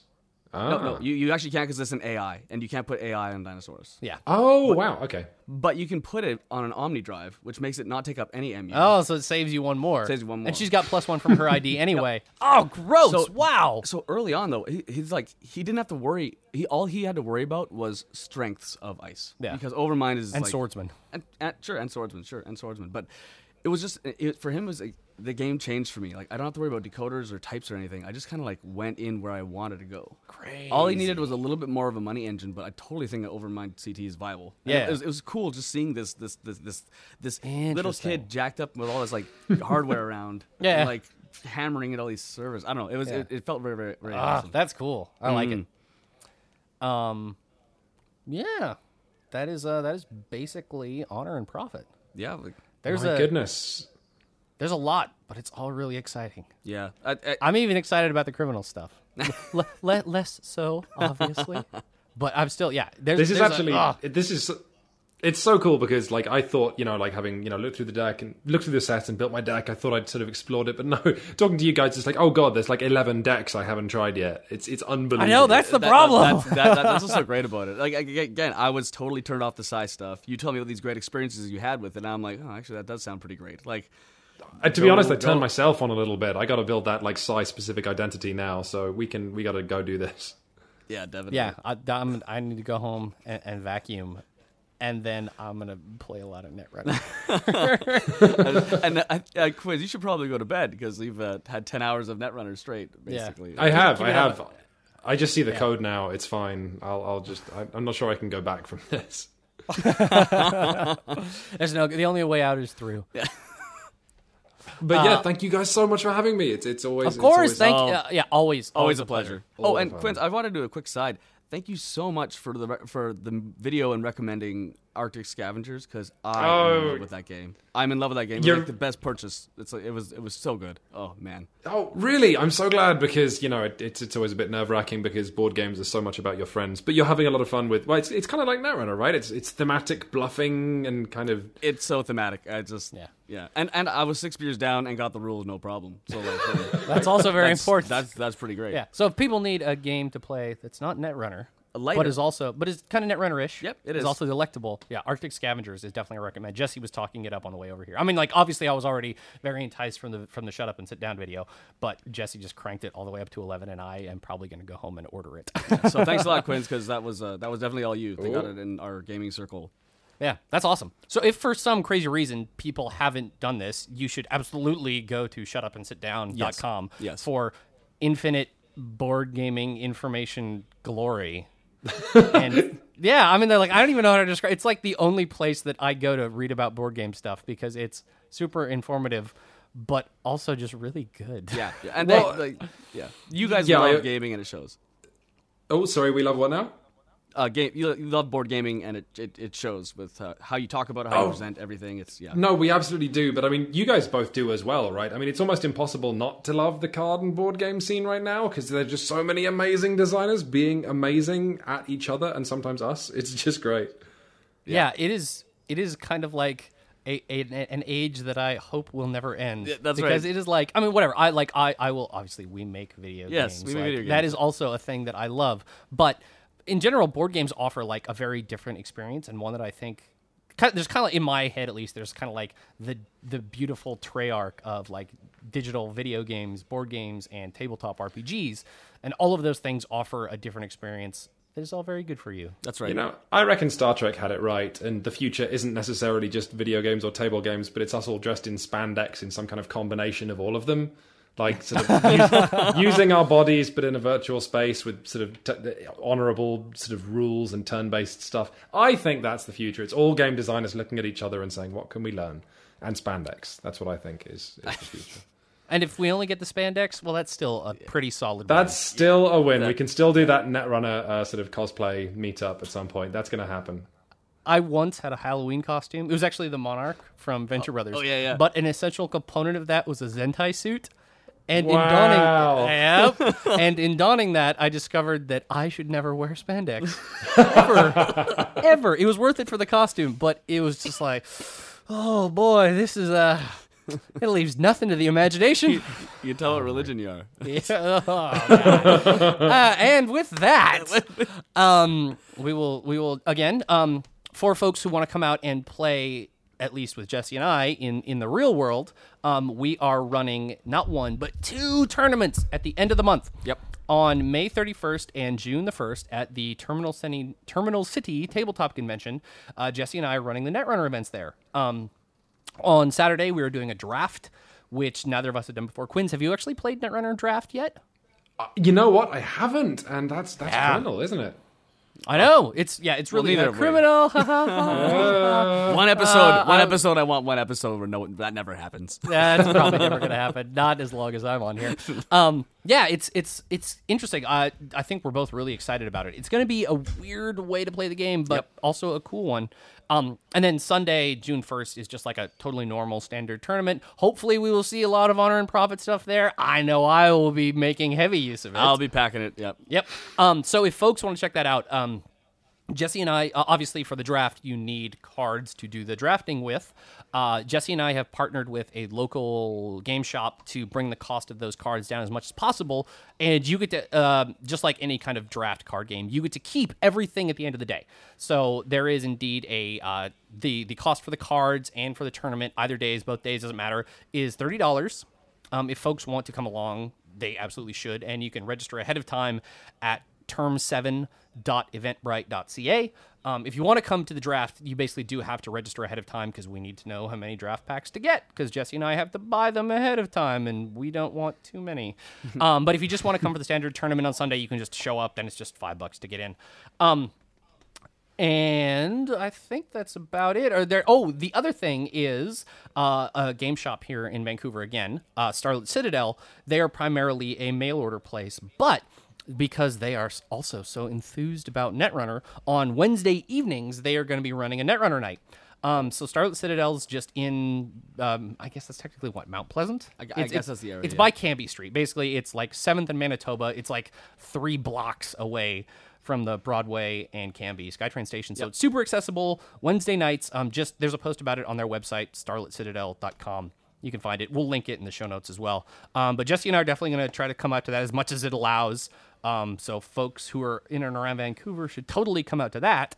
No, no, you, you actually can't because it's an AI, and you can't put AI on Dinosaurus.
Yeah.
Oh, wow. Okay.
But you can put it on an Omni drive, which makes it not take up any MU.
Oh, so it saves you one more.
Saves you one more.
And she's got plus one from her ID anyway. Oh, gross.
So-
wow.
So early on, though, he, he's like he didn't have to worry. He all he had to worry about was strengths of ice.
Yeah.
Because Overmind is
and
like,
Swordsman.
and, and sure, and swordsman, sure, and swordsman. But it was just it, for him it was like, the game changed for me. Like I don't have to worry about decoders or types or anything. I just kind of like went in where I wanted to go. Crazy. All he needed was a little bit more of a money engine, but I totally think that Overmind CT is viable. And
Yeah.
it was, it was cool just seeing this this this this this little
Interesting.
kid jacked up with all this like hardware around.
Yeah.
and, like hammering at all these servers. I don't know. It was it, it felt very very very
Ah,
awesome. Mm.
that's cool. I like it. Um, yeah, that is uh, that is basically honor and profit.
yeah. Like,
There's
My
a
goodness.
there's a lot, but it's all really exciting.
yeah. I, I,
I'm even excited about the criminal stuff. L- le- less so, obviously, but I'm still yeah. There's,
this is
there's a-
actually
ah,
it- this is it's so cool because like I thought you know like having you know looked through the deck and looked through the set and built my deck I thought I'd sort of explored it but no talking to you guys it's like oh god there's like 11 decks I haven't tried yet it's it's unbelievable
I know that's the
That- that-
problem.
that's, that, that, that's what's so great about it. Like ag- again, I was totally turned off the sci stuff. You tell me all these great experiences you had with it, and I'm like, oh, actually, that does sound pretty great. Like,
Uh, to be
Oh
honest I
Don't-
turned
don't-
myself on a little bit I got to build that like size specific identity now so we can we got to go do this
yeah, definitely.
yeah. I, I'm, I need to go home and, and vacuum, and then I'm gonna play a lot of Netrunner.
and uh, I, I, quiz, you should probably go to bed because we've uh, had ten hours of Netrunner straight,
Yeah.
basically.
I have
keep
I
it up.
have I just see the code now it's fine I'll I'll just I- I'm not sure I can go back from this
There's no the only way out is through.
But yeah, thank you guys so much for having me. It's it's always
Uh, Of course,
it's always,
thank uh, yeah, always,
Always a pleasure.
All
Oh,
the
and
time.
Quint, I wanted to do a quick side. Thank you so much for the re- for the video and recommending Arctic Scavengers because I am in
Oh.
love with that game. I'm in love with that game. It's
You're-
like the best purchase. It's like, it was it was so good. Oh man,
Oh, really? I'm so glad because you know it, it's it's always a bit nerve wracking because board games are so much about your friends, but you're having a lot of fun with. Well, it's it's kind of like Netrunner, right? It's it's thematic bluffing and kind of
it's so thematic. I just
Yeah.
yeah. And and I was six beers down and got the rules no problem. So like, really,
That's also very
that's,
important.
That's that's pretty great.
yeah. So if people need a game to play that's not Netrunner,
lighter.
but is also but is kind of Netrunner-ish.
Yep, it
It's
is.
also delectable. Yeah, Arctic Scavengers is definitely a recommend. Jesse was talking it up on the way over here. I mean, like obviously I was already very enticed from the from the shut up and sit down video, but Jesse just cranked it all the way up to eleven, and I am probably going to go home and order it.
So thanks a lot, Quint, because that was uh, that was definitely all you. They got it in our gaming circle.
Yeah, that's awesome. So if for some crazy reason people haven't done this, you should absolutely go to shutupandsitdown.com
Yes.
for infinite board gaming information glory. and yeah, I mean they're like I don't even know how to describe it's like the only place that I go to read about board game stuff because it's super informative but also just really good.
Yeah, yeah. and
Well,
they, like, yeah, you guys
yeah,
love
I-
gaming and it shows.
oh, sorry, we love what now?
uh, game. You, you love board gaming, and it it, it shows with uh, how you talk about it, how you present everything. It's yeah.
No, we absolutely do, but I mean, you guys both do as well, right? I mean, it's almost impossible not to love the card and board game scene right now because there are just so many amazing designers being amazing at each other and sometimes us. It's just great.
Yeah, it is it is kind of like a, a- an- an age that I hope will never end.
that's
because
right.
it is like I mean whatever. I like I I will obviously we make video
Yes,
games.
we make
like,
video
That
games.
is also a thing that I love. But in general board games offer like a very different experience and one that I think kind there's kind of in my head at least there's kind of like the the beautiful treyarch of like digital video games, board games and tabletop RPGs and all of those things offer a different experience that is all very good for you.
That's right.
You know, I reckon Star Trek had it right, and the future isn't necessarily just video games or table games, but it's us all dressed in spandex in some kind of combination of all of them. Like, sort of use, using our bodies, but in a virtual space with sort of t- honorable sort of rules and turn based stuff. I think that's the future. It's all game designers looking at each other and saying, what can we learn? And spandex. That's what I think is, is the future.
And if we only get the spandex, well, that's still a pretty solid.
That's still a win. we can still do that Netrunner uh, sort of cosplay meetup at some point. That's going to happen.
win. I once had a Halloween costume. It was actually the Monarch from Venture Brothers.
oh, yeah, yeah.
But an essential component of that was a Zentai suit. And
Wow.
in donning, Yep. and in donning that, I discovered that I should never wear spandex ever, ever. It was worth it for the costume, but it was just like, oh boy, this is uh It leaves nothing to the imagination.
You tell
Oh,
what religion you are.
Yeah. Oh, man. uh, and with that, um, we will we will again um, for folks who want to come out and play at least with Jesse and I in in the real world. Um, we are running not one but two tournaments at the end of the month.
Yep.
On May 31st and June the 1st at the Terminal City, Terminal City Tabletop Convention, uh, Jesse and I are running the Netrunner events there. Um, on Saturday, we were doing a draft, which neither of us had done before. Quinns, have you actually played Netrunner Draft yet?
You know what? I haven't, and that's that's criminal, isn't it?
I know it's yeah, it's really
Uh, neither
a
have we.
criminal. Ha, ha, ha. Uh,
one episode. one episode. I want one episode where no that never happens.
That's probably never going to happen. Not as long as I'm on here. Um, yeah, it's it's it's interesting. I I think we're both really excited about it. It's going to be a weird way to play the game, but also a cool one. Um, and then Sunday, June 1st, is just like a totally normal standard tournament. Hopefully, we will see a lot of honor and profit stuff there. I know I will be making heavy use of it.
I'll be packing it. Yep.
Yep. Um, so if folks want to check that out, um, Jesse and I, uh, obviously for the draft, you need cards to do the drafting with. Uh, Jesse and I have partnered with a local game shop to bring the cost of those cards down as much as possible. And you get to, um just like any kind of draft card game, you get to keep everything at the end of the day. So there is indeed a uh, the the cost for the cards and for the tournament, either days, both days, doesn't matter, is thirty dollars. Um, if folks want to come along, they absolutely should. And you can register ahead of time at term7.eventbrite.ca. Um, if you want to come to the draft, you basically do have to register ahead of time because we need to know how many draft packs to get because Jesse and I have to buy them ahead of time and we don't want too many. um, but if you just want to come for the standard tournament on Sunday, you can just show up. Then it's just five bucks to get in. Um, And I think that's about it. Are there? Oh, the other thing is uh, a game shop here in Vancouver again, uh, Starlit Citadel. They are primarily a mail order place, but because they are also so enthused about Netrunner, on Wednesday evenings they are going to be running a Netrunner night. Um, so Starlit Citadel's just in, um, I guess that's technically what Mount Pleasant.
I guess that's the area,
It's
yeah.
by by Canby Street. Basically, it's like 7th and Manitoba. It's like three blocks away from the Broadway and Canby SkyTrain station. So it's super accessible. Wednesday nights, um, just there's a post about it on their website, starletcitadel.com. You can find it. We'll link it in the show notes as well. Um, but Jesse and I are definitely going to try to come out to that as much as it allows. Um, so folks who are in and around Vancouver should totally come out to that.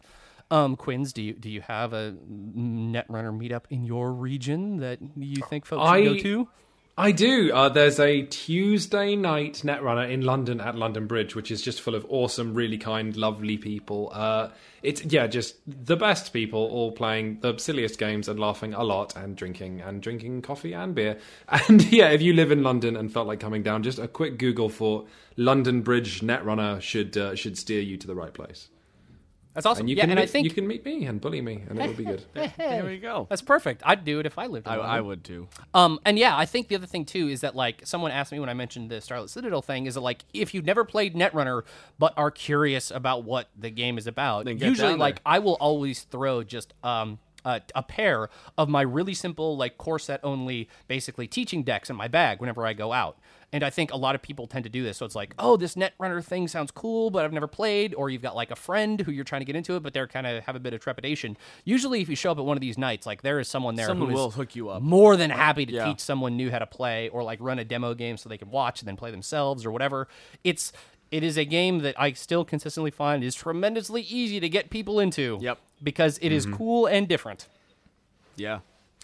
Um, Quinns, do you do you have a Netrunner meetup in your region that you think folks should go
I-
to?
I do. Uh, there's a Tuesday night Netrunner in London at London Bridge, which is just full of awesome, really kind, lovely people. Uh, it's yeah, just the best people, all playing the silliest games and laughing a lot and drinking and drinking coffee and beer. And yeah, if you live in London and felt like coming down, just a quick Google for London Bridge Netrunner should uh, should steer you to the right place.
That's awesome.
And you
yeah,
can
and
meet,
I think
you can meet me and bully me, and it'll be good.
There we go.
That's perfect. I'd do it if I lived. In
I,
London.
I would too.
Um, and yeah, I think the other thing too is that like someone asked me when I mentioned the Starlit Citadel thing is that like if you've never played Netrunner but are curious about what the game is about,
get
usually
down
like
there.
I will always throw just um. A, a pair of my really simple, like corset only, basically teaching decks in my bag whenever I go out. And I think a lot of people tend to do this. So it's like, oh, this Netrunner thing sounds cool, but I've never played. Or you've got like a friend who you're trying to get into it, but they're kind of have a bit of trepidation. Usually, if you show up at one of these nights, like there is someone there
Someone
who is
will hook you up.
more than happy to
Yeah.
teach someone new how to play or like run a demo game so they can watch and then play themselves or whatever. It's it is a game that I still consistently find is tremendously easy to get people into.
Yep. Mm-hmm.
Because it is cool and different.
Yeah.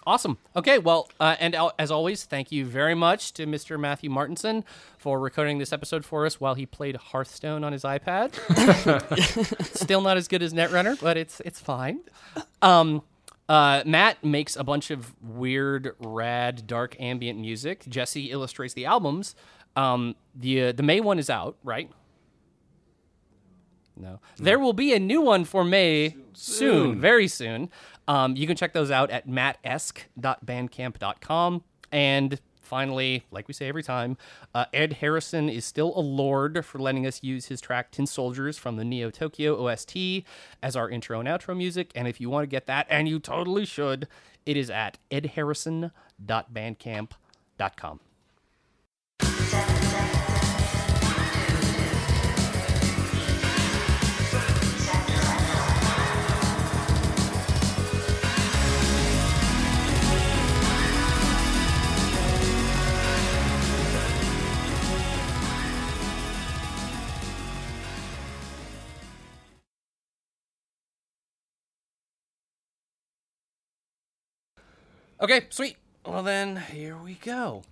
Awesome. Okay, well, uh, and al- as always, thank you very much to Mr. Matthew Martinson for recording this episode for us while he played Hearthstone on his iPad. Still not as good as Netrunner, but it's it's fine. Um, uh, Matt makes a bunch of weird, rad, dark ambient music. Jesse illustrates the albums. Um, the uh, the May one is out, right? No. There will be a new one for May Hmm. soon, very soon. Um, you can check those out at mattesk.bandcamp.com. And finally, like we say every time, uh, Ed Harrison is still a lord for letting us use his track Tin Soldiers from the Neo Tokyo OST as our intro and outro music. And if you want to get that, and you totally should, it is at edharrison.bandcamp.com. Okay, sweet. Well, then, here we go.